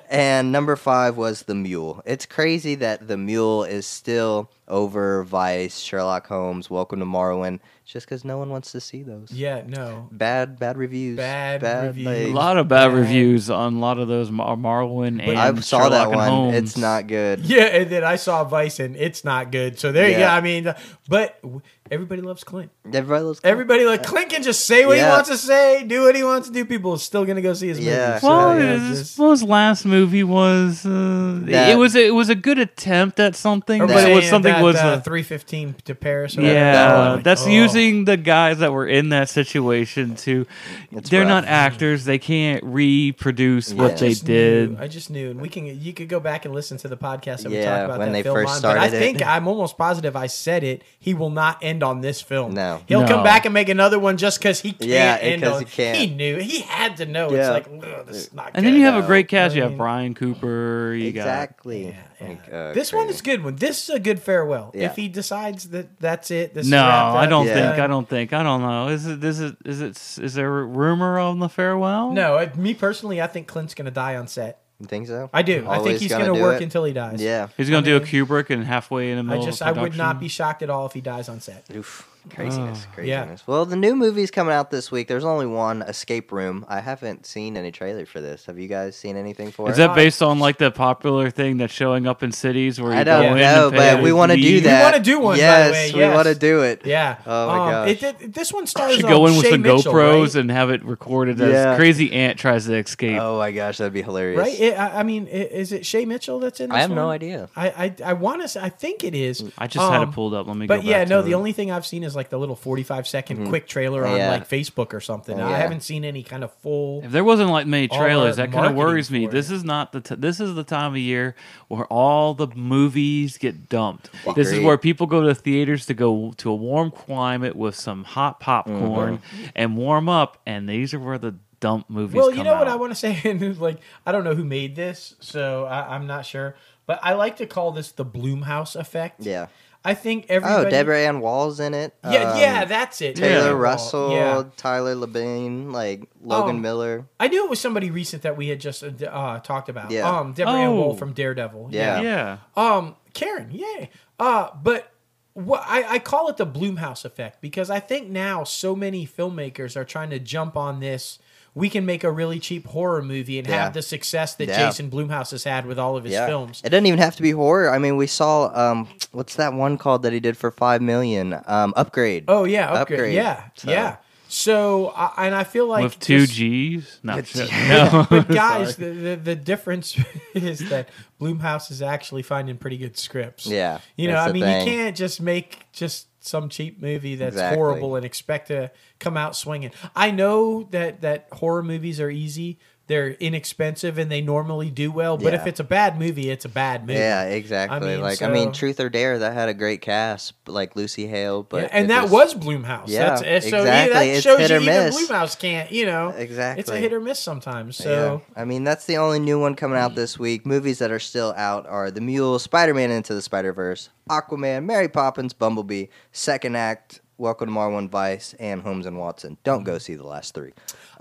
Speaker 1: and number five was The Mule. It's crazy that The Mule is still over Vice, Sherlock Holmes, Welcome to Morrowind, just because no one wants to see those.
Speaker 2: Yeah, no.
Speaker 1: Bad, bad reviews.
Speaker 2: Bad reviews.
Speaker 3: A
Speaker 1: like-
Speaker 3: lot of bad
Speaker 2: Yeah.
Speaker 3: reviews on a lot of those Mar- Marlin and
Speaker 1: I saw
Speaker 3: Sherlock
Speaker 1: that
Speaker 3: and
Speaker 1: one.
Speaker 3: Holmes.
Speaker 1: It's not good.
Speaker 2: Yeah, and then I saw Vice, and it's not good. So there you
Speaker 1: Yeah.
Speaker 2: go. I mean, but w- everybody loves Clint.
Speaker 1: Everybody loves.
Speaker 2: Everybody like Clint can just say what
Speaker 1: Yeah.
Speaker 2: he wants to say, do what he wants to do. People are still gonna go see his
Speaker 1: Yeah.
Speaker 2: movies.
Speaker 3: Well,
Speaker 1: So,
Speaker 2: yeah,
Speaker 3: his,
Speaker 2: just-
Speaker 3: well, his last movie was uh,
Speaker 1: That-
Speaker 3: it was it was a good attempt at something,
Speaker 2: Or
Speaker 3: but it was
Speaker 2: saying
Speaker 3: something
Speaker 2: that,
Speaker 3: was
Speaker 2: uh,
Speaker 3: uh,
Speaker 2: three fifteen to Paris. Or whatever.
Speaker 1: that
Speaker 3: yeah.
Speaker 1: one.
Speaker 3: that's
Speaker 2: Oh.
Speaker 3: using the guys that were in that situation to.
Speaker 1: It's
Speaker 3: they're
Speaker 1: rough.
Speaker 3: not actors. They can't reproduce
Speaker 1: Yeah.
Speaker 3: what
Speaker 1: I
Speaker 3: they
Speaker 2: just
Speaker 3: did.
Speaker 2: knew- I just knew, and we can. You could go back and listen to the podcast that we
Speaker 1: Yeah,
Speaker 2: talked about
Speaker 1: when
Speaker 2: that
Speaker 1: they
Speaker 2: film
Speaker 1: first
Speaker 2: on, But
Speaker 1: started
Speaker 2: I
Speaker 1: it.
Speaker 2: think I'm almost positive I said it. He will not end on this film.
Speaker 1: No.
Speaker 2: he'll
Speaker 3: No.
Speaker 2: come back and make another one just because he can't
Speaker 1: Yeah,
Speaker 2: end
Speaker 1: 'cause
Speaker 2: on.
Speaker 1: he can't.
Speaker 2: knew. He had to know.
Speaker 1: Yeah.
Speaker 2: It's like ugh, this is not.
Speaker 3: and
Speaker 2: good.
Speaker 3: then you have
Speaker 1: though.
Speaker 3: a great cast. you
Speaker 2: I
Speaker 3: have
Speaker 2: mean-
Speaker 3: Brian Cooper. You
Speaker 1: exactly.
Speaker 2: Yeah, yeah.
Speaker 1: Like, uh,
Speaker 2: this
Speaker 1: crazy.
Speaker 2: one is a good one. This is a good farewell.
Speaker 1: Yeah.
Speaker 2: If he decides that that's it, this
Speaker 3: Got,
Speaker 2: is
Speaker 3: no,
Speaker 2: wrapped
Speaker 3: I
Speaker 2: up,
Speaker 3: don't
Speaker 1: Yeah.
Speaker 3: think.
Speaker 2: done.
Speaker 3: I don't think. I don't know. Is it? Is it? Is it? Is there a rumor on the farewell?
Speaker 2: No, I, me personally, I think Clint's gonna die on set.
Speaker 1: You think so?
Speaker 2: I do. I think
Speaker 1: Always
Speaker 2: he's
Speaker 1: gonna
Speaker 2: gonna,
Speaker 1: do
Speaker 2: work
Speaker 1: it.
Speaker 2: until he dies.
Speaker 1: Yeah.
Speaker 3: He's gonna
Speaker 2: mean-
Speaker 3: do a Kubrick and halfway in the
Speaker 2: I
Speaker 3: middle.
Speaker 2: just
Speaker 3: of
Speaker 2: I would not
Speaker 3: production.
Speaker 2: be shocked at all if he dies on set.
Speaker 1: Oof. Craziness.
Speaker 2: Oh, yeah.
Speaker 1: craziness. Well, the new movie's coming out this week. There's only one, Escape Room. I haven't seen any trailer for this. Have you guys seen anything for
Speaker 3: Is
Speaker 1: it?
Speaker 3: that based on like the popular thing that's showing up in cities where you
Speaker 1: I
Speaker 3: go
Speaker 1: don't
Speaker 3: in
Speaker 1: know,
Speaker 3: and pay
Speaker 1: but we
Speaker 3: to
Speaker 1: want to do
Speaker 3: leave?
Speaker 1: that.
Speaker 2: wanna do one, by the
Speaker 1: Yes,
Speaker 2: way,
Speaker 1: we
Speaker 2: yes.
Speaker 1: want to do it.
Speaker 2: Yeah. Um,
Speaker 1: Oh my gosh.
Speaker 2: It, it- this one stars
Speaker 3: Should
Speaker 2: um,
Speaker 3: go in with
Speaker 2: Shay
Speaker 3: the
Speaker 2: Mitchell,
Speaker 3: GoPros
Speaker 2: right?
Speaker 3: and have it recorded as
Speaker 1: Yeah.
Speaker 3: crazy ant tries to escape.
Speaker 1: Oh my gosh, that'd be hilarious.
Speaker 2: Right? It- I, I mean, i- is it Shay Mitchell that's in? This
Speaker 1: I have no
Speaker 2: one?
Speaker 1: idea.
Speaker 2: I I, I want to. say I think it is.
Speaker 3: I just had
Speaker 2: Um,
Speaker 3: it pulled up. Let me. go
Speaker 2: But
Speaker 3: back
Speaker 2: yeah, no.
Speaker 3: to
Speaker 2: The
Speaker 3: it.
Speaker 2: only thing I've seen is like the little forty-five second
Speaker 1: Mm-hmm.
Speaker 2: quick trailer on
Speaker 1: Oh, Yeah. Oh,
Speaker 2: like Facebook or something.
Speaker 1: Yeah.
Speaker 2: I haven't seen any kind of full.
Speaker 3: If there wasn't like many
Speaker 2: All
Speaker 3: trailers,
Speaker 2: our
Speaker 3: that kind of
Speaker 2: marketing
Speaker 3: worries me.
Speaker 2: for
Speaker 3: This
Speaker 2: it.
Speaker 3: is not the t- this is the time of year where all the movies get dumped. This is
Speaker 1: Agreed.
Speaker 3: where people go to theaters to go to a warm climate with some hot popcorn
Speaker 1: Mm-hmm.
Speaker 3: and warm up. And these are where the dump movies.
Speaker 2: Well, you
Speaker 3: come
Speaker 2: know what
Speaker 3: out.
Speaker 2: I want to say, and like I don't know who made this, so I, I'm not sure. But I like to call this the Bloomhouse effect.
Speaker 1: Yeah.
Speaker 2: I think
Speaker 1: Oh,
Speaker 2: everybody.
Speaker 1: Deborah Ann Wall's in it.
Speaker 2: Yeah,
Speaker 1: Um,
Speaker 2: yeah, that's it.
Speaker 1: Taylor
Speaker 2: Yeah.
Speaker 1: Russell,
Speaker 2: Yeah.
Speaker 1: Tyler Labine, like Logan
Speaker 2: Oh.
Speaker 1: Miller.
Speaker 2: I knew it was somebody recent that we had just uh, d- uh, talked about.
Speaker 1: Yeah.
Speaker 2: Um, Deborah Ann Wool
Speaker 3: Oh.
Speaker 2: from Daredevil.
Speaker 1: Yeah.
Speaker 3: Yeah.
Speaker 2: Um, Karen, yay. Uh, but what I, I call it the Bloomhouse effect because I think now so many filmmakers are trying to jump on this. We can make a really cheap horror movie and
Speaker 1: Yeah.
Speaker 2: have the success that
Speaker 1: Yeah.
Speaker 2: Jason Bloomhouse has had with all of his
Speaker 1: yeah.
Speaker 2: films.
Speaker 1: It doesn't even have to be horror. I mean, we saw um, what's that one called that he did for five million? Um, Upgrade.
Speaker 2: Oh yeah, upgrade.
Speaker 1: Upgrade,
Speaker 2: Yeah,
Speaker 1: so.
Speaker 2: yeah. So I, and I feel like
Speaker 3: with two
Speaker 2: just-
Speaker 3: G's. No, shit.
Speaker 2: Yeah,
Speaker 3: no.
Speaker 2: but guys, the, the, the difference is that Bloomhouse is actually finding pretty good scripts.
Speaker 1: Yeah,
Speaker 2: You know,
Speaker 1: that's
Speaker 2: I
Speaker 1: the
Speaker 2: mean,
Speaker 1: thing.
Speaker 2: you can't just make just some cheap movie that's
Speaker 1: Exactly.
Speaker 2: horrible and expect to come out swinging. I know that that horror movies are easy. They're inexpensive and they normally do well, but
Speaker 1: Yeah.
Speaker 2: if it's a bad movie, it's a bad movie.
Speaker 1: Yeah, exactly.
Speaker 2: mean,
Speaker 1: like I mean,
Speaker 2: so-
Speaker 1: Truth or Dare that had a great cast, like Lucy Hale, but
Speaker 2: Yeah, and
Speaker 1: it
Speaker 2: that was, Bloomhouse.
Speaker 1: Yeah,
Speaker 2: That's, uh, so
Speaker 1: exactly.
Speaker 2: yeah, that
Speaker 1: It's
Speaker 2: shows
Speaker 1: hit
Speaker 2: you
Speaker 1: or miss.
Speaker 2: even Bloomhouse can't, you know. It's a
Speaker 1: Exactly.
Speaker 2: hit or miss sometimes. So
Speaker 1: Yeah. I mean, that's the only new one coming out this week. Movies that are still out are The Mule, Spider Man Into the Spider Verse, Aquaman, Mary Poppins, Bumblebee, Second Act, Welcome to Marwan Vice, and Holmes and Watson. Don't go see the last three.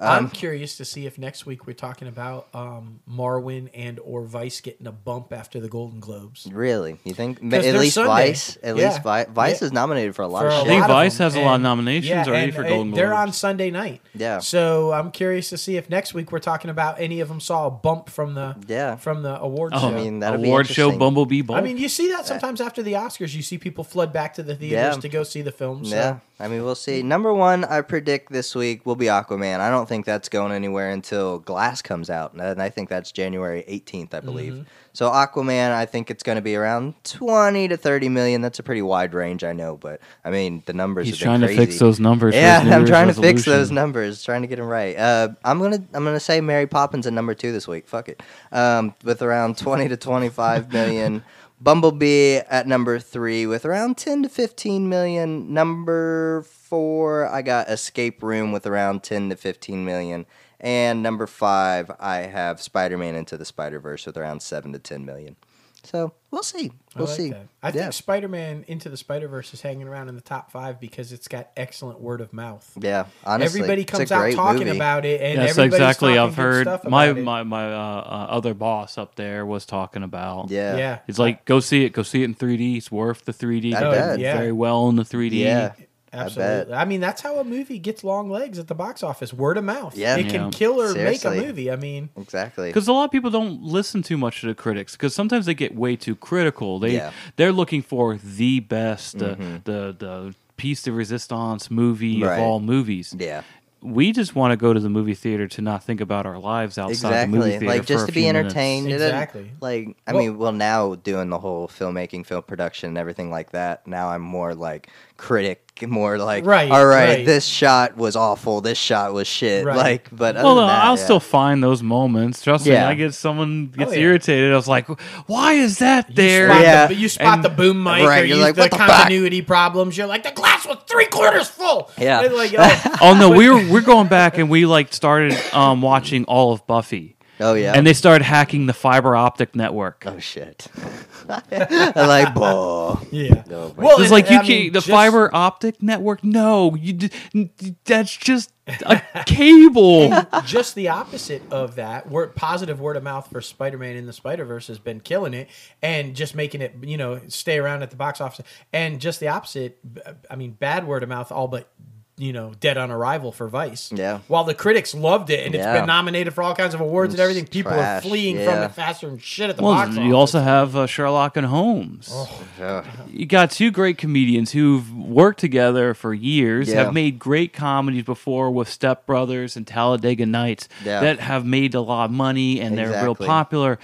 Speaker 1: um,
Speaker 2: I'm curious to see if next week we're talking about um, Marwin and or Vice getting a bump after the Golden Globes.
Speaker 1: Really? You think? Ma-
Speaker 2: 'Cause
Speaker 1: At
Speaker 2: they're
Speaker 1: least
Speaker 2: Sunday.
Speaker 1: Vice. At
Speaker 2: Yeah.
Speaker 1: least Vi- Vice
Speaker 2: Yeah.
Speaker 1: is nominated for a lot
Speaker 2: For
Speaker 1: of
Speaker 2: a
Speaker 1: shit.
Speaker 3: I think
Speaker 2: lot of
Speaker 3: Vice
Speaker 2: them.
Speaker 3: has a lot of nominations already
Speaker 2: and
Speaker 3: for
Speaker 2: it-
Speaker 3: Golden
Speaker 2: They're on
Speaker 3: Globes.
Speaker 2: Sunday night.
Speaker 1: Yeah.
Speaker 2: So I'm curious to see if next week we're talking about any of them saw a bump from the
Speaker 1: Yeah.
Speaker 2: from the award
Speaker 3: Oh,
Speaker 2: show.
Speaker 1: I mean, that'll be
Speaker 3: award show
Speaker 1: interesting.
Speaker 3: Bumblebee Bowl.
Speaker 2: I mean, you see that sometimes after the Oscars, you see people flood back to the theaters
Speaker 1: Yeah.
Speaker 2: to go see the film. So.
Speaker 1: Yeah, I mean, we'll see. Number one, I predict this week will be Aquaman. I don't think that's going anywhere until Glass comes out, and I think that's January 18th, I
Speaker 2: Mm-hmm.
Speaker 1: believe. So Aquaman, I think it's going to be around 20 to 30 million. That's a pretty wide range, I know, but I mean, the numbers.
Speaker 3: he's
Speaker 1: have been
Speaker 3: trying to fix
Speaker 1: crazy.
Speaker 3: those numbers. for
Speaker 1: Yeah,
Speaker 3: his New
Speaker 1: I'm
Speaker 3: Year's
Speaker 1: trying to fix those
Speaker 3: resolution.
Speaker 1: numbers, trying to get them right. Uh, I'm gonna I'm gonna say Mary Poppins at number two this week. Fuck it, um, with around 20 to 25 million. Bumblebee at number three with around 10 to 15 million. Number four, I got Escape Room with around 10 to 15 million. And number five, I have Spider Man Into the Spider Verse with around 7 to 10 million. So we'll see.
Speaker 2: I
Speaker 1: We'll
Speaker 2: like
Speaker 1: see.
Speaker 2: that. I
Speaker 1: yeah.
Speaker 2: think Spider Man Into the Spider Verse is hanging around in the top five because it's got excellent word of mouth.
Speaker 1: yeah, honestly,
Speaker 2: everybody
Speaker 1: it's a
Speaker 2: comes out
Speaker 1: great
Speaker 2: talking
Speaker 1: movie.
Speaker 2: about it, and
Speaker 3: That's
Speaker 2: everybody's
Speaker 3: exactly.
Speaker 2: talking
Speaker 3: I've
Speaker 2: good
Speaker 3: heard
Speaker 2: stuff
Speaker 3: my
Speaker 2: about it.
Speaker 3: my my uh, uh, other boss up there was talking about.
Speaker 1: Yeah,
Speaker 2: yeah.
Speaker 3: It's like go see it, go see it in 3D. It's worth the 3D.
Speaker 1: I
Speaker 3: Done
Speaker 1: bet.
Speaker 2: Oh, Yeah.
Speaker 3: Very well in the 3D.
Speaker 1: yeah.
Speaker 2: Absolutely. I, mean, that's how a movie gets long legs at the box office. Word of mouth.
Speaker 1: Yeah.
Speaker 2: It can
Speaker 3: Yeah.
Speaker 2: kill or
Speaker 1: Seriously.
Speaker 2: make a movie. I mean,
Speaker 1: Exactly.
Speaker 3: Because a lot of people don't listen too much to the critics. Because sometimes they get way too critical. They
Speaker 1: Yeah. Mm-hmm.
Speaker 3: they're looking for the best, the the the piece de resistance movie
Speaker 1: Right.
Speaker 3: of all movies.
Speaker 1: Yeah,
Speaker 3: We just want to go to the movie theater to not think about our lives outside the movie
Speaker 1: exactly.
Speaker 3: theater,
Speaker 1: Like
Speaker 3: for
Speaker 1: just
Speaker 3: a
Speaker 1: to
Speaker 3: few
Speaker 1: be
Speaker 3: minutes.
Speaker 1: entertained. It doesn't-
Speaker 2: Exactly.
Speaker 1: Like I
Speaker 2: Well-
Speaker 1: mean, well now doing the whole filmmaking, film production, and everything like that. Now I'm more like critic, more like
Speaker 2: Right,
Speaker 1: All right,
Speaker 2: right.
Speaker 1: this shot was awful. This shot was shit.
Speaker 2: Right.
Speaker 1: Like, but other
Speaker 3: Well,
Speaker 1: than
Speaker 3: no,
Speaker 1: that,
Speaker 3: I'll
Speaker 1: yeah.
Speaker 3: still find those moments. Trust
Speaker 1: Yeah.
Speaker 3: me, I get someone gets
Speaker 2: Oh, yeah.
Speaker 3: irritated. I was like, "Why is that
Speaker 2: You
Speaker 3: there?"
Speaker 2: spot
Speaker 1: Yeah.
Speaker 2: The, you spot
Speaker 3: And-
Speaker 2: the boom mic
Speaker 1: Right,
Speaker 2: or
Speaker 1: you're
Speaker 2: you,
Speaker 1: like,
Speaker 2: the
Speaker 1: "What the fuck?"
Speaker 2: continuity problems. You're like, the glass was three quarters full.
Speaker 1: Yeah.
Speaker 2: And like, oh,
Speaker 3: oh no, we were we're going back and we like started um, watching all of Buffy,
Speaker 1: Oh yeah.
Speaker 3: and they started hacking the fiber optic network.
Speaker 1: oh shit. I like ball.
Speaker 2: yeah.
Speaker 1: No, but-
Speaker 2: well,
Speaker 3: it's
Speaker 2: and-
Speaker 3: like you
Speaker 2: I
Speaker 3: can't
Speaker 2: mean,
Speaker 3: the
Speaker 2: just-
Speaker 3: fiber optic network. No, you d- n- d- that's just a cable.
Speaker 2: just the opposite of that. Word, positive word of mouth for Spider Man in the Spider Verse has been killing it and just making it, you know, stay around at the box office. And just the opposite, b- I mean, bad word of mouth, all but, you know, dead on arrival for Vice.
Speaker 1: Yeah.
Speaker 2: While the critics loved it and
Speaker 1: Yeah.
Speaker 2: it's been nominated for all kinds of awards and everything, people
Speaker 1: trash,
Speaker 2: are fleeing from
Speaker 1: yeah.
Speaker 2: it faster than shit at the
Speaker 3: well,
Speaker 2: box office. Oh,
Speaker 3: you also have uh, Sherlock and Holmes.
Speaker 1: Ugh.
Speaker 3: you got two great comedians who've worked together for years,
Speaker 1: Yeah.
Speaker 3: have made great comedies before with Step Brothers and Talladega Nights
Speaker 1: Yeah.
Speaker 3: that have made a lot of money and they're real
Speaker 1: Exactly.
Speaker 3: popular.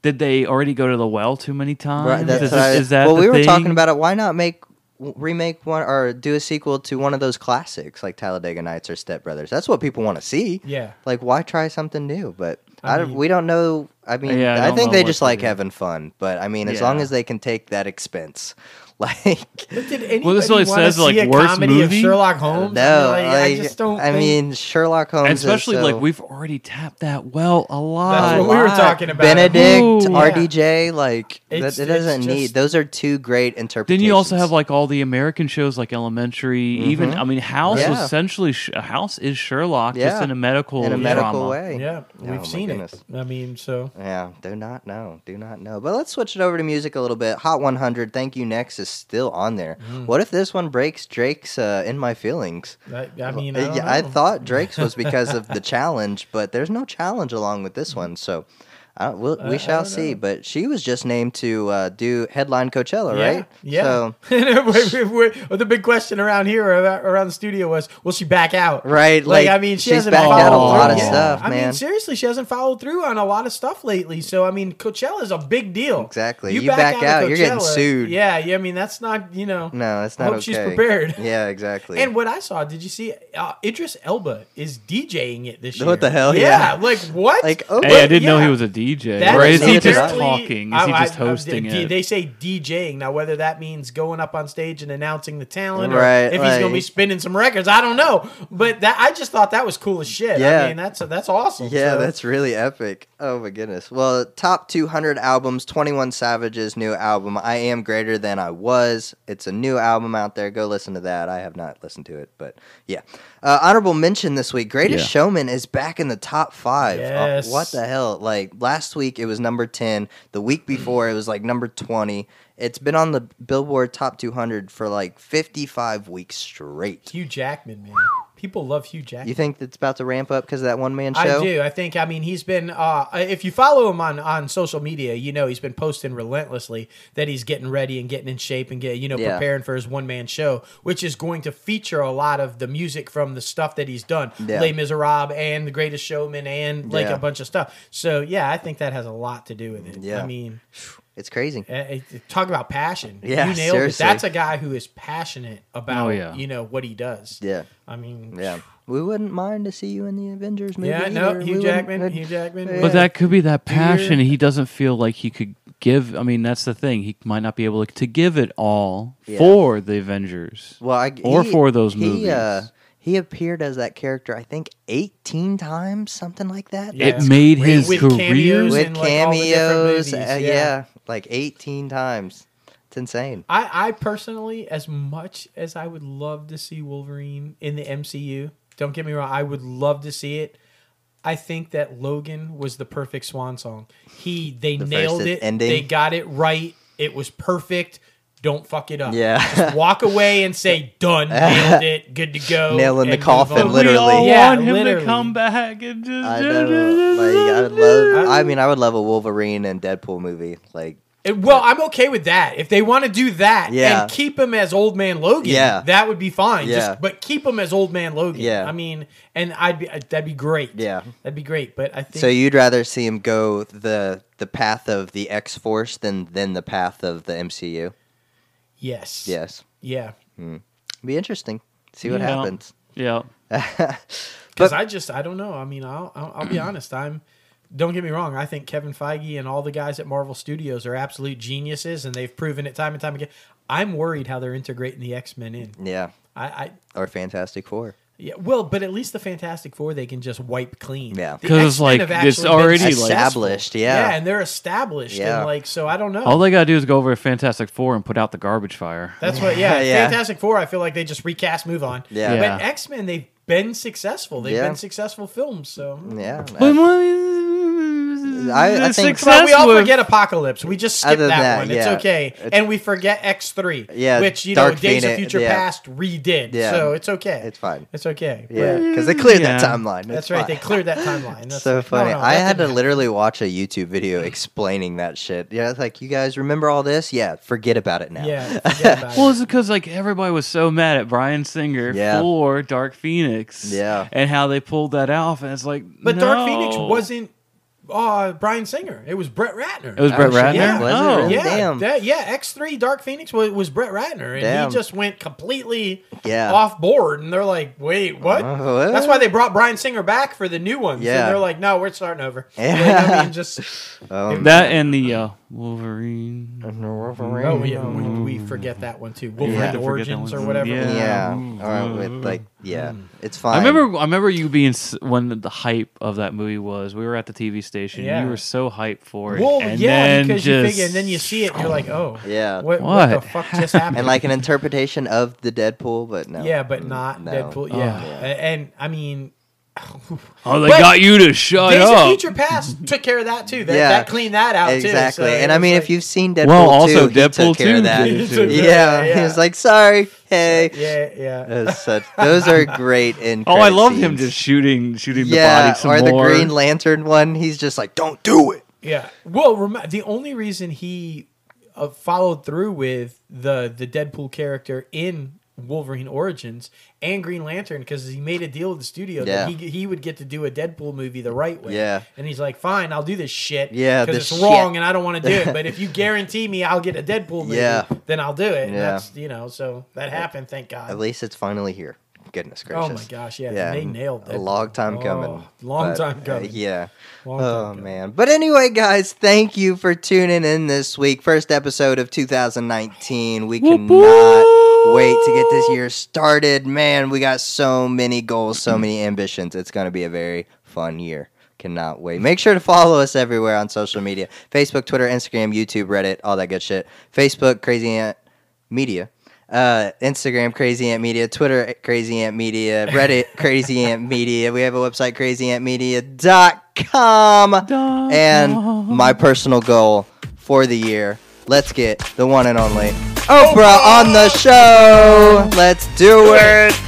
Speaker 3: Did they already go to the well too many times?
Speaker 1: Right, that's
Speaker 3: is,
Speaker 1: what I-
Speaker 3: is that
Speaker 1: well,
Speaker 3: the
Speaker 1: we were
Speaker 3: thing?
Speaker 1: talking about it. Why not make remake one or do a sequel to one of those classics like Talladega Nights or Step Brothers? That's what people want to see.
Speaker 2: Yeah.
Speaker 1: Like, why try something new? But I,
Speaker 2: I
Speaker 1: don't,
Speaker 2: mean-
Speaker 1: we don't know. I mean,
Speaker 3: Yeah,
Speaker 1: I,
Speaker 3: I don't
Speaker 1: think
Speaker 3: know
Speaker 1: they
Speaker 3: what
Speaker 1: just
Speaker 3: to
Speaker 1: like
Speaker 3: do.
Speaker 1: having fun. But I mean, as
Speaker 3: Yeah.
Speaker 1: long as they can take that expense, like.
Speaker 2: But did anybody
Speaker 3: Well, that's what it
Speaker 2: wanna
Speaker 3: says,
Speaker 2: see
Speaker 3: like,
Speaker 2: a
Speaker 3: worst
Speaker 2: comedy of
Speaker 3: movie?
Speaker 2: Sherlock Holmes?
Speaker 1: No,
Speaker 2: I, mean, like, I just don't.
Speaker 1: I
Speaker 2: think-
Speaker 1: mean, Sherlock Holmes,
Speaker 3: And
Speaker 1: is
Speaker 3: especially
Speaker 1: so-
Speaker 3: like we've already tapped that well a
Speaker 2: That's
Speaker 3: lot.
Speaker 2: what we were
Speaker 1: lot.
Speaker 2: talking about.
Speaker 1: Benedict,
Speaker 3: Ooh.
Speaker 2: Yeah.
Speaker 1: RDJ, like
Speaker 2: It's-
Speaker 1: that, it
Speaker 2: it's
Speaker 1: doesn't need.
Speaker 2: just-
Speaker 1: Those are two great interpretations.
Speaker 3: Then you also have like all the American shows like Elementary, even I mean House was
Speaker 1: Mm-hmm. Yeah.
Speaker 3: essentially Sh- House is Sherlock
Speaker 1: Yeah.
Speaker 3: just in a medical
Speaker 1: in a medical
Speaker 3: drama.
Speaker 1: way.
Speaker 2: yeah,
Speaker 1: Oh, my
Speaker 2: we've seen it.
Speaker 1: goodness.
Speaker 2: I mean, so
Speaker 1: Yeah, do not know. Do not know. But let's switch it over to music a little bit. Hot 100, Thank You Next is still on there.
Speaker 2: Mm.
Speaker 1: What if this one breaks Drake's uh, In My Feelings?
Speaker 2: I, I mean, I,
Speaker 1: Uh,
Speaker 2: don't
Speaker 1: yeah, I
Speaker 2: know.
Speaker 1: thought Drake's was because of the challenge, but there's no challenge along with this one. So I don't- we'll, we
Speaker 2: Mm. I
Speaker 1: shall
Speaker 2: don't
Speaker 1: see.
Speaker 2: know.
Speaker 1: But she was just named to uh, do headline Coachella,
Speaker 2: Yeah,
Speaker 1: right?
Speaker 2: Yeah.
Speaker 1: So,
Speaker 2: We- we- we- the big question around here, ar- around the studio, was, will she back out?
Speaker 1: Right,
Speaker 2: Like,
Speaker 1: like,
Speaker 2: I mean, she
Speaker 1: she's
Speaker 2: hasn't
Speaker 1: backed
Speaker 2: followed
Speaker 3: out a
Speaker 2: through.
Speaker 3: lot of
Speaker 2: Yeah.
Speaker 1: stuff,
Speaker 2: I
Speaker 1: man.
Speaker 2: mean, seriously, she hasn't followed through on a lot of stuff lately. So, I mean, Coachella is a big deal.
Speaker 1: Exactly. You back
Speaker 2: at
Speaker 1: out, you're getting
Speaker 2: Coachella,
Speaker 1: sued.
Speaker 2: Yeah. Yeah. I mean, that's not you know.
Speaker 1: no, that's
Speaker 2: I
Speaker 1: not
Speaker 2: hope
Speaker 1: okay.
Speaker 2: she's prepared.
Speaker 1: Yeah, exactly.
Speaker 2: And what I saw, did you see? Uh, Idris Elba is DJing it this year.
Speaker 1: What the hell?
Speaker 2: Yeah.
Speaker 1: Yeah.
Speaker 2: Like what?
Speaker 1: like, oh,
Speaker 3: Hey, I didn't know
Speaker 2: yeah.
Speaker 3: he was a DJ.
Speaker 2: That
Speaker 3: or
Speaker 1: is
Speaker 3: is he just
Speaker 1: apparently-
Speaker 3: talking? Is he
Speaker 2: I- I-
Speaker 3: just hosting
Speaker 2: I,
Speaker 3: it?
Speaker 2: They say DJing now. Whether that means going up on stage and announcing the talent,
Speaker 1: Right,
Speaker 2: or if he's going
Speaker 1: like-
Speaker 2: to be spinning some records, I don't know. But that I just thought that was cool as shit.
Speaker 1: Yeah.
Speaker 2: I mean, that's that's awesome.
Speaker 1: Yeah,
Speaker 2: So,
Speaker 1: that's really epic. Oh my goodness. Well, top 200 albums, 21 Savage's new album, I Am Greater Than I Was. It's a new album out there. Go listen to that. I have not listened to it, but yeah. Uh, honorable mention this week Greatest
Speaker 3: Yeah.
Speaker 1: Showman is back in the top five. Uh,
Speaker 2: Yes.
Speaker 1: what the hell? Like last week it was number 10, the week before it was like number 20. It's been on the Billboard Top 200 for like 55 weeks straight.
Speaker 2: Hugh Jackman, man. People love Hugh Jackman.
Speaker 1: You think it's about to ramp up because of that one man show?
Speaker 2: I do. I think. I mean, he's been. Uh, if you follow him on on social media, you know he's been posting relentlessly that he's getting ready and getting in shape and get you know
Speaker 1: Yeah.
Speaker 2: preparing for his one man show, which is going to feature a lot of the music from the stuff that he's done,
Speaker 1: Yeah.
Speaker 2: Les Miserables and The Greatest Showman, and like
Speaker 1: Yeah.
Speaker 2: a bunch of stuff. So yeah, I think that has a lot to do with it.
Speaker 1: Yeah.
Speaker 2: I mean,
Speaker 1: It's crazy.
Speaker 2: uh, it- it- talk about passion.
Speaker 1: Yeah,
Speaker 2: you nailed
Speaker 1: seriously.
Speaker 2: it. That's a guy who is passionate about
Speaker 3: Oh, yeah.
Speaker 2: you know what he does.
Speaker 1: Yeah.
Speaker 2: I mean,
Speaker 1: Yeah. We wouldn't mind to see you in the Avengers movie.
Speaker 2: Yeah, no,
Speaker 1: either. We
Speaker 2: Hugh
Speaker 1: wouldn't-
Speaker 2: Jackman.
Speaker 1: would-
Speaker 2: Hugh Jackman.
Speaker 1: But
Speaker 2: yeah.
Speaker 3: But that could be that passion.
Speaker 2: Dear-
Speaker 3: He doesn't feel like he could give. I mean, that's the thing. He might not be able to give it all
Speaker 1: Yeah.
Speaker 3: for the Avengers.
Speaker 1: Well, I,
Speaker 3: Or
Speaker 1: he-
Speaker 3: for those
Speaker 1: He, uh,
Speaker 3: movies.
Speaker 1: he appeared as that character, I think, 18 times, something like that.
Speaker 2: Yeah.
Speaker 3: It made
Speaker 2: With
Speaker 3: his career.
Speaker 2: cameos.
Speaker 1: With
Speaker 2: in, like, all the different
Speaker 1: cameos.
Speaker 2: movies,
Speaker 1: uh, yeah.
Speaker 2: yeah.
Speaker 1: like 18 times. It's insane.
Speaker 2: I, I personally, as much as I would love to see Wolverine in the MCU, don't get me wrong, I would love to see it. I think that Logan was the perfect swan song. He they
Speaker 1: The
Speaker 2: nailed
Speaker 1: first
Speaker 2: it.
Speaker 1: ending.
Speaker 2: They got it right. It was perfect. Don't fuck it up.
Speaker 1: Yeah.
Speaker 2: Just walk away and say done. Nailed it. Good to go.
Speaker 1: Nail in the
Speaker 2: and move
Speaker 1: coffin,
Speaker 2: on.
Speaker 1: But literally.
Speaker 3: We all
Speaker 2: Yeah,
Speaker 3: want him
Speaker 2: literally.
Speaker 3: to come back and just.
Speaker 1: I know. Like, I would love.
Speaker 2: I-
Speaker 1: I mean, I would love a Wolverine and Deadpool movie. Like,
Speaker 2: It- well, I'm okay with that. If they want to do that
Speaker 1: Yeah.
Speaker 2: and keep him as Old Man Logan,
Speaker 1: Yeah.
Speaker 2: that would be fine.
Speaker 1: Yeah.
Speaker 2: Just but keep him as Old Man Logan.
Speaker 1: Yeah.
Speaker 2: I mean, and I'd be that'd be great.
Speaker 1: Yeah.
Speaker 2: that'd be great. But I think
Speaker 1: so you'd rather see him go the the path of the X Force than than the path of the MCU?
Speaker 2: yes,
Speaker 1: Yes,
Speaker 2: yeah.
Speaker 1: be interesting. See what
Speaker 3: Yeah.
Speaker 1: happens.
Speaker 3: Yeah.
Speaker 2: Because
Speaker 1: But-
Speaker 2: I just I don't know. I mean, I'll I'll, I'll be honest. I'm. Don't get me wrong. I think Kevin Feige and all the guys at Marvel Studios are absolute geniuses, and they've proven it time and time again. I'm worried how they're integrating the X Men in.
Speaker 1: Yeah,
Speaker 2: I, I
Speaker 1: or Fantastic Four.
Speaker 2: Yeah, well, but at least the Fantastic Four they can just wipe clean.
Speaker 1: Yeah.
Speaker 2: The
Speaker 3: 'Cause,
Speaker 2: X-Men
Speaker 3: like,
Speaker 2: have
Speaker 3: it's
Speaker 2: actually been
Speaker 3: already, like-
Speaker 2: successful.
Speaker 1: Established, yeah.
Speaker 2: and they're established,
Speaker 1: Yeah.
Speaker 2: and like so, I don't know.
Speaker 3: All they gotta do is go over to Fantastic Four and put out the garbage fire.
Speaker 2: That's what, yeah,
Speaker 1: Yeah.
Speaker 2: Fantastic Four. I feel like they just recast, move on.
Speaker 1: Yeah.
Speaker 3: Yeah.
Speaker 2: but X Men they've been successful. They've
Speaker 1: Yeah.
Speaker 2: been successful films. So
Speaker 1: Yeah,
Speaker 3: But
Speaker 1: I-
Speaker 3: I,
Speaker 1: I think-
Speaker 2: Come on, we all
Speaker 3: with-
Speaker 2: forget Apocalypse. We just skip
Speaker 1: Other
Speaker 2: that,
Speaker 1: than that,
Speaker 2: one.
Speaker 1: yeah.
Speaker 2: It's okay, and we forget X three.
Speaker 1: Yeah,
Speaker 2: which you know,
Speaker 1: Dark
Speaker 2: Days of
Speaker 1: Phoenix,
Speaker 2: Future
Speaker 1: yeah.
Speaker 2: Past redid.
Speaker 1: Yeah.
Speaker 2: so it's okay.
Speaker 1: it's fine.
Speaker 2: It's okay.
Speaker 1: Yeah,
Speaker 2: But
Speaker 1: because they cleared that
Speaker 3: Yeah.
Speaker 1: timeline. It's
Speaker 2: that's right.
Speaker 1: fine.
Speaker 2: They cleared that timeline. That's
Speaker 1: so
Speaker 2: like, no,
Speaker 1: funny.
Speaker 2: no,
Speaker 1: I
Speaker 2: that
Speaker 1: had to
Speaker 2: didn't
Speaker 1: literally watch a YouTube video explaining that shit. Yeah, it's like you guys remember all this? Yeah, forget about it now.
Speaker 2: Yeah. forget about it.
Speaker 3: Well, it's because like everybody was so mad at Brian Singer
Speaker 1: Yeah.
Speaker 3: for Dark Phoenix,
Speaker 1: Yeah.
Speaker 3: and how they pulled that off, and it's like,
Speaker 2: But Dark Phoenix
Speaker 3: no.
Speaker 2: wasn't uh, Brian Singer. It was Brett Ratner.
Speaker 3: It was Brett
Speaker 1: Oh, shit.
Speaker 3: Ratner.
Speaker 2: Yeah.
Speaker 1: Was it
Speaker 3: Oh.
Speaker 1: really?
Speaker 2: yeah,
Speaker 1: damn.
Speaker 2: that- yeah. X three Dark Phoenix was, was Brett Ratner, and
Speaker 1: Damn.
Speaker 2: he just went completely
Speaker 1: Yeah.
Speaker 2: off board. And they're like, "Wait, what?"
Speaker 1: Uh, what?
Speaker 2: That's why they brought Brian Singer back for the new ones.
Speaker 1: Yeah.
Speaker 2: and they're like, "No, we're starting over."
Speaker 1: Yeah.
Speaker 2: Like, I mean, just
Speaker 1: Um,
Speaker 3: That and the uh, Wolverine.
Speaker 2: oh yeah, we, we forget that one too. Wolverine
Speaker 1: Yeah.
Speaker 2: Origins
Speaker 3: Forget that
Speaker 2: or
Speaker 3: one.
Speaker 2: whatever.
Speaker 3: Yeah.
Speaker 1: yeah, or
Speaker 3: Mm.
Speaker 1: with like yeah, it's
Speaker 3: I
Speaker 1: fine.
Speaker 3: remember, I remember you being s- when the hype of that movie was. We were at the TV station.
Speaker 2: Yeah.
Speaker 3: You were so hyped for it.
Speaker 2: Well,
Speaker 3: and
Speaker 2: yeah,
Speaker 3: then
Speaker 2: because you
Speaker 3: just,
Speaker 2: figure, and then you see it, and you're like, "Oh,
Speaker 1: Yeah.
Speaker 2: what, what the
Speaker 3: What?
Speaker 2: fuck just happened?"
Speaker 1: and like an interpretation of the Deadpool, but no.
Speaker 2: Yeah, but
Speaker 1: Mm,
Speaker 2: not
Speaker 1: no.
Speaker 2: Deadpool. Yeah. A- And I mean,
Speaker 3: oh, they
Speaker 2: But-
Speaker 3: got you to shut
Speaker 2: Days of
Speaker 3: up.
Speaker 2: Future Past took care of that too. That,
Speaker 1: Yeah.
Speaker 2: that cleaned that out too.
Speaker 1: Exactly.
Speaker 2: So
Speaker 1: and
Speaker 2: it
Speaker 1: I
Speaker 2: was
Speaker 1: mean,
Speaker 2: like-
Speaker 1: if you've seen Deadpool
Speaker 3: Well, also
Speaker 1: 2, he
Speaker 3: Deadpool
Speaker 1: took care
Speaker 3: 2
Speaker 1: of that.
Speaker 3: did it
Speaker 2: too.
Speaker 1: yeah,
Speaker 2: Yeah.
Speaker 1: he was like, sorry, hey.
Speaker 2: yeah, yeah.
Speaker 1: It was such- those are great in.
Speaker 3: oh, I
Speaker 1: credit
Speaker 3: loved him
Speaker 1: scenes.
Speaker 3: just shooting, shooting the
Speaker 1: yeah,
Speaker 3: body some
Speaker 1: or the
Speaker 3: more.
Speaker 1: Green Lantern one. He's just like, don't do it.
Speaker 2: Yeah. Well, rem- the only reason he uh, followed through with the the Deadpool character in Wolverine Origins and Green Lantern because he made a deal with the studio that
Speaker 1: Yeah.
Speaker 2: he he would get to do a Deadpool movie the right way.
Speaker 1: Yeah.
Speaker 2: And he's like, "Fine, I'll do this shit.
Speaker 1: Yeah,
Speaker 2: because
Speaker 1: this
Speaker 2: it's wrong
Speaker 1: shit."
Speaker 2: and I don't want to do it. But if you guarantee me I'll get a Deadpool movie,
Speaker 1: Yeah.
Speaker 2: then I'll do it. And
Speaker 1: Yeah.
Speaker 2: That's you know. So that happened. Thank God.
Speaker 1: At least it's finally here. Goodness gracious.
Speaker 2: Oh my gosh! Yeah, they nailed it.
Speaker 1: A long time
Speaker 2: Oh,
Speaker 1: coming.
Speaker 2: Long
Speaker 1: but,
Speaker 2: time
Speaker 1: uh,
Speaker 2: coming.
Speaker 1: yeah.
Speaker 2: Long time
Speaker 1: oh
Speaker 2: coming.
Speaker 1: man. But anyway, guys, thank you for tuning in this week. First episode of 2019. We
Speaker 3: Whoop,
Speaker 1: cannot wait to get this year started. Man, we got so many goals, so many ambitions. It's going to be a very fun year. Cannot wait. Make sure to follow us everywhere on social media Facebook, Twitter, Instagram, YouTube, Reddit, all that good shit. Facebook, Crazy Ant Media. Uh, Instagram, Crazy Ant Media. Twitter, Crazy Ant Media. Reddit, Crazy Ant Media. We have a website, crazyantmedia.com. And my personal goal for the year let's get the one and only Oprah on the show. Let's do it.